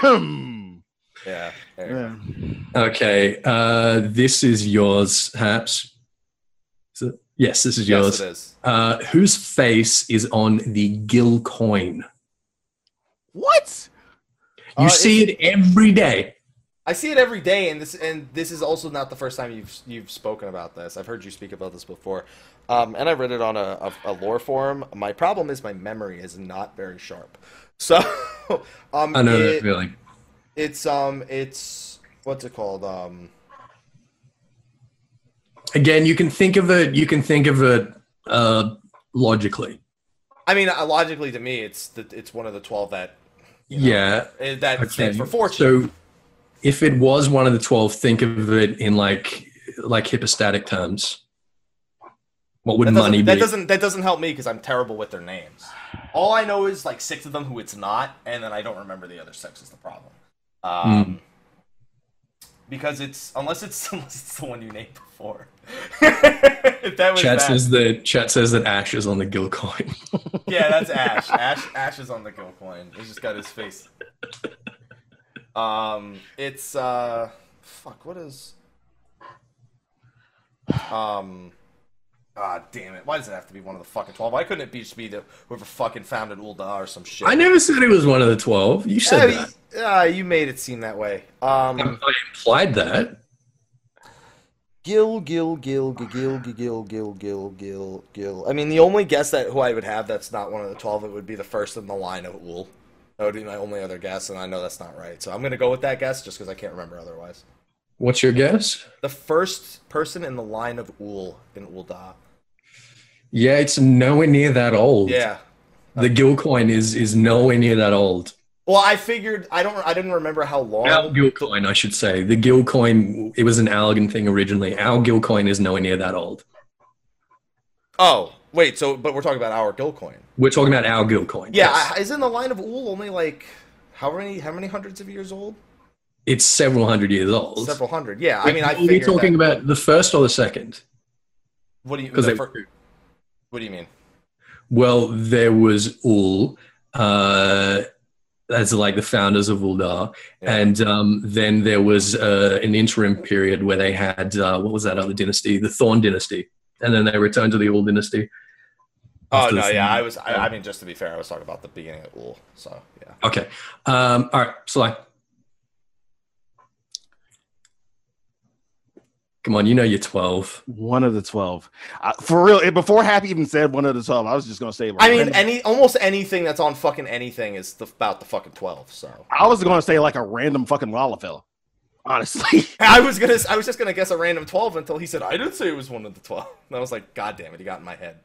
S2: Mm-hmm.
S1: Yeah. there.
S2: Yeah.
S3: okay. Uh, this is yours, perhaps. Is it? Yes, this is
S1: Yes,
S3: yours.
S1: it is.
S3: Uh, whose face is on the gill coin?
S2: What?
S3: You
S1: Uh,
S3: see it every day.
S1: I see it every day, and this and this is also not the first time you've you've spoken about this. I've heard you speak about this before, um, and I read it on a, a, a lore forum. My problem is my memory is not very sharp, so um,
S3: I know that
S1: it-
S3: feeling.
S1: it's um, it's what's it called? Um,
S3: Again, you can think of it. You can think of it uh, logically.
S1: I mean, uh, logically to me, it's the, it's one of the twelve that
S3: Yeah.
S1: eh, that stands for
S3: Okay,
S1: fortune.
S3: So, if it was one of the twelve, think of it in like like hypostatic terms. What would
S1: that doesn't,
S3: money
S1: that
S3: be?
S1: doesn't that doesn't help me because I'm terrible with their names. All I know is like six of them who it's not, and then I don't remember the other six is the problem. Um,
S3: Hmm.
S1: Because it's unless it's unless it's the one you named before. if that was
S3: Chat
S1: that-
S3: says that chat says that Ash is on the gill coin.
S1: yeah, that's Ash. Ash Ash is on the go coin. He's just got his face. Um, it's uh, fuck. What is? Um, ah, damn it. Why does it have to be one of the fucking twelve? Why couldn't it be just be the whoever fucking founded Ulda or some shit?
S3: I never said it was one of the twelve. You said
S1: Yeah,
S3: that.
S1: you, ah, you made it seem that way. Um,
S3: I implied that.
S1: Gil, Gil, Gil, Gil, Gil, Gil, Gil, Gil, Gil, Gil. I mean, the only guess that who I would have that's not one of the twelve, it would be the first in the line of Wool. That would be my only other guess, and I know that's not right. So I'm gonna go with that guess just because I can't remember otherwise.
S3: What's your guess?
S1: The first person in the line of Ul in Ulda.
S3: Yeah, it's nowhere near that old.
S1: Yeah.
S3: The gill coin is is nowhere near that old.
S1: Well, I figured I don't. I didn't remember how long.
S3: Our gill coin, I should say. The gill coin, it was an Allegan thing originally. Our gill coin is nowhere near that old.
S1: Oh, wait. So, but we're talking about our Gil coin.
S3: We're talking about our gill coin.
S1: Yeah,
S3: Yes.
S1: I- isn't the line of Ul only like how many how many hundreds of years old?
S3: it's several hundred years old.
S1: Several hundred. Yeah. I mean, I
S3: Are we
S1: figured
S3: talking
S1: that-
S3: about the first or the second?
S1: What do you?
S3: Because
S1: the
S3: they
S1: fir- what do you mean?
S3: Well, there was Ul, uh, as like the founders of Uldar,
S1: Yeah.
S3: and um, then there was uh, an interim period where they had uh, what was that other dynasty, the Thorn dynasty, and then they returned to the Ul dynasty.
S1: Oh
S3: after the
S1: no, yeah,
S3: Thorn.
S1: I was. I, I mean, just to be fair, I was talking about the beginning of Ul. So yeah,
S3: Okay, um, all right, Sly. Come on, you know you're 12.
S2: One of the twelve. I, for real. it- Before Happy even said one of the twelve, I was just gonna say.
S1: I mean,
S2: random-
S1: any almost anything that's on fucking anything is the, about the fucking twelve. So
S2: I was gonna say like a random fucking Lalafell. Honestly,
S1: I was gonna. I was just gonna guess a random twelve until he said I didn't say it was one of the twelve. And I was like, God damn it, he got in my head.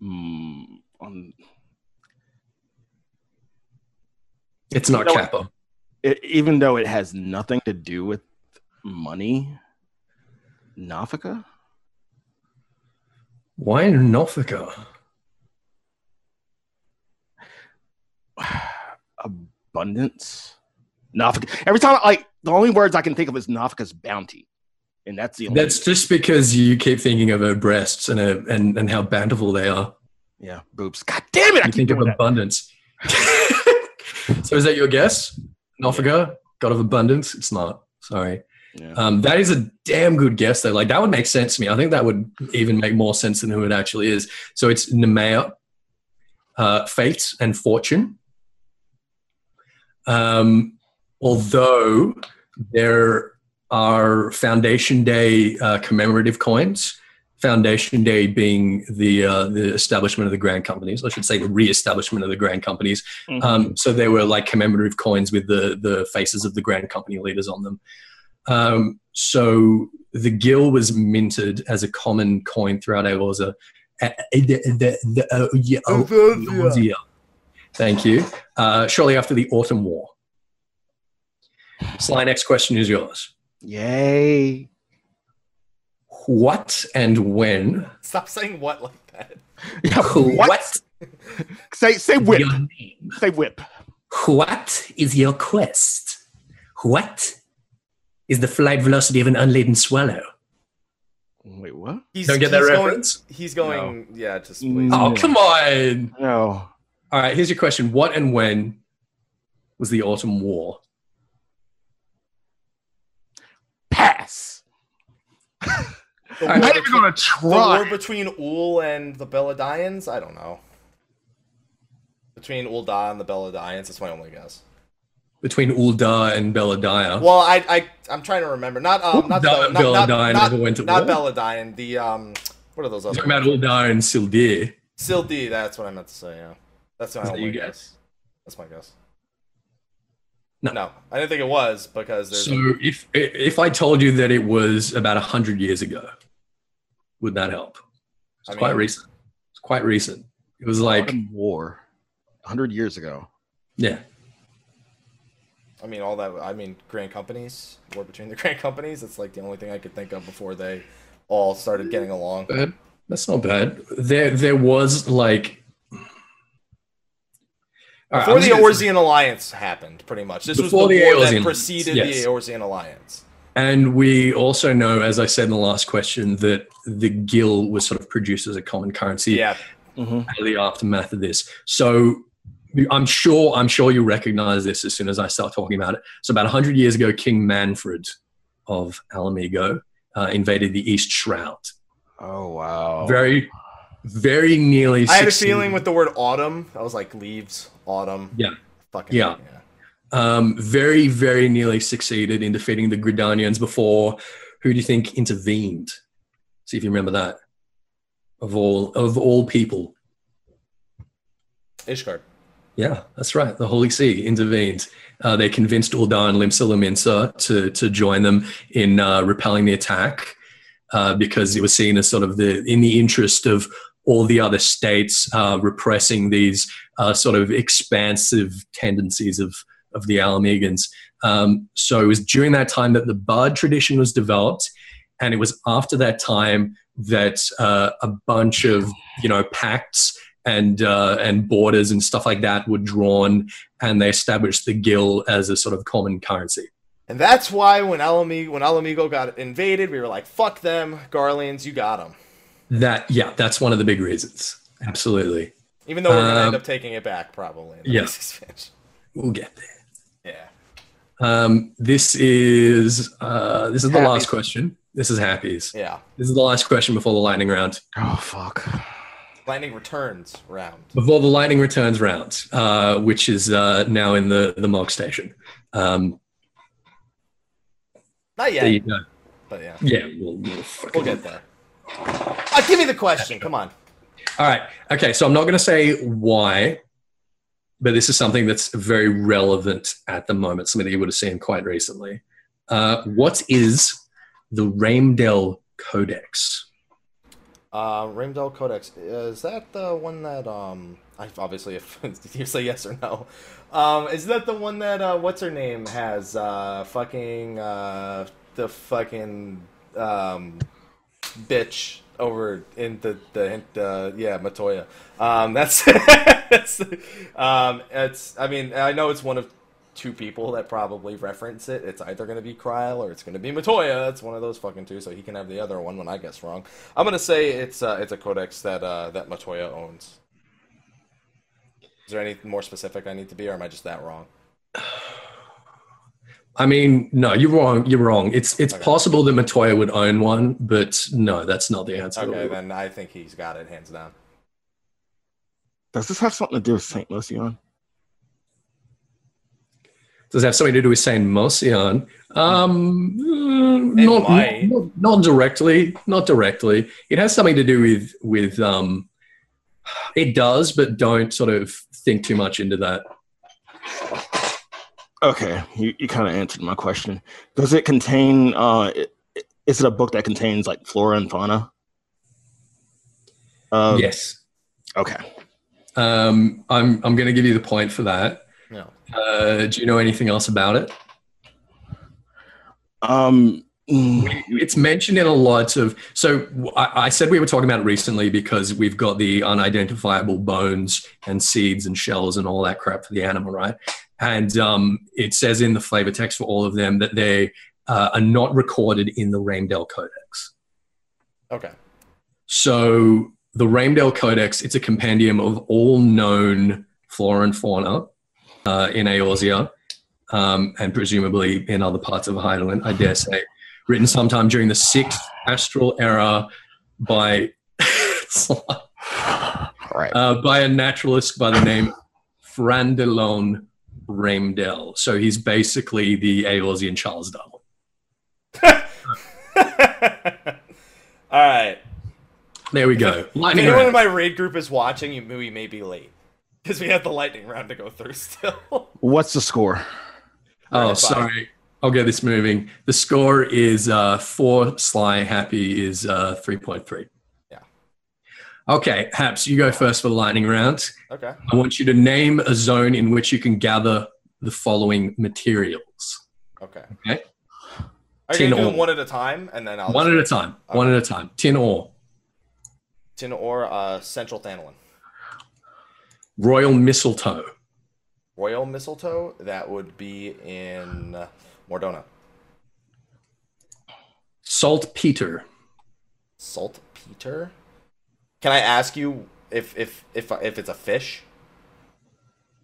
S2: Hmm, um,
S3: It's not
S2: You know what?
S3: Kappa.
S2: it, even though it has nothing to do with money, Nafika.
S3: Why Nofika?
S2: abundance. Nafika. Every time, like the only words I can think of is Nafika's bounty, and that's the only.
S3: That's just because you keep thinking of her breasts and, her, and, and how bountiful they are.
S2: yeah, boobs. God damn it! I
S3: you
S2: keep
S3: think of
S2: doing that.
S3: abundance. so is that your guess? Nofaga, god of abundance? It's not. Sorry.
S2: Yeah.
S3: Um, that is a damn good guess though. Like that would make sense to me. I think that would even make more sense than who it actually is. So it's Nemea, uh, fate and fortune. Um, although there are Foundation Day uh, commemorative coins. Foundation Day being the uh, the establishment of the grand companies, I should say the re-establishment of the grand companies.
S2: Mhm.
S3: Um, so there were like commemorative coins with the the faces of the grand company leaders on them. Um, so the gill was minted as a common coin throughout Aorza. Uh, the- the- the- oh, yeah, oh, Aorza. Thank you. Uh, shortly after the Autumn War. Sly, next question is yours.
S2: Yay!
S3: What and when?
S2: e-
S1: Stop saying what like that.
S2: Yeah, what? Say say
S3: is
S2: whip.
S3: your name?
S2: Say whip.
S3: What is your quest? What is the flight velocity of an unladen swallow?
S2: Wait, what?
S1: He's,
S3: Don't get that
S1: he's going-
S3: reference?
S1: He's going. Yeah, just please.
S2: Mm.
S3: Oh, come on.
S2: No.
S3: All right, here's your question. What and when was the Autumn War?
S2: Pass.
S1: The war,
S3: I'm
S2: Not even
S1: between,
S2: gonna
S1: the war
S2: try.
S1: between Ul and the Belladons? I don't know. Between Ulda and the Belladons, that's my only guess.
S3: between Ulda and Belladaya.
S1: Well, I, I, I'm trying to remember. Not, um, not,
S3: Ulda
S1: the, not,
S3: and
S1: not,
S3: Belladonna
S1: not,
S3: never went to
S1: not
S3: war.
S1: Belladine. The um, what are those
S3: Talking
S1: other?
S3: about Ulda and Sildir.
S1: Sildi. That's what I meant to say. Yeah, that's my
S3: Is that
S1: only
S3: your
S1: guess.
S3: guess?
S1: That's my guess.
S3: No.
S1: I didn't think it was because there's.
S3: So if if I told you that it was about hundred years ago, would that help? It's
S1: I mean-
S3: quite recent. It's quite recent. It was like
S2: Modern war, hundred years ago.
S3: yeah,
S1: I mean, all that. I mean, grand companies. War between the grand companies. That's like the only thing I could think of before they all started getting along.
S3: bad. That's not bad. There there was like. All right,
S1: Before
S3: I'm
S1: the
S3: just gonna-
S1: Eorzean Alliance happened, pretty much. This
S3: Before
S1: was
S3: the
S1: the, war
S3: Eorzean
S1: that preceded
S3: Alliance, yes.
S1: the Eorzean Alliance.
S3: And we also know, as I said in the last question, that the gil was sort of produced as a common currency
S1: Yeah,
S2: Mm-hmm.
S3: out of the aftermath of this. So I'm sure I'm sure you recognize this as soon as I start talking about it. So about 100 years ago, King Manfred of Alamigo uh, invaded the East Shroud.
S2: Oh wow.
S3: Very, very nearly.
S1: I had a
S3: succeeded.
S1: feeling with the word autumn. I was like leaves, autumn.
S3: Yeah.
S1: Fucking
S3: Yeah. um, very, very nearly succeeded in defeating the Gridanians before. Who do you think intervened? See if you remember that. Of all of all people,
S1: Ishgard.
S3: Yeah, that's right. The Holy See intervened. Uh, they convinced Uldan and Limsila Minsa to, to join them in uh, repelling the attack uh, because it was seen as sort of the in the interest of all the other states uh, repressing these uh, sort of expansive tendencies of, of the Alamegans. Um, so it was during that time that the Bard tradition was developed, and it was after that time that uh, a bunch of you know pacts and uh, and borders and stuff like that were drawn, and they established the gil as a sort of common currency.
S1: And that's why when Alamigo, when Alamigo got invaded, we were like, fuck them, Garlands, you got them.
S3: That yeah, that's one of the big reasons. Absolutely,
S1: Even though we're going to
S3: Um,
S1: end up taking it back probably. In the
S3: yeah.
S1: next expansion.
S3: we'll get there.
S1: Yeah.
S3: Um, this is uh, this is the last
S2: Happies.
S3: question. This is happies.
S1: Yeah.
S3: This is the last question before the lightning round.
S2: Oh fuck.
S1: Lightning returns round.
S3: Before the lightning returns round, uh, which is uh, now in the the Mog station. Um,
S1: Not yet,
S3: there you go.
S1: but yeah.
S3: Yeah, we'll, we'll, fucking-
S1: We'll get there. Ah, give me the question. Come on.
S3: All right. Okay. So I'm not going to say why, but this is something that's very relevant at the moment, something that you would have seen quite recently. Uh, what is the Ramdell Codex?
S1: Uh, Ramdell Codex. Is that the one that, um, I obviously, if you say yes or no, um, is that the one that, uh, what's her name has, uh, fucking, uh, the fucking, um, bitch over in the, the, uh, yeah, Matoya. Um, that's, that's, um, it's, I mean, I know it's one of two people that probably reference it. It's either going to be Kryle or it's going to be Matoya. It's one of those fucking two, so he can have the other one when I guess wrong. I'm going to say it's uh, it's a codex that uh, that Matoya owns. Is there any more specific I need to be, or am I just that wrong?
S3: I mean, no, you're wrong. You're wrong. It's it's
S1: Okay.
S3: possible that Matoya would own one, but no, that's not the answer.
S1: Okay, then I think he's got it hands down.
S2: Does this have something to do with Saint Lucian?
S3: Does it have something to do with Saint Mocion? Um, uh,
S1: It
S3: not, not,
S1: might.
S3: not- not directly. Not directly. It has something to do with with. Um, it does, but don't sort of think too much into that.
S2: Okay, you, you kind of answered my question. Does it contain? Uh, i- i- is it a book that contains like flora and fauna? Uh,
S3: yes,
S2: Okay.
S3: um, I'm. I'm going to give you the point for that.
S1: No.
S3: Uh, do you know anything else about it?
S2: Um. mm,
S3: It's mentioned in a lot of. So I, I said we were talking about it recently because we've got the unidentifiable bones and seeds and shells and all that crap for the animal, right? And um, it says in the flavor text for all of them that they uh, are not recorded in the Ramdell Codex.
S1: Okay.
S3: So the Ramdell Codex, it's a compendium of all known flora and fauna uh, in Eorzea um, and presumably in other parts of Heidelin, I dare say. written sometime during the sixth astral era by
S2: All right.
S3: uh, by a naturalist by the name Frandelon Ramdell. So he's basically the Aylosian Charles Darwin.
S1: All right.
S3: There we go.
S1: If
S3: Lightning
S1: anyone in
S3: round.
S1: my raid group is watching, you we may be late because we have the lightning round to go through still.
S2: What's the score?
S3: Oh,
S1: Round five.
S3: sorry. I'll get this moving. The score is uh, four. Sly Happy is uh, three point three.
S1: Yeah.
S3: Okay, Haps, you go first for the lightning round.
S1: Okay.
S3: I want you to name a zone in which you can gather the following materials.
S1: Okay.
S3: Okay.
S1: Are you
S3: Tin
S1: gonna do
S3: ore.
S1: them one at a time and then I'll
S3: One at a time. One at a time. Tin ore.
S1: tin or uh, central Thanalan.
S3: Royal mistletoe.
S1: Royal mistletoe that would be in uh, Mordona.
S3: Saltpeter.
S1: Saltpeter. Can I ask you if if if if it's a fish?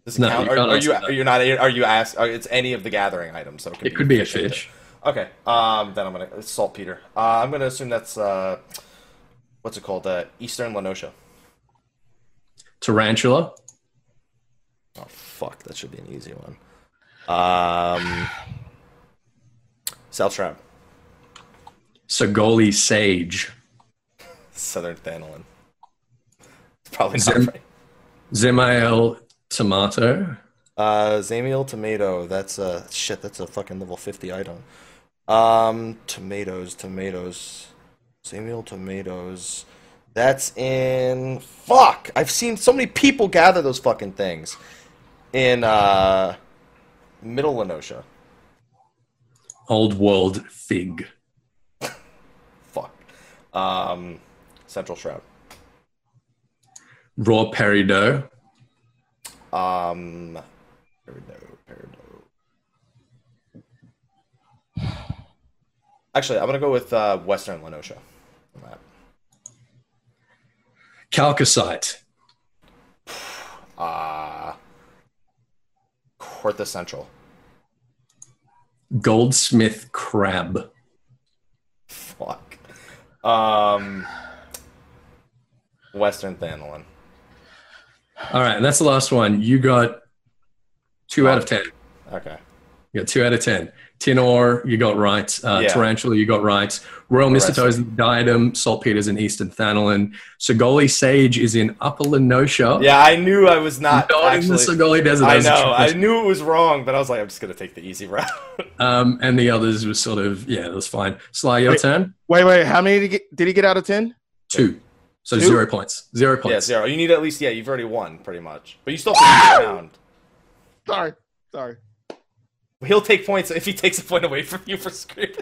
S1: Does it
S3: No,
S1: count?
S3: you
S1: Are,
S3: can't
S1: are
S3: ask
S1: you
S3: me that.
S1: are you not are you asked? Are, it's any of the gathering items, so it, could
S3: It could be a
S1: in
S3: fish.
S1: it. Okay, um, then I'm gonna it's saltpeter. Uh, I'm gonna assume that's uh, what's it called? Uh, Eastern Lanosha.
S3: Tarantula.
S1: Oh fuck, that should be an easy one. Um, South Shroud,
S3: Sagoli sage.
S1: Southern Thanalan. It's probably not
S3: Zam-
S1: right.
S3: Zemael tomato.
S1: Uh, Zamiel tomato. That's a shit. That's a fucking level fifty item. Um, tomatoes, tomatoes, Zamiel tomatoes. That's in fuck. I've seen so many people gather those fucking things in uh, Middle Lenosha.
S3: Old world fig.
S1: Fuck. Um, Central Shroud.
S3: Raw peridot.
S1: Um, Peridot, Peridot. Actually, I'm gonna go with uh, Western Lenosha. on that.
S3: Calcasite.
S1: Uh, Cortha Central.
S3: Goldsmith crab.
S1: Fuck. Um, Western Thanalan.
S3: All right, and that's the last one. You got two out of ten.
S1: Okay.
S3: You got two out of ten. Tin ore, you got right. Uh,
S1: Yeah.
S3: Tarantula, you got right. Royal
S1: rest
S3: Mistletoe is in Diadem. Saltpeter's in Eastern Thanalan. Sagoli Sage is in Upper Lenosha.
S1: Yeah, I knew I was not,
S3: Not in the
S1: actually.
S3: Sagoli Desert.
S1: I
S3: That's a
S1: know. I
S3: trick.
S1: knew it was wrong, but I was like, I'm just gonna take the easy route.
S3: Um, and the others were sort of, yeah, that's fine. Sly, your
S2: Wait.
S3: turn.
S2: Wait, wait. How many did he get, did he get out of ten?
S3: Two. So
S2: Two?
S3: zero points. Zero
S1: yeah,
S3: points.
S1: zero. You need at least yeah. You've already won pretty much, but you still have to beat the round.
S2: Sorry, sorry.
S1: He'll take points if he takes a point away from you for screaming.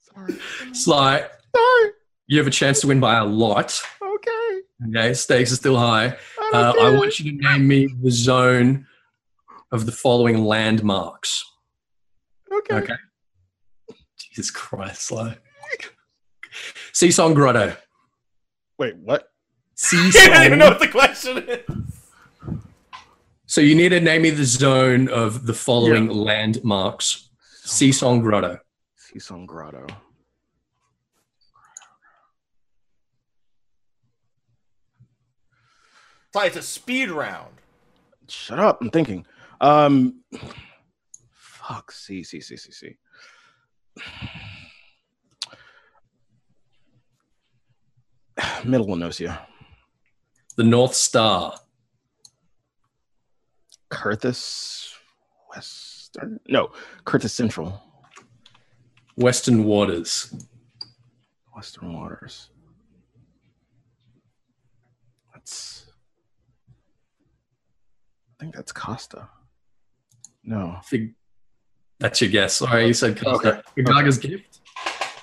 S2: Sorry.
S3: Sly,
S2: Sorry.
S3: you have a chance to win by a lot.
S2: Okay. I
S3: Okay, stakes are still high.
S2: don't
S3: Uh, I
S1: Oh,
S2: care.
S3: want you to name me the zone of the following landmarks.
S2: okay.
S3: Okay. Jesus Christ, Sly. Seasong Grotto.
S2: Wait, what?
S1: I don't even know
S3: Seasong.
S1: what the question is.
S3: So you need to name me the zone of the following landmarks. Seasong Grotto.
S2: Seasong Grotto.
S1: Ty, it's a speed round.
S2: Shut up. I'm thinking. Um. Fuck. C C C C C. Middle Enosia.
S3: The North Star.
S2: Curtis Western. No, Curtis Central.
S3: Western Waters.
S2: Western Waters. That's. I think that's Costa. No.
S3: Fig- That's your guess. Sorry, you said Costa. Figaga's Gift.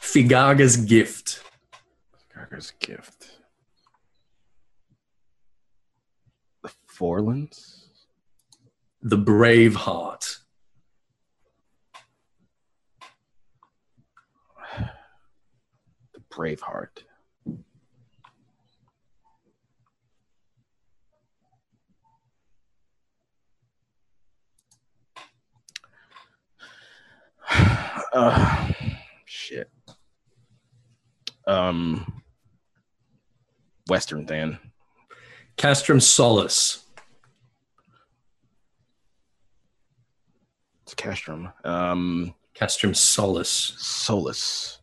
S3: Figaga's Gift.
S2: Gregor's gift. The Forlands?
S3: The Brave Heart.
S2: The Braveheart. uh, shit. Um, Western then.
S3: Castrum Solace.
S2: It's Castrum. Um,
S3: Castrum Solace.
S2: Solus.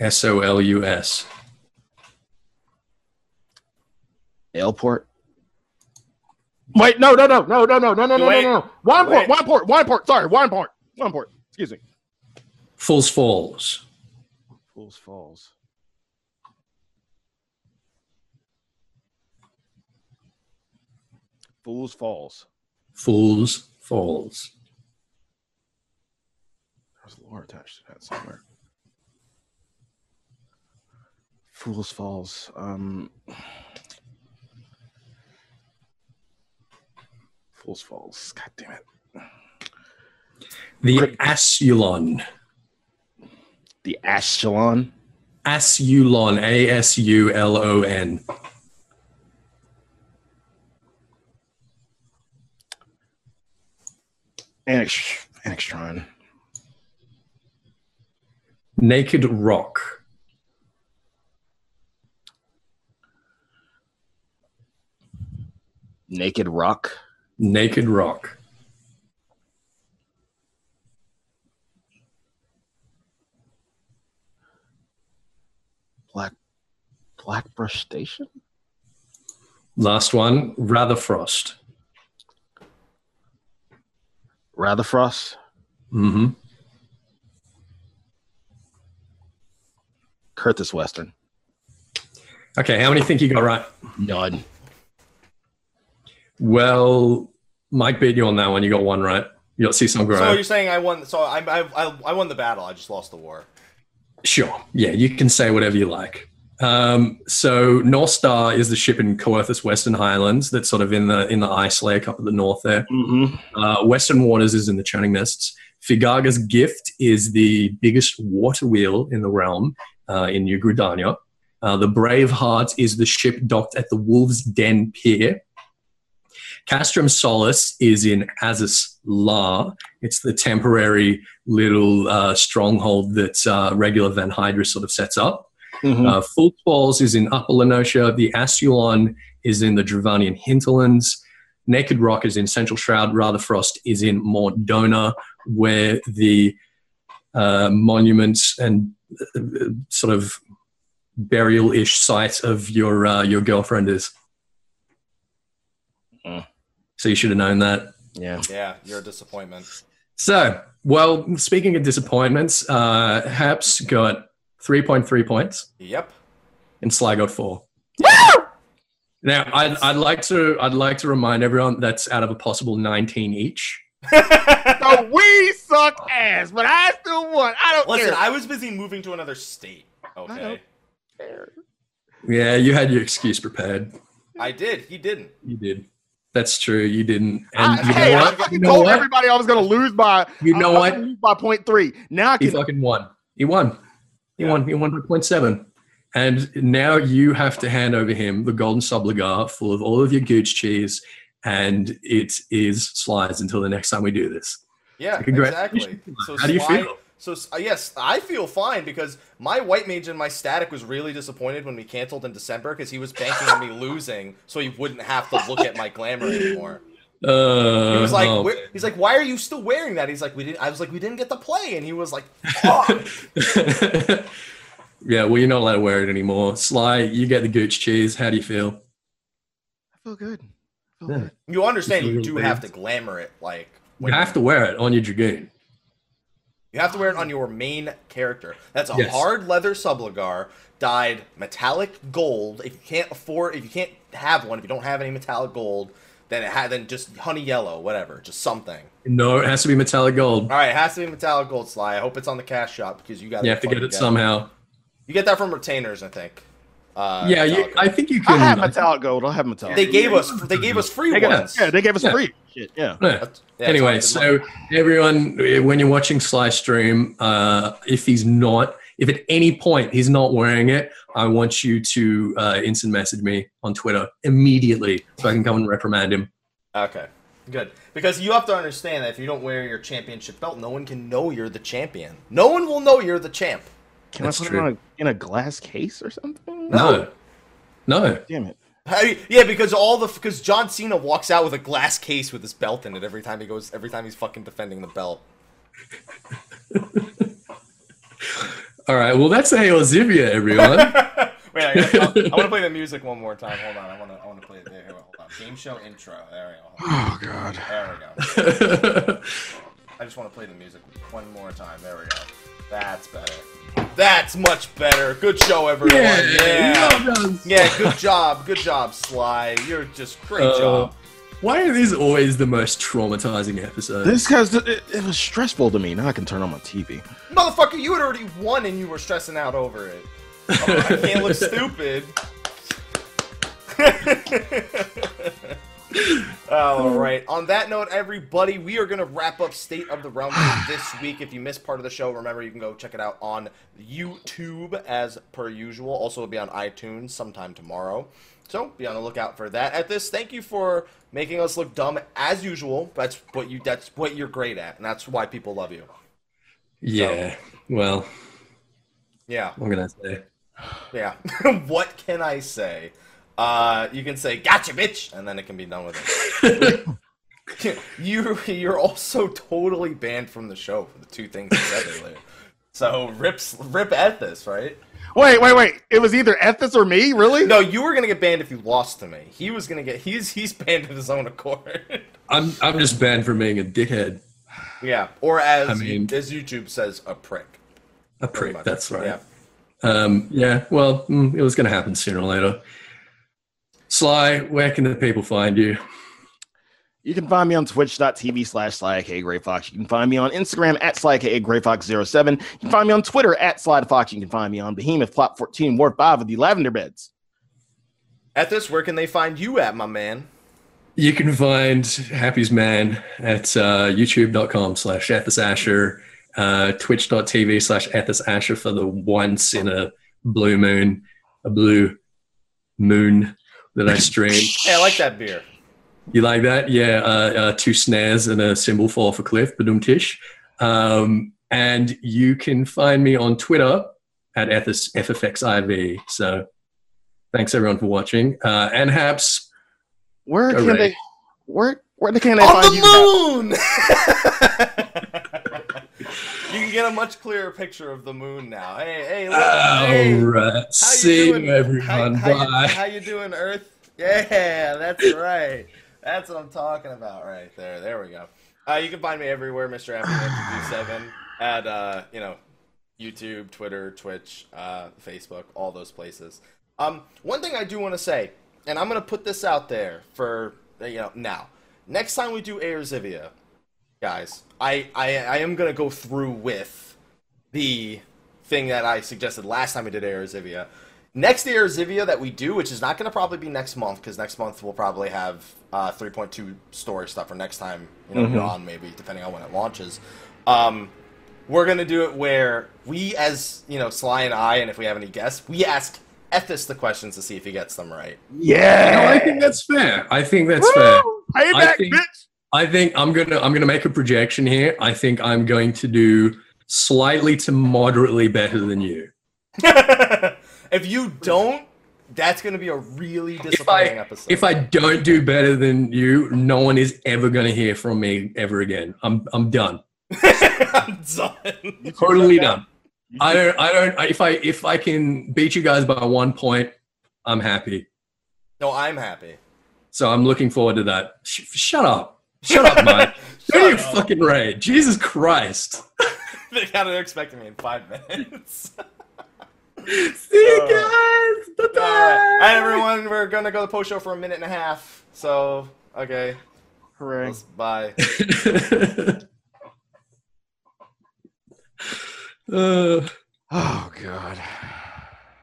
S3: S O L U S.
S2: Airport. Wait, no, no, no, no, no, no, no, no, no, no,
S1: Wait.
S2: no, no. Wineport,
S1: Wait.
S2: Wineport, Wineport. Sorry, Wineport, Wineport. Excuse me.
S3: Fools Falls.
S2: Fools Falls. Fools Falls.
S3: Fools Falls.
S2: There's lore attached to that somewhere. Fools Falls. Um, Fools Falls. God damn it.
S3: The
S2: Great.
S3: Asulon.
S2: The Ashtalon.
S3: Asulon. A S U L O N.
S2: Anix- Anixtron.
S3: Naked Rock.
S2: Naked Rock.
S3: Naked Rock.
S2: Black Blackbrush Station.
S3: Last one. Ratherfrost.
S2: Ratherfrost.
S3: Mm-hmm.
S2: Curtis Western.
S3: Okay, how many think you got right?
S2: None.
S3: Well, Mike beat you on that one. You got one right. You got Seasonal
S1: So
S3: Grove.
S1: you're saying I won? So I, I I I won the battle. I just lost the war.
S3: sure. Yeah, you can say whatever you like. Um, so North Star is the ship in Coerthus Western Highlands that's sort of in the in the ice lake up at the north there.
S2: Mm-hmm.
S3: Uh, Western Waters is in the Churning Mists. Figaga's Gift is the biggest water wheel in the realm uh, in New Gridania. Uh, the Brave Heart is the ship docked at the Wolves Den Pier. Castrum Solace is in Azus La. It's the temporary little uh, stronghold that uh, regular Van Hydra sort of sets up. Uh, Full Falls is in Upper Lenosha. The Asulon is in the Dravanian hinterlands. Naked Rock is in Central Shroud. Ratherfrost is in Mordona, where the uh, monuments and uh, uh, sort of burial-ish site of your uh, your girlfriend is.
S2: Mm.
S3: So you should have known that.
S2: Yeah.
S1: Yeah, you're a disappointment.
S3: So, well, speaking of disappointments, uh, Haps got three point three points.
S1: Yep.
S3: and Sly got four. now, I'd, I'd like to I'd like to remind everyone that's out of a possible nineteen each.
S2: So we suck ass, but I still won. I don't
S1: Listen,
S2: care.
S1: I was busy moving to another state. Okay.
S3: Yeah, you had your excuse prepared.
S1: I did. He didn't.
S3: You did. That's true. You didn't. And
S2: I,
S3: you know
S2: Uh, hey, I
S3: what?
S2: fucking
S3: You know
S2: told
S3: what?
S2: everybody I was gonna lose by.
S3: You know
S2: I was
S3: what?
S2: gonna lose By point three. Now I
S3: He
S2: can.
S3: fucking won. He won. He
S1: Yeah.
S3: won. He won by point seven. And now you have to hand over him the golden subligar full of all of your gooch cheese, and it is slides until the next time we do this.
S1: Yeah,
S3: Congratulations.
S1: exactly. So
S3: How do you
S1: Sly-
S3: feel?
S1: So s- uh, yes, I feel fine because my white mage and my static was really disappointed when we canceled in December because he was banking on me losing, so he wouldn't have to look at my glamour anymore.
S3: Uh,
S1: He was like,
S3: oh,
S1: "Where-" he's like, why are you still wearing that? He's like, we didn't. I was like, we didn't get to play, and he was like, fuck.
S3: yeah, well, you're not allowed to wear it anymore. Sly, you get the gooch cheese. How do you feel?
S2: I feel good. I feel
S3: Yeah.
S2: good.
S1: you understand?
S3: It's
S1: You
S3: really
S1: do
S3: weird.
S1: have to glamour it. Like
S3: You have to wear it on your dragoon.
S1: you have to wear it on your main character. That's a
S3: Yes.
S1: hard leather subligar dyed metallic gold. If you can't afford, if you can't have one, if you don't have any metallic gold, then it ha- then just honey yellow, whatever, just something.
S3: No, it has to be metallic gold.
S1: All right, it has to be metallic gold, Sly. I hope it's on the cash shop because you got.
S3: You have to get it somehow.
S1: You get that from retainers, I think. Uh,
S3: yeah, you,
S1: metallic
S3: I
S1: gold.
S3: think you
S2: I
S3: can.
S2: have metallic gold. I have metallic.
S1: They gave us. They gave us free
S2: They gave
S1: ones.
S2: us, yeah, they gave us
S3: Yeah.
S2: free shit. Yeah.
S3: Yeah.
S1: That's- yeah,
S3: anyway,
S1: it's
S3: so everyone, eh, when you're watching Sly stream, uh, if he's not, if at any point he's not wearing it, I want you to uh, instant message me on Twitter immediately so I can come and reprimand him.
S1: okay. Good. Because you have to understand that if you don't wear your championship belt, no one can know you're the champion. No one will know you're the champ.
S2: Can
S3: That's
S2: I put
S3: true.
S2: it in a, in a glass case or something?
S3: No. No.
S2: Damn it.
S1: I- yeah, because all the because John Cena walks out with a glass case with his belt in it every time he goes every time he's fucking defending the belt.
S3: All right. Well, that's Ayo Zivia, everyone.
S1: Wait, I, gotta- I want to play the music one more time. Hold on, I want to I want to play it. There, here, hold on. Game show intro. There we go. Hold on.
S2: Oh god.
S1: There we go.
S3: That's
S1: I just want to play the music one more time. There we go. That's better. That's much better. Good show, everyone. yeah.
S3: well done.
S1: Yeah, good job, good job, Sly. You're just great
S3: Uh,
S1: job.
S3: Why are these always the most traumatizing episodes?
S2: This guy's it, it was stressful to me. Now I can turn on my TV.
S1: Motherfucker, you had already won and you were stressing out over it. I can't look stupid. All right. On that note, everybody, we are going to wrap up State of the Realm for this week. If you missed part of the show, remember you can go check it out on YouTube as per usual. Also, it'll be on iTunes sometime tomorrow. So be on the lookout for that. At this, thank you for making us look dumb as usual. That's what you. That's what you're great at, and that's why people love you.
S3: yeah. Well,
S1: Yeah.
S3: I'm gonna say.
S1: Yeah. what can I say? Uh, you can say "Gotcha, bitch," and then it can be done with it. you you're also totally banned from the show for the two things I said earlier. So rips rip at this, right?
S2: Wait, wait, wait. It was either Ethis or me, really?
S1: No, you were gonna get banned if you lost to me. He was gonna get he's he's banned of his own accord.
S3: I'm I'm just banned from being a dickhead,
S1: yeah, or as
S3: I mean-
S1: as YouTube says, a prick.
S3: a prick. That's right.
S1: Yeah.
S3: Um, yeah, well, mm, it was going to happen sooner or later. Sly, where can the people find you?
S2: You can find me on twitch.tv slash Fox. You can find me on Instagram at SlyKGrayFox07. You can find me on Twitter at SlideFox. You can find me on Behemoth Plot 14 War 5 of the Lavender Beds.
S1: At this, where can they find you at, my man?
S3: You can find Happy's Man at uh, youtube.com slash Athos Asher, uh, twitch.tv slash Athos Asher for the once in a blue moon, a blue moon that I stream.
S1: Hey, I like that beer.
S3: You like that? Yeah, uh, uh, two snares and a cymbal fall for Cliff, badum tish. Um, and you can find me on Twitter at Ethis, FFXIV. So thanks everyone for watching. Uh, and Haps,
S2: Where
S3: Go
S2: can
S3: Ray.
S2: they where where the- can they
S1: on
S2: find
S1: the
S2: you?
S1: moon. you can get a much clearer picture of the moon now. Hey, hey, look, hey.
S3: all right.
S1: How you
S3: See
S1: doing?
S3: you everyone.
S1: How, how you-
S3: Bye.
S1: how you doing, Earth? Yeah, that's right. That's what I'm talking about right there. There we go. Uh, you can find me everywhere, Mr. Afternoon 7 at uh, you know, YouTube, Twitter, Twitch, uh, Facebook, all those places. Um, one thing I do want to say, and I'm gonna put this out there for uh, you know now. Next time we do Air Zivia, guys, I, I I am gonna go through with the thing that I suggested last time we did Air Zivia. Next Air Zivia that we do, which is not gonna probably be next month, because next month we'll probably have uh, 3.2 story stuff, or next time you know
S2: Mhm.
S1: on maybe depending on when it launches. Um, we're gonna do it where we, as you know, Sly and I, and if we have any guests, we ask Ethis the questions to see if he gets them right.
S2: Yeah.
S3: No, I think that's fair. I think that's
S2: Woo!
S3: fair. I
S2: Payback,
S3: think-
S2: bitch.
S3: I think I'm gonna I'm gonna make a projection here. I think I'm going to do slightly to moderately better than you.
S1: if you don't, that's going to be a really disappointing episode.
S3: If I don't do better than you, no one is ever going to hear from me ever again. I'm I'm done.
S1: I'm done.
S3: Totally done. I don't I don't I- if I if I can beat you guys by one point, I'm happy.
S1: No, I'm happy.
S3: So I'm looking forward to that. Sh- shut up. Shut up, mate. Don't you
S1: Shut up.
S3: fucking rage. Jesus Christ.
S1: They got it expecting me in five minutes.
S3: See you guys. Bye-bye.
S1: All right, everyone, we're going to go to the post show for a minute and a half. So, okay,
S2: Hooray.
S1: let's- bye.
S3: uh.
S2: Oh god.